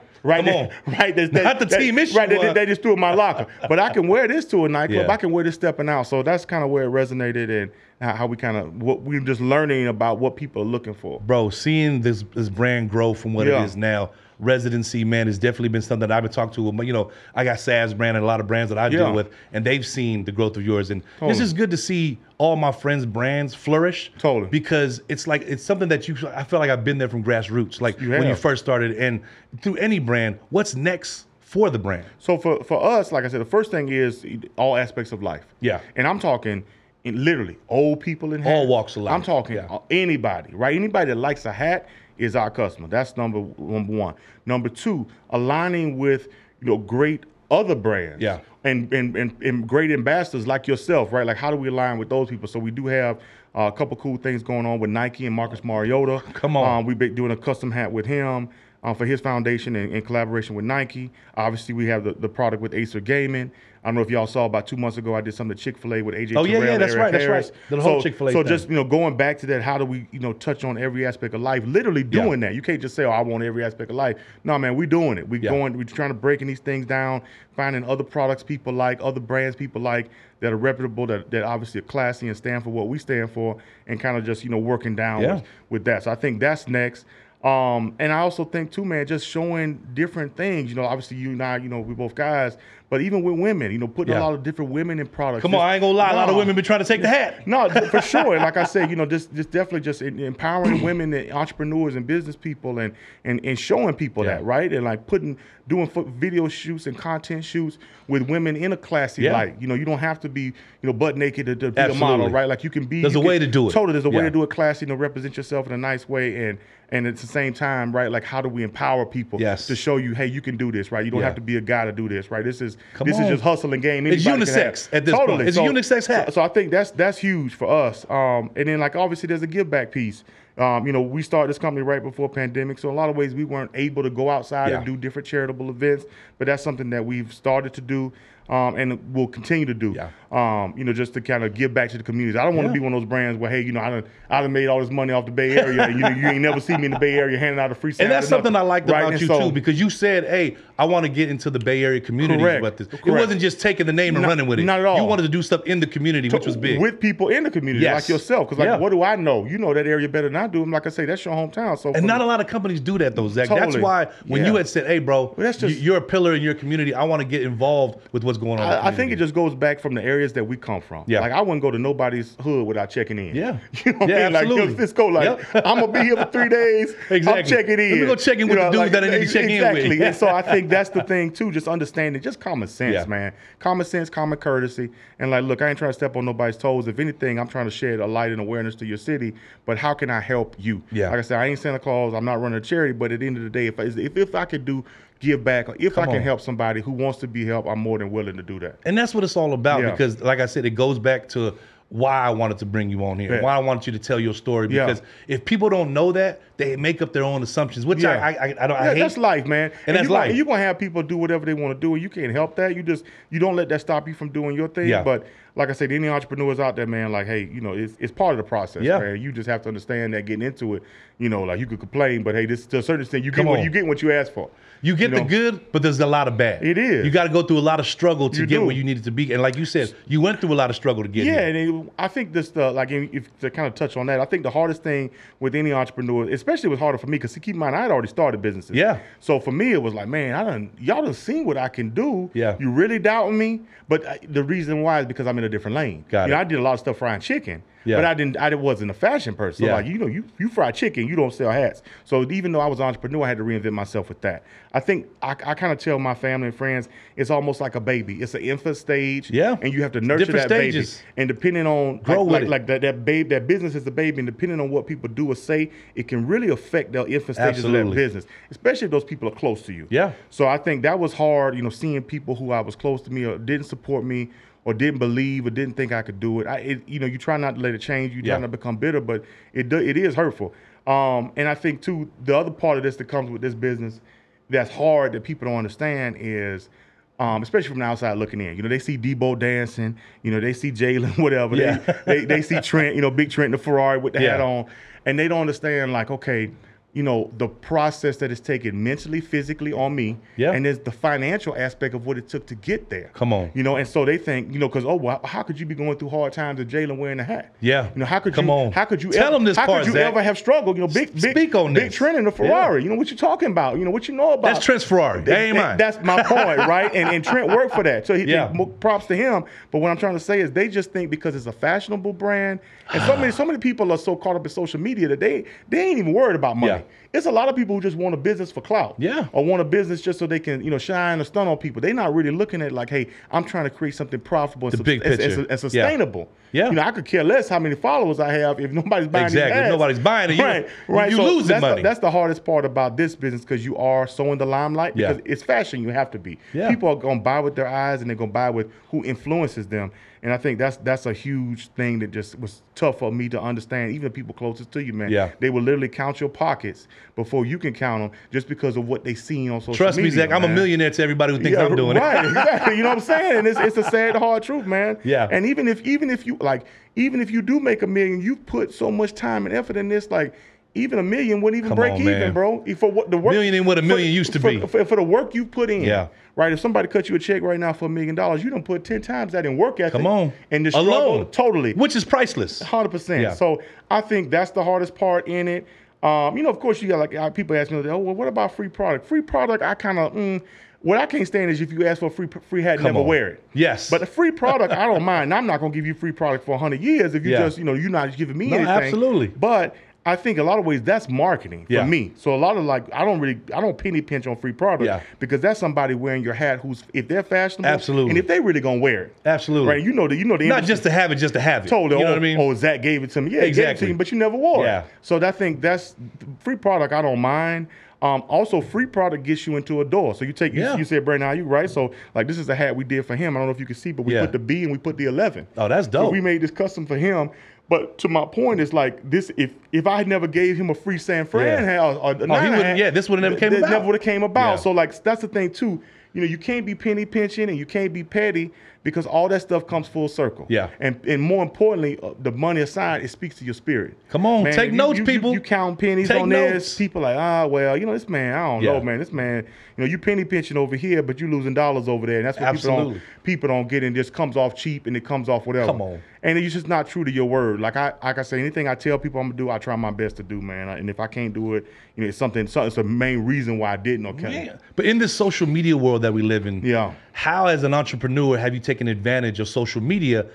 Speaker 1: Come
Speaker 2: Right there,
Speaker 1: on.
Speaker 2: right. There's,
Speaker 1: Not the
Speaker 2: that-
Speaker 1: team issue,
Speaker 2: Right, they,
Speaker 1: uh.
Speaker 2: they, they just threw it in my locker, but I can wear this to a nightclub.
Speaker 1: Yeah.
Speaker 2: I can wear this stepping out. So that's kind of where it resonated and how how we kind of what we're just learning about what people are looking for.
Speaker 1: bro, seeing this this brand grow from what
Speaker 2: Yeah.
Speaker 1: it is now, residency, man, has definitely been something that I've been talking to. with my- You know, I got Sav's brand and a lot of brands that I
Speaker 2: Yeah.
Speaker 1: deal with, and they've seen the growth of yours. And it's
Speaker 2: Totally.
Speaker 1: just good to see all my friends' brands flourish.
Speaker 2: Totally.
Speaker 1: Because it's like it's something that you I feel like I've been there from grassroots, like
Speaker 2: You
Speaker 1: when you
Speaker 2: have.
Speaker 1: first started and through any brand, what's next for the brand?
Speaker 2: So for for us, like I said, the first thing is all aspects of life.
Speaker 1: Yeah.
Speaker 2: and I'm talking. In literally, old people in hats.
Speaker 1: walks of life.
Speaker 2: I'm talking
Speaker 1: Yeah.
Speaker 2: anybody, right? Anybody that likes a hat is our customer. That's number number one. Number two, aligning with you know great other brands.
Speaker 1: Yeah.
Speaker 2: And, and, and, and great ambassadors like yourself, right? Like, how do we align with those people? So, we do have uh, a couple cool things going on with Nike and Marcus Mariota.
Speaker 1: Come on.
Speaker 2: Um, we've been doing a custom hat with him uh, for his foundation in, in collaboration with Nike. Obviously, we have the, the product with Acer Gaming. I don't know if y'all saw about two months ago, I did something at Chick fil A with AJ.
Speaker 1: Oh, yeah,
Speaker 2: Terrell,
Speaker 1: yeah, that's
Speaker 2: Eric
Speaker 1: right, that's
Speaker 2: Harris.
Speaker 1: right. The whole
Speaker 2: so,
Speaker 1: Chick-fil-A
Speaker 2: So
Speaker 1: thing.
Speaker 2: just you know, going back to that, how do we you know touch on every aspect of life? Literally doing that. You can't just say, "Oh, I want every aspect of life." No, man, we doing it. We
Speaker 1: Yeah.
Speaker 2: going. We're trying to breaking these things down, finding other products people like, other brands people like that are reputable, that that obviously are classy and stand for what we stand for, and kind of just you know working down
Speaker 1: Yeah.
Speaker 2: with, with that. So I think that's next. Um, and I also think too, man, just showing different things. You know, obviously you and I, you know, we both guys, but even with women, you know, putting
Speaker 1: Yeah.
Speaker 2: a lot of different women in products.
Speaker 1: Come on, I ain't gonna lie, a lot of
Speaker 2: Nah.
Speaker 1: women been trying to take the hat.
Speaker 2: No, th- for sure. And Like I said, you know, just just definitely just en- empowering women and entrepreneurs and business people and and, and showing people
Speaker 1: Yeah.
Speaker 2: that, right? And like putting doing fo- video shoots and content shoots with women in a classy
Speaker 1: Yeah.
Speaker 2: light. You know, you don't have to be, you know, butt naked to, to be a
Speaker 1: Absolutely.
Speaker 2: model, right? Like you can be
Speaker 1: There's
Speaker 2: you
Speaker 1: a
Speaker 2: can-
Speaker 1: way to do it.
Speaker 2: Totally, there's a way
Speaker 1: Yeah.
Speaker 2: to do it classy and to represent yourself in a nice way and and at the same time, right? Like how do we empower people
Speaker 1: Yes.
Speaker 2: to show you, hey, you can do this, right? You don't
Speaker 1: Yeah.
Speaker 2: have to be a guy to do this, right? This is
Speaker 1: Come
Speaker 2: this
Speaker 1: on.
Speaker 2: is just hustle and game.
Speaker 1: It's
Speaker 2: Anybody can have.
Speaker 1: unisex at this point. It's a unisex hat.
Speaker 2: so- so I think that's that's huge for us. Um, and then like obviously there's a give back piece. Um, you know, we started this company right before pandemic, so in a lot of ways we weren't able to go outside
Speaker 1: Yeah.
Speaker 2: and do different charitable events, but that's something that we've started to do. Um, and will continue to do.
Speaker 1: Yeah.
Speaker 2: Um, you know, just to kind of give back to the community. I don't want to
Speaker 1: Yeah.
Speaker 2: be one of those brands where, hey, you know, I done, I done made all this money off the Bay Area. and, you know, you ain't never see me in the Bay Area handing out a free.
Speaker 1: And
Speaker 2: sample
Speaker 1: that's
Speaker 2: or
Speaker 1: something I
Speaker 2: nothing,
Speaker 1: liked
Speaker 2: right?
Speaker 1: about
Speaker 2: And
Speaker 1: you
Speaker 2: so-
Speaker 1: too, because you said, "Hey, I want to get into the Bay Area community
Speaker 2: Correct.
Speaker 1: about this." It
Speaker 2: Correct.
Speaker 1: wasn't just taking the name and
Speaker 2: Not-
Speaker 1: running with it.
Speaker 2: not at all.
Speaker 1: You wanted to do stuff in the community, which
Speaker 2: to-
Speaker 1: was big.
Speaker 2: with people in the community
Speaker 1: Yes.
Speaker 2: like yourself. Because like,
Speaker 1: Yeah.
Speaker 2: what do I know? You know that area better than I do. And like I say, that's your hometown. So
Speaker 1: and
Speaker 2: for-
Speaker 1: not a lot of companies do that though, Zach. That's
Speaker 2: Totally.
Speaker 1: why when you
Speaker 2: Yeah.
Speaker 1: had said, "Hey, bro,
Speaker 2: that's
Speaker 1: you-
Speaker 2: just-
Speaker 1: you're a pillar in your community. I want to get involved with what's going on." in the
Speaker 2: I, I think it
Speaker 1: community."
Speaker 2: just goes back from the areas that we come from.
Speaker 1: Yeah.
Speaker 2: Like I wouldn't go to nobody's hood without checking in.
Speaker 1: Yeah.
Speaker 2: You know what
Speaker 1: Yeah,
Speaker 2: I mean? Like
Speaker 1: absolutely.
Speaker 2: yo, Cisco, like
Speaker 1: Yep.
Speaker 2: I'm gonna be here for three days.
Speaker 1: Exactly.
Speaker 2: I'm checking in.
Speaker 1: Let me go check in with the dudes that I need to
Speaker 2: ex-
Speaker 1: check in with.
Speaker 2: Exactly. and so I think that's the thing too, just understanding just common sense,
Speaker 1: Yeah.
Speaker 2: man. Common sense, common courtesy. And like, look, I ain't trying to step on nobody's toes. If anything, I'm trying to shed a light and awareness to your city, but how can I help you?
Speaker 1: Yeah.
Speaker 2: Like I said, I ain't Santa Claus, I'm not running a charity, but at the end of the day, if I, if, if I could do give back or if I can
Speaker 1: on.
Speaker 2: help somebody who wants to be helped, I'm more than willing to do that.
Speaker 1: and that's what it's all about
Speaker 2: Yeah.
Speaker 1: because like i said it goes back to why i wanted to bring you on here
Speaker 2: Yeah.
Speaker 1: why i wanted you to tell your story
Speaker 2: Yeah.
Speaker 1: because if people don't know that they make up their own assumptions which
Speaker 2: Yeah.
Speaker 1: I, I i i don't
Speaker 2: Yeah,
Speaker 1: i hate
Speaker 2: that's life, man.
Speaker 1: that's
Speaker 2: you gonna-
Speaker 1: life.
Speaker 2: you gonna have people do whatever they want to do, and you can't help that. You just you don't let that stop you from doing your thing.
Speaker 1: Yeah.
Speaker 2: But like I said, any entrepreneurs out there, man, like hey, you know, it's, it's part of the process,
Speaker 1: Yeah.
Speaker 2: man. You just have to understand that getting into it, you know, like you could complain, but hey, this to a certain extent, you
Speaker 1: Come
Speaker 2: get what
Speaker 1: on.
Speaker 2: you get what you ask for.
Speaker 1: You get
Speaker 2: You
Speaker 1: the
Speaker 2: know?
Speaker 1: good, but there's a lot of bad.
Speaker 2: It is.
Speaker 1: You got to go through a lot of struggle to
Speaker 2: You
Speaker 1: get
Speaker 2: do.
Speaker 1: where you needed to be. And like you said, you went through a lot of struggle to get
Speaker 2: Yeah,
Speaker 1: here.
Speaker 2: and it- I think this the like if if to kind of touch on that, I think the hardest thing with any entrepreneur, especially it was harder for me, because keep in mind I had already started businesses.
Speaker 1: Yeah.
Speaker 2: So for me, it was like, man, I done y'all done seen what I can do.
Speaker 1: Yeah.
Speaker 2: You really doubting me, but I, the reason why is because I'm in a different lane.
Speaker 1: Got
Speaker 2: you know,
Speaker 1: it.
Speaker 2: I did a lot of stuff frying chicken.
Speaker 1: Yeah.
Speaker 2: But I didn't. I wasn't a fashion person. So
Speaker 1: Yeah.
Speaker 2: Like you know, you you fry chicken, you don't sell hats. So even though I was an entrepreneur, I had to reinvent myself with that. I think I, I kind of tell my family and friends it's almost like a baby. It's an infant stage.
Speaker 1: Yeah.
Speaker 2: And you have to nurture
Speaker 1: Different
Speaker 2: that baby.
Speaker 1: stages.
Speaker 2: And depending on
Speaker 1: Grow
Speaker 2: like,
Speaker 1: with
Speaker 2: like,
Speaker 1: it.
Speaker 2: like that, that babe, that business is a baby, and depending on what people do or say, it can really affect the infant stages of
Speaker 1: Absolutely.
Speaker 2: that business, especially if those people are close to you.
Speaker 1: Yeah.
Speaker 2: So I think that was hard, you know, seeing people who I was close to me or didn't support me or didn't believe or didn't think I could do it. I, it, you know, you try not to let it change. You try
Speaker 1: Yeah.
Speaker 2: not to become bitter, but it do, it is hurtful. Um, and I think too, the other part of this that comes with this business that's hard that people don't understand is. Um, especially from the outside looking in, you know they see Debo dancing, you know they see Jalen, whatever.
Speaker 1: Yeah.
Speaker 2: They, they they see Trent, you know Big Trent in the Ferrari with the
Speaker 1: Yeah.
Speaker 2: hat on, and they don't understand like okay, you know, the process that it's taken mentally, physically on me.
Speaker 1: Yeah.
Speaker 2: And there's the financial aspect of what it took to get there.
Speaker 1: Come on.
Speaker 2: You know, and so they think, you know, because, oh, well, how could you be going through hard times if Jalen wearing a hat?
Speaker 1: Yeah.
Speaker 2: You know, how could
Speaker 1: Come
Speaker 2: you,
Speaker 1: on.
Speaker 2: how could you
Speaker 1: Tell
Speaker 2: ever,
Speaker 1: them this
Speaker 2: how
Speaker 1: part,
Speaker 2: could you
Speaker 1: Zach.
Speaker 2: ever have struggled? You know, big, big,
Speaker 1: Speak on
Speaker 2: big
Speaker 1: this.
Speaker 2: trend in the Ferrari. You know what you talking about? You know what you know about?
Speaker 1: That's Trent's Ferrari. That ain't mine.
Speaker 2: That's my point, right? And, and Trent worked for that. So he,
Speaker 1: Yeah.
Speaker 2: mo- props to him. But what I'm trying to say is they just think because it's a fashionable brand, and so many so many people are so caught up in social media that they they ain't even worried about money.
Speaker 1: Yeah.
Speaker 2: It's a lot of people who just want a business for clout.
Speaker 1: Yeah.
Speaker 2: Or want a business just so they can, you know, shine or stun on people. They're not really looking at like, hey, I'm trying to create something profitable and,
Speaker 1: The
Speaker 2: sus-
Speaker 1: big
Speaker 2: and- and
Speaker 1: picture.
Speaker 2: su- and
Speaker 1: Yeah.
Speaker 2: sustainable.
Speaker 1: Yeah.
Speaker 2: You know, I could care less how many followers I have if nobody's buying these
Speaker 1: Exactly. If
Speaker 2: ads.
Speaker 1: nobody's buying it, you-
Speaker 2: right? Right.
Speaker 1: you
Speaker 2: so
Speaker 1: losing
Speaker 2: that's the-
Speaker 1: money.
Speaker 2: that's that's the hardest part about this business because you are so in the limelight
Speaker 1: Yeah.
Speaker 2: because it's fashion. You have to be.
Speaker 1: Yeah.
Speaker 2: People are gonna buy with their eyes and they're gonna buy with who influences them. And I think that's that's a huge thing that just was tough for me to understand. Even the people closest to you, man.
Speaker 1: Yeah.
Speaker 2: They will literally count your pockets before you can count them just because of what they seen on social
Speaker 1: Trust me,
Speaker 2: media.
Speaker 1: Zach. I'm a
Speaker 2: man.
Speaker 1: millionaire to everybody who thinks
Speaker 2: Yeah,
Speaker 1: I'm doing
Speaker 2: right,
Speaker 1: it.
Speaker 2: exactly. You know what I'm saying? And it's, it's a sad, hard truth, man.
Speaker 1: Yeah.
Speaker 2: And even if even if you like, even if you do make a million, you put so much time and effort in this, like. Even a million wouldn't even
Speaker 1: Come
Speaker 2: break
Speaker 1: on,
Speaker 2: even,
Speaker 1: man.
Speaker 2: bro. For what the work
Speaker 1: Million ain't what a
Speaker 2: for-
Speaker 1: million used to
Speaker 2: for-
Speaker 1: be.
Speaker 2: For, for the work you put in,
Speaker 1: Yeah.
Speaker 2: Right. If somebody cut you a check right now for a million dollars, you don't put ten times that in work ethic.
Speaker 1: Come on.
Speaker 2: And the struggle,
Speaker 1: Alone.
Speaker 2: totally
Speaker 1: Which is priceless.
Speaker 2: hundred
Speaker 1: Yeah.
Speaker 2: percent. So I think that's the hardest part in it. Um, you know, of course, you got like uh, people ask me, "Oh, well, what about free product?" Free product, I kind of mm, what I can't stand is if you ask for a free free hat, never
Speaker 1: on.
Speaker 2: wear it.
Speaker 1: Yes.
Speaker 2: but the free product, I don't mind. I'm not gonna give you free product for hundred years if you
Speaker 1: Yeah.
Speaker 2: just you know you're not giving me
Speaker 1: No,
Speaker 2: anything.
Speaker 1: absolutely.
Speaker 2: But I think a lot of ways that's marketing
Speaker 1: Yeah.
Speaker 2: for me. So a lot of like I don't really I don't penny pinch on free product
Speaker 1: Yeah.
Speaker 2: because that's somebody wearing your hat who's if they're fashionable
Speaker 1: Absolutely.
Speaker 2: and if they really gonna wear it
Speaker 1: Absolutely.
Speaker 2: right you know the you know the
Speaker 1: Not
Speaker 2: industry-
Speaker 1: just to have it, just to have it.
Speaker 2: told her,
Speaker 1: You know
Speaker 2: oh,
Speaker 1: what I mean?
Speaker 2: oh, Zach gave it to me. Yeah, he gave it
Speaker 1: Exactly.
Speaker 2: to you, but you never wore
Speaker 1: Yeah.
Speaker 2: it. So that thing, that's free product. I don't mind. Um, also, free product gets you into a door. So you take, you,
Speaker 1: Yeah.
Speaker 2: you said Brandon, how you right? So like this is a hat we did for him. I don't know if you can see, but we
Speaker 1: Yeah.
Speaker 2: put the B and we put the eleven.
Speaker 1: Oh, that's
Speaker 2: So
Speaker 1: dope.
Speaker 2: we made this custom for him. But to my point, it's like this: if if I had never gave him a free San
Speaker 1: Yeah.
Speaker 2: Fran
Speaker 1: Oh,
Speaker 2: hat, or, or a Niner
Speaker 1: wouldn't-
Speaker 2: hat,
Speaker 1: yeah, this would've never
Speaker 2: th-
Speaker 1: came
Speaker 2: th-
Speaker 1: about.
Speaker 2: Never would have came about.
Speaker 1: Yeah.
Speaker 2: So like that's the thing too. You know, you can't be penny pinching and you can't be petty because all that stuff comes full circle.
Speaker 1: Yeah.
Speaker 2: And and more importantly, uh, the money aside, it speaks to your spirit.
Speaker 1: Come on,
Speaker 2: Man,
Speaker 1: take
Speaker 2: you-
Speaker 1: notes,
Speaker 2: you- you-
Speaker 1: people.
Speaker 2: You, count pennies
Speaker 1: Take
Speaker 2: on
Speaker 1: notes.
Speaker 2: this. People like, ah, well, you know, this man, I don't
Speaker 1: Yeah.
Speaker 2: know, man. This man, you know, you penny pinching over here, but you losing dollars over there. And that's what people
Speaker 1: Absolutely.
Speaker 2: don't people don't get and just comes off cheap and it comes off whatever.
Speaker 1: Come on.
Speaker 2: And it's just not true to your word. Like I like I say, anything I tell people I'm gonna do, I try my best to do, man. And if I can't do it, you know, it's something. So it's the main reason why I didn't. Okay.
Speaker 1: Yeah. But in this social media world that we live in,
Speaker 2: Yeah.
Speaker 1: how as an entrepreneur have you taken advantage of social media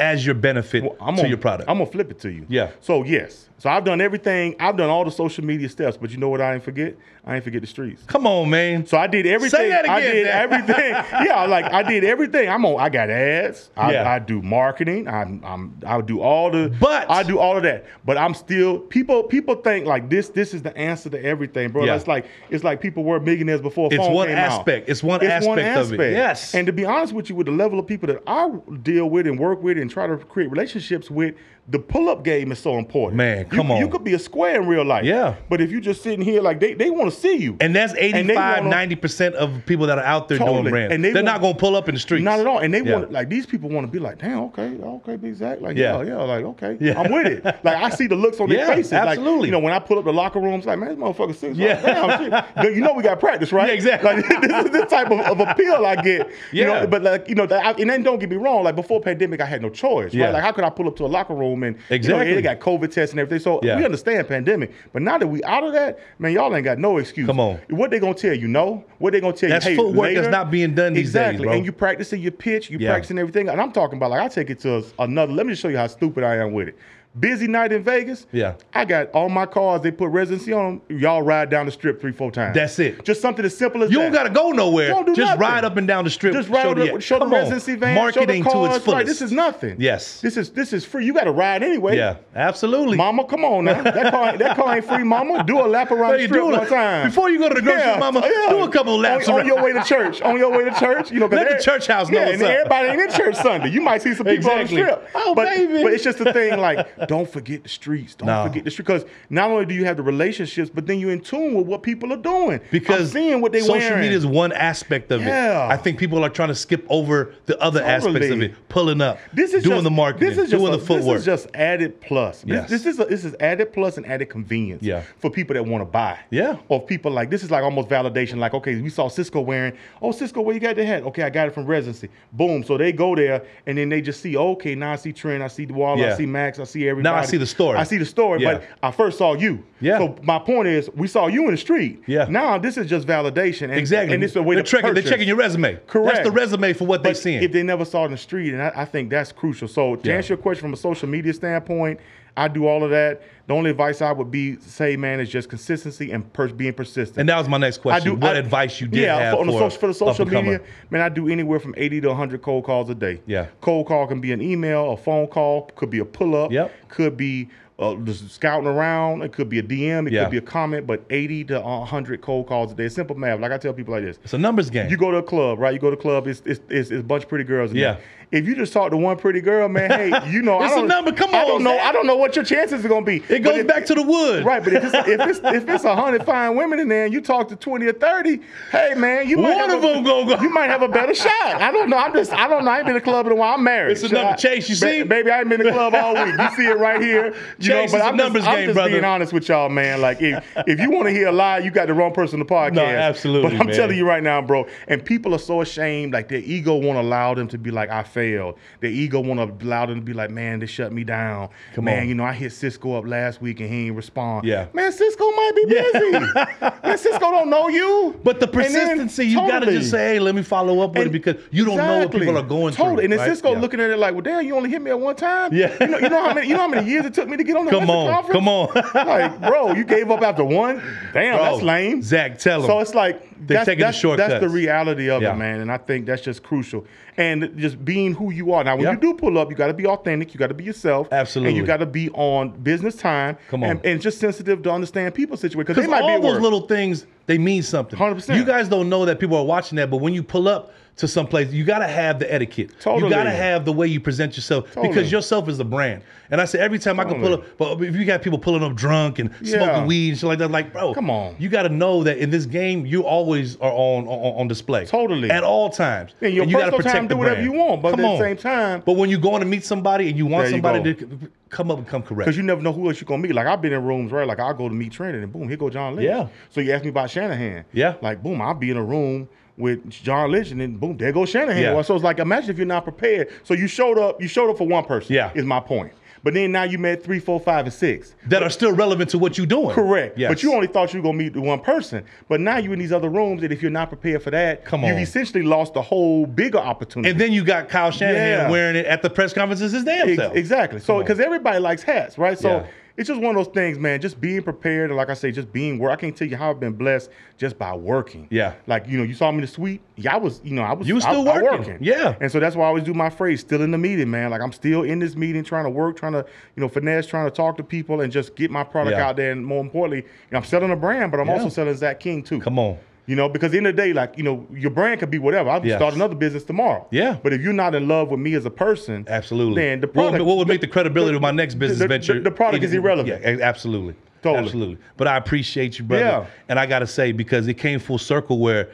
Speaker 1: as your benefit
Speaker 2: I'm
Speaker 1: to
Speaker 2: gonna,
Speaker 1: your product?
Speaker 2: I'm gonna flip it to you.
Speaker 1: Yeah.
Speaker 2: So yes. So I've done everything. I've done all the social media steps, but you know what? I didn't forget. I didn't forget the streets.
Speaker 1: Come on, man.
Speaker 2: So I did everything.
Speaker 1: that
Speaker 2: I
Speaker 1: again,
Speaker 2: did
Speaker 1: Zach.
Speaker 2: everything. yeah, like I did everything. I'm on. I got ads. I,
Speaker 1: Yeah.
Speaker 2: I do marketing. I'm. I'm. I do all the.
Speaker 1: But-
Speaker 2: I do all of that. But I'm still. People. People think like this. This is the answer to everything, bro.
Speaker 1: Yeah.
Speaker 2: That's like. It's like people were millionaires before.
Speaker 1: It's
Speaker 2: phone
Speaker 1: one
Speaker 2: came out.
Speaker 1: aspect. It's one aspect of it. Yes.
Speaker 2: And to be honest with you, with the level of people that I deal with and work with and try to create relationships with, the pull-up game is so important.
Speaker 1: Man,
Speaker 2: You-
Speaker 1: come on.
Speaker 2: You could be a square in real life.
Speaker 1: Yeah.
Speaker 2: But if you just sitting here like they, they want to see you.
Speaker 1: and that's 85,
Speaker 2: wanna-
Speaker 1: 90% of people that are out there doing
Speaker 2: Totally.
Speaker 1: brands.
Speaker 2: And
Speaker 1: they
Speaker 2: they
Speaker 1: are
Speaker 2: want-
Speaker 1: not going to pull up in the streets.
Speaker 2: Not at all. And they
Speaker 1: Yeah.
Speaker 2: want like these people want to be like, damn, okay, okay, Big Zach. Like,
Speaker 1: Yeah.
Speaker 2: yeah, yeah, like, okay.
Speaker 1: Yeah.
Speaker 2: I'm with it. Like I see the looks on their
Speaker 1: Yeah,
Speaker 2: faces. Like,
Speaker 1: absolutely.
Speaker 2: you know, when I pull up the locker room, it's like, man, this motherfucker six.
Speaker 1: Yeah.
Speaker 2: Like, damn, shit. You know we got practice, right?
Speaker 1: Yeah, exactly.
Speaker 2: Like this is the type of, of appeal I get. You
Speaker 1: Yeah.
Speaker 2: know, but like, you know, I, and then don't get me wrong, like before pandemic, I had no choice.
Speaker 1: Yeah.
Speaker 2: Right. Like how could I pull up to a locker room and
Speaker 1: Exactly.
Speaker 2: you know, they got COVID tests and everything. So
Speaker 1: Yeah.
Speaker 2: we understand pandemic. But now that we out of that, man, y'all ain't got no excuse.
Speaker 1: Come on.
Speaker 2: What they gonna tell you? No? What they gonna tell
Speaker 1: That's
Speaker 2: you? hey,
Speaker 1: footwork that's
Speaker 2: later?
Speaker 1: not being done these days,
Speaker 2: exactly.
Speaker 1: bro.
Speaker 2: And you practicing your pitch, you
Speaker 1: Yeah.
Speaker 2: practicing everything. And I'm talking about like I take it to another. Let me just show you how stupid I am with it. Busy night in Vegas.
Speaker 1: Yeah.
Speaker 2: I got all my cars. They put residency on them. Y'all ride down the strip three, four times.
Speaker 1: That's it.
Speaker 2: Just something as simple as
Speaker 1: You
Speaker 2: that.
Speaker 1: don't got to go nowhere.
Speaker 2: Don't do
Speaker 1: Just
Speaker 2: nothing.
Speaker 1: ride up and down the strip.
Speaker 2: Just ride
Speaker 1: show
Speaker 2: show the, show the
Speaker 1: Come on.
Speaker 2: residency van,
Speaker 1: Marketing
Speaker 2: show the cars,
Speaker 1: to its fullest.
Speaker 2: Right, this is nothing.
Speaker 1: Yes.
Speaker 2: This is this is free. You got to ride anyway.
Speaker 1: yeah, absolutely.
Speaker 2: Mama, come on now. That car, ain't- that car ain't free, Mama. Do a lap around
Speaker 1: Hey,
Speaker 2: the strip
Speaker 1: do a-
Speaker 2: one time.
Speaker 1: Before you go to the grocery, Mama, do a couple laps
Speaker 2: on,
Speaker 1: around.
Speaker 2: on your way to church. On your way to church, you know, 'cause
Speaker 1: Let the
Speaker 2: every-
Speaker 1: church house know
Speaker 2: Yeah,
Speaker 1: what's
Speaker 2: and
Speaker 1: up.
Speaker 2: everybody ain't in church Sunday. You might see some people on
Speaker 1: Exactly.
Speaker 2: the strip.
Speaker 1: Oh,
Speaker 2: but,
Speaker 1: baby.
Speaker 2: But it's just the thing, like don't forget the streets. Don't
Speaker 1: No.
Speaker 2: forget the street. Because not only do you have the relationships, but then you're in tune with what people are doing. I'm
Speaker 1: because
Speaker 2: seeing what they
Speaker 1: social
Speaker 2: wearing.
Speaker 1: media is one aspect of
Speaker 2: Yeah.
Speaker 1: it. I think people are trying to skip over the other aspects of
Speaker 2: Totally.
Speaker 1: it, pulling up,
Speaker 2: This is
Speaker 1: doing
Speaker 2: just,
Speaker 1: the marketing,
Speaker 2: This is just
Speaker 1: doing
Speaker 2: a-
Speaker 1: the footwork.
Speaker 2: This is just added plus. This-
Speaker 1: Yes.
Speaker 2: This, is a, this is added plus and added convenience.
Speaker 1: Yeah.
Speaker 2: For people that want to buy.
Speaker 1: Yeah.
Speaker 2: Or people like this is like almost validation. Like okay, we saw Cisco wearing. Oh, Cisco, where you got the hat? Okay, I got it from residency. Boom. So they go there and then they just see. Okay, now I see Trent. I see Dwala.
Speaker 1: Yeah.
Speaker 2: I see Max. I see everybody.
Speaker 1: Now I see the story.
Speaker 2: I see the story.
Speaker 1: Yeah.
Speaker 2: But I first saw you.
Speaker 1: Yeah.
Speaker 2: So my point is, we saw you in the street.
Speaker 1: Yeah.
Speaker 2: Now this is just validation. And,
Speaker 1: exactly.
Speaker 2: And it's a way
Speaker 1: they're
Speaker 2: to
Speaker 1: checking, they're
Speaker 2: purchase.
Speaker 1: checking your resume. That's
Speaker 2: Correct.
Speaker 1: the resume for what they're
Speaker 2: But
Speaker 1: seeing.
Speaker 2: If they never saw it in the street, and I, I think that's crucial. So to
Speaker 1: Yeah.
Speaker 2: answer your question from a social media standpoint, I do all of that. The only advice I would be say, man, is just consistency and pers- being persistent.
Speaker 1: and that was my next
Speaker 2: I
Speaker 1: question.
Speaker 2: do
Speaker 1: what
Speaker 2: I-
Speaker 1: advice you did
Speaker 2: yeah,
Speaker 1: have
Speaker 2: for, on the
Speaker 1: for,
Speaker 2: social, for the social
Speaker 1: up-and-comer?
Speaker 2: media, man, I do anywhere from 80 to 100 cold calls a day.
Speaker 1: Yeah.
Speaker 2: Cold call can be an email, a phone call, could be a pull up,
Speaker 1: Yep.
Speaker 2: could be uh, just scouting around, it could be a DM, it
Speaker 1: Yeah.
Speaker 2: could be a comment, but 80 to 100 cold calls a day. Simple math. Like I tell people like this
Speaker 1: It's a numbers game.
Speaker 2: you go to a club, right? You go to a club, it's it's it's, it's a bunch of pretty girls. in
Speaker 1: Yeah.
Speaker 2: there. If you just talk to one pretty girl, man, hey, you know,
Speaker 1: It's a
Speaker 2: I don't,
Speaker 1: number, come
Speaker 2: I
Speaker 1: on,
Speaker 2: don't know.
Speaker 1: Zach.
Speaker 2: I don't know what your chances are gonna be.
Speaker 1: it goes back to the wood.
Speaker 2: Right, but if it's if it's if it's a hundred fine women in there, and you talk to twenty or thirty, hey man, you might
Speaker 1: One
Speaker 2: have
Speaker 1: of
Speaker 2: a-
Speaker 1: them gonna go.
Speaker 2: you might have a better shot. I don't know. I'm just I don't know. I ain't been to the club in a while. I'm married.
Speaker 1: It's a
Speaker 2: Should
Speaker 1: number-
Speaker 2: I-
Speaker 1: Chase, you
Speaker 2: Ba-
Speaker 1: see?
Speaker 2: baby, I ain't been to the club all week. You see it right here. You
Speaker 1: Chase,
Speaker 2: know,
Speaker 1: it's
Speaker 2: but
Speaker 1: a
Speaker 2: I'm
Speaker 1: numbers
Speaker 2: just,
Speaker 1: game,
Speaker 2: I'm just
Speaker 1: brother.
Speaker 2: being honest with y'all, man. Like if if you want to hear a lie, you got the wrong person to podcast.
Speaker 1: No, absolutely,
Speaker 2: But I'm
Speaker 1: man.
Speaker 2: telling you right now, bro. And people are so ashamed. Like their ego won't allow them to be like, I failed. Their ego won't allow them to be like, man, they shut me down.
Speaker 1: Come
Speaker 2: man,
Speaker 1: on.
Speaker 2: you know, I hit Cisco up last week and he ain't respond.
Speaker 1: Yeah.
Speaker 2: Man, Cisco might be
Speaker 1: Yeah.
Speaker 2: busy. man, Cisco don't know you.
Speaker 1: But the
Speaker 2: And then-
Speaker 1: persistency, you gotta just
Speaker 2: Totally.
Speaker 1: say, hey, let me follow up with it
Speaker 2: And-
Speaker 1: because you don't know what
Speaker 2: Exactly.
Speaker 1: people are going
Speaker 2: totally.
Speaker 1: through.
Speaker 2: And then
Speaker 1: right?
Speaker 2: Cisco
Speaker 1: Yeah.
Speaker 2: looking at it like, well, damn, you only hit me at one time.
Speaker 1: Yeah.
Speaker 2: You know, you know how many you know how many years it took me to get on the
Speaker 1: Come
Speaker 2: Western
Speaker 1: on,
Speaker 2: conference?
Speaker 1: come on.
Speaker 2: like, bro, you gave up after one. Damn,
Speaker 1: Bro,
Speaker 2: that's lame.
Speaker 1: Zach, tell him.
Speaker 2: So it's like that's,
Speaker 1: taking the
Speaker 2: that's, that's the
Speaker 1: shortcuts.
Speaker 2: reality of
Speaker 1: Yeah.
Speaker 2: it, man. And I think that's just crucial. And just being who you are. Now, when
Speaker 1: Yeah.
Speaker 2: you do pull up, you got to be authentic. You got to be yourself. And
Speaker 1: Absolutely.
Speaker 2: you got to be on business time.
Speaker 1: Come on.
Speaker 2: And, and just sensitive to understand people's situation because they
Speaker 1: Because
Speaker 2: might be
Speaker 1: all
Speaker 2: at
Speaker 1: those
Speaker 2: work.
Speaker 1: little things, they mean something.
Speaker 2: 100%.
Speaker 1: You guys don't know that people are watching that, but when you pull up to some place, you gotta have the etiquette. You
Speaker 2: Totally.
Speaker 1: gotta have the way you present yourself because
Speaker 2: Totally.
Speaker 1: yourself is the brand. And I say every time I can pull up, but if you got people pulling up drunk and
Speaker 2: Yeah.
Speaker 1: smoking weed and shit like that, like bro,
Speaker 2: Come on.
Speaker 1: you gotta know that in this game you always are on on, on display,
Speaker 2: Totally.
Speaker 1: at all times.
Speaker 2: In your
Speaker 1: and you gotta
Speaker 2: personal
Speaker 1: protect
Speaker 2: time,
Speaker 1: the
Speaker 2: do whatever
Speaker 1: brand.
Speaker 2: you want, but at
Speaker 1: Come
Speaker 2: the
Speaker 1: on.
Speaker 2: same time-
Speaker 1: but when you going to meet somebody and you want
Speaker 2: There you
Speaker 1: somebody
Speaker 2: go.
Speaker 1: to c- come up and come correct,
Speaker 2: Because you never know who else you're gonna meet. Like I've been in rooms, right? Like I'll go to meet Trenton and boom, here go John Lynch.
Speaker 1: Yeah.
Speaker 2: So you asked me about Shanahan.
Speaker 1: Yeah.
Speaker 2: Like boom, I'll be in a room with John Lynch and then boom, there goes Shanahan.
Speaker 1: Yeah.
Speaker 2: Well, So it's like imagine if you're not prepared. So you showed up, you showed up for one person.
Speaker 1: Yeah.
Speaker 2: Is my point. But then now you met three, four, five, and six.
Speaker 1: that are still relevant to what you're doing.
Speaker 2: Correct.
Speaker 1: Yes.
Speaker 2: But you only thought you were gonna meet the one person. But now you're in these other rooms, and if you're not prepared for that,
Speaker 1: Come
Speaker 2: you've
Speaker 1: on.
Speaker 2: essentially lost the whole bigger opportunity.
Speaker 1: And then you got Kyle Shanahan
Speaker 2: Yeah.
Speaker 1: wearing it at the press conferences his damn
Speaker 2: Ex-
Speaker 1: self.
Speaker 2: Exactly. So
Speaker 1: Come on.
Speaker 2: because everybody likes hats, right? So
Speaker 1: Yeah.
Speaker 2: it's just one of those things, man. Just being prepared, and like I say, just being work. I can't tell you how I've been blessed just by working.
Speaker 1: Yeah.
Speaker 2: Like you know, you saw me in the suite. Yeah, I was. You know, I was.
Speaker 1: You was
Speaker 2: I-
Speaker 1: still
Speaker 2: I
Speaker 1: working. Yeah.
Speaker 2: And so that's why I always do my phrase: still in the meeting, man. Like I'm still in this meeting, trying to work, trying to you know finesse, trying to talk to people, and just get my product
Speaker 1: Yeah.
Speaker 2: out there. And more importantly, you know, I'm selling a brand, but I'm
Speaker 1: Yeah.
Speaker 2: also selling Zach King too.
Speaker 1: Come on.
Speaker 2: You know, because at the end of the day, like, you know, your brand could be whatever. I can
Speaker 1: Yes.
Speaker 2: start another business tomorrow.
Speaker 1: Yeah.
Speaker 2: But if you're not in love with me as a person,
Speaker 1: Absolutely.
Speaker 2: then the
Speaker 1: What would-
Speaker 2: product.
Speaker 1: what, would make the credibility of my next
Speaker 2: the-
Speaker 1: business
Speaker 2: the-
Speaker 1: venture?
Speaker 2: the- the product is irrelevant.
Speaker 1: Yeah, a- absolutely.
Speaker 2: Totally.
Speaker 1: Absolutely. But I appreciate you, brother.
Speaker 2: Yeah.
Speaker 1: And I got to say, because it came full circle where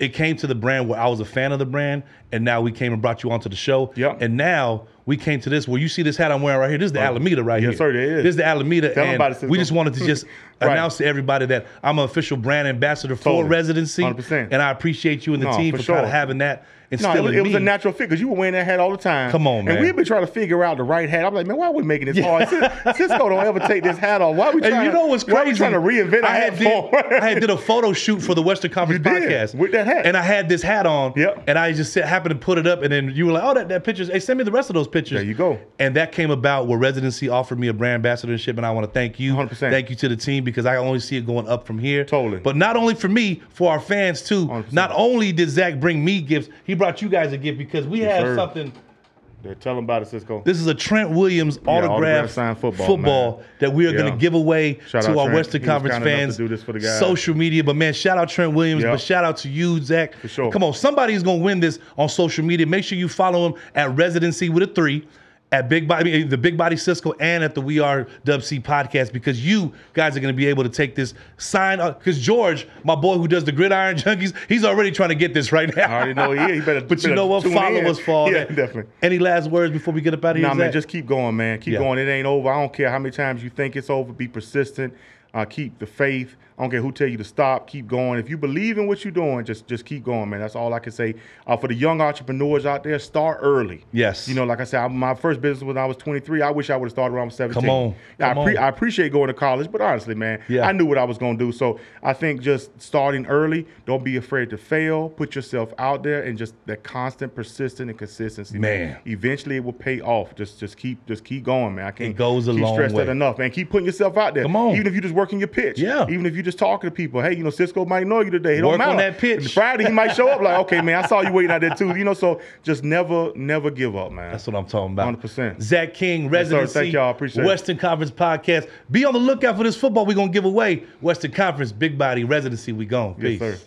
Speaker 1: it came to the brand where I was a fan of the brand, and now we came and brought you onto the show.
Speaker 2: Yep.
Speaker 1: And now we came to this where you see this hat I'm wearing right here. This is the Alameda right
Speaker 2: Yes,
Speaker 1: here.
Speaker 2: sir, there is.
Speaker 1: This is the Alameda.
Speaker 2: Tell 'em
Speaker 1: and
Speaker 2: about it, Cisco.
Speaker 1: we just wanted to just
Speaker 2: Right.
Speaker 1: announce to everybody that I'm an official brand ambassador for
Speaker 2: Totally.
Speaker 1: residency.
Speaker 2: 100%.
Speaker 1: And I appreciate you and the
Speaker 2: No,
Speaker 1: team for,
Speaker 2: for
Speaker 1: kind of
Speaker 2: sure.
Speaker 1: having that. And
Speaker 2: no,
Speaker 1: still
Speaker 2: it,
Speaker 1: in
Speaker 2: it was a
Speaker 1: me.
Speaker 2: natural fit because you were wearing that hat all the time.
Speaker 1: Come on, man.
Speaker 2: And we've been trying to figure out the right hat. I'm like, man, why are we making this hard? Cis- Cisco don't ever take this hat off. Why are we trying?
Speaker 1: And you know what's
Speaker 2: Why are we
Speaker 1: crazy?
Speaker 2: trying to reinvent a
Speaker 1: I
Speaker 2: hat
Speaker 1: had did,
Speaker 2: for?
Speaker 1: I had did a photo shoot for the Western Conference
Speaker 2: You did,
Speaker 1: podcast
Speaker 2: with that hat.
Speaker 1: and I had this hat on.
Speaker 2: Yep.
Speaker 1: And I just said, happened to put it up, and then you were like, "Oh, that that pictures." Hey, send me the rest of those pictures.
Speaker 2: There you go.
Speaker 1: And that came about where residency offered me a brand ambassadorship, and I want to thank you.
Speaker 2: 100%.
Speaker 1: Thank you to the team because I only see it going up from here.
Speaker 2: Totally.
Speaker 1: But not only for me, for our fans too.
Speaker 2: 100%.
Speaker 1: Not only did Zach bring me gifts, he brought you guys a gift because we have
Speaker 2: sir.
Speaker 1: something.
Speaker 2: Yeah, tell them about it, Cisco.
Speaker 1: This is a Trent Williams autograph,
Speaker 2: autograph signed football, man.
Speaker 1: that we are going
Speaker 2: Yeah.
Speaker 1: to give away
Speaker 2: Shout
Speaker 1: to
Speaker 2: out
Speaker 1: our
Speaker 2: Trent.
Speaker 1: Western
Speaker 2: He was
Speaker 1: Conference
Speaker 2: kind enough to
Speaker 1: fans.
Speaker 2: do this for the guys.
Speaker 1: Social media, but man, shout out Trent Williams,
Speaker 2: Yeah.
Speaker 1: but shout out to you, Zach. For
Speaker 2: sure.
Speaker 1: Come on, somebody's going to win this on social media. Make sure you follow him at Residency with a three. at Big Body, I mean, the Big Body Cisco, and at the We Are WC podcast because you guys are going to be able to take this sign up. Because George, my boy who does the Gridiron Junkies, he's already trying to get this right now.
Speaker 2: I already know he is. He better-
Speaker 1: but you
Speaker 2: better
Speaker 1: know what?
Speaker 2: tune
Speaker 1: Follow
Speaker 2: in.
Speaker 1: us for all
Speaker 2: Yeah,
Speaker 1: that.
Speaker 2: definitely.
Speaker 1: Any last words before we get up out of here?
Speaker 2: Nah,
Speaker 1: Zach?
Speaker 2: man, just keep going, man. Keep
Speaker 1: Yeah.
Speaker 2: going. It ain't over. I don't care how many times you think it's over. Be persistent. Uh, keep the faith. I don't care who tell you to stop. Keep going. If you believe in what you're doing, just just keep going, man. That's all I can say. Uh, for the young entrepreneurs out there, start early.
Speaker 1: Yes.
Speaker 2: You know, like I said, I, my first business was when I was 23. I wish I would have started around 17.
Speaker 1: Come on.
Speaker 2: Yeah,
Speaker 1: Come
Speaker 2: I, pre-
Speaker 1: on.
Speaker 2: I appreciate going to college, but honestly, man,
Speaker 1: Yeah.
Speaker 2: I knew what I was going to do. So I think just starting early, don't be afraid to fail. Put yourself out there and just that constant, persistent, and consistency.
Speaker 1: Man.
Speaker 2: Eventually, it will pay off. Just, just keep, just keep going, man. I can't
Speaker 1: goes a
Speaker 2: keep
Speaker 1: long
Speaker 2: stress
Speaker 1: way.
Speaker 2: that enough, man. Keep putting yourself out there.
Speaker 1: Come on.
Speaker 2: Even if you just working your pitch.
Speaker 1: Yeah.
Speaker 2: Even if you just talking to people. Hey, you know, Cisco might know you today. It
Speaker 1: Work
Speaker 2: don't matter.
Speaker 1: on that pitch.
Speaker 2: Friday, he might show up like, okay, man, I saw you waiting out there too. You know, so just never, never give up, man.
Speaker 1: That's what I'm talking about.
Speaker 2: 100%.
Speaker 1: Zach King,
Speaker 2: sir.
Speaker 1: residency.
Speaker 2: Thank y'all. Appreciate it.
Speaker 1: Western Conference podcast. Be on the lookout for this football. We're gonna give away Western Conference big body residency. We gone. Peace.
Speaker 2: Yes, sir.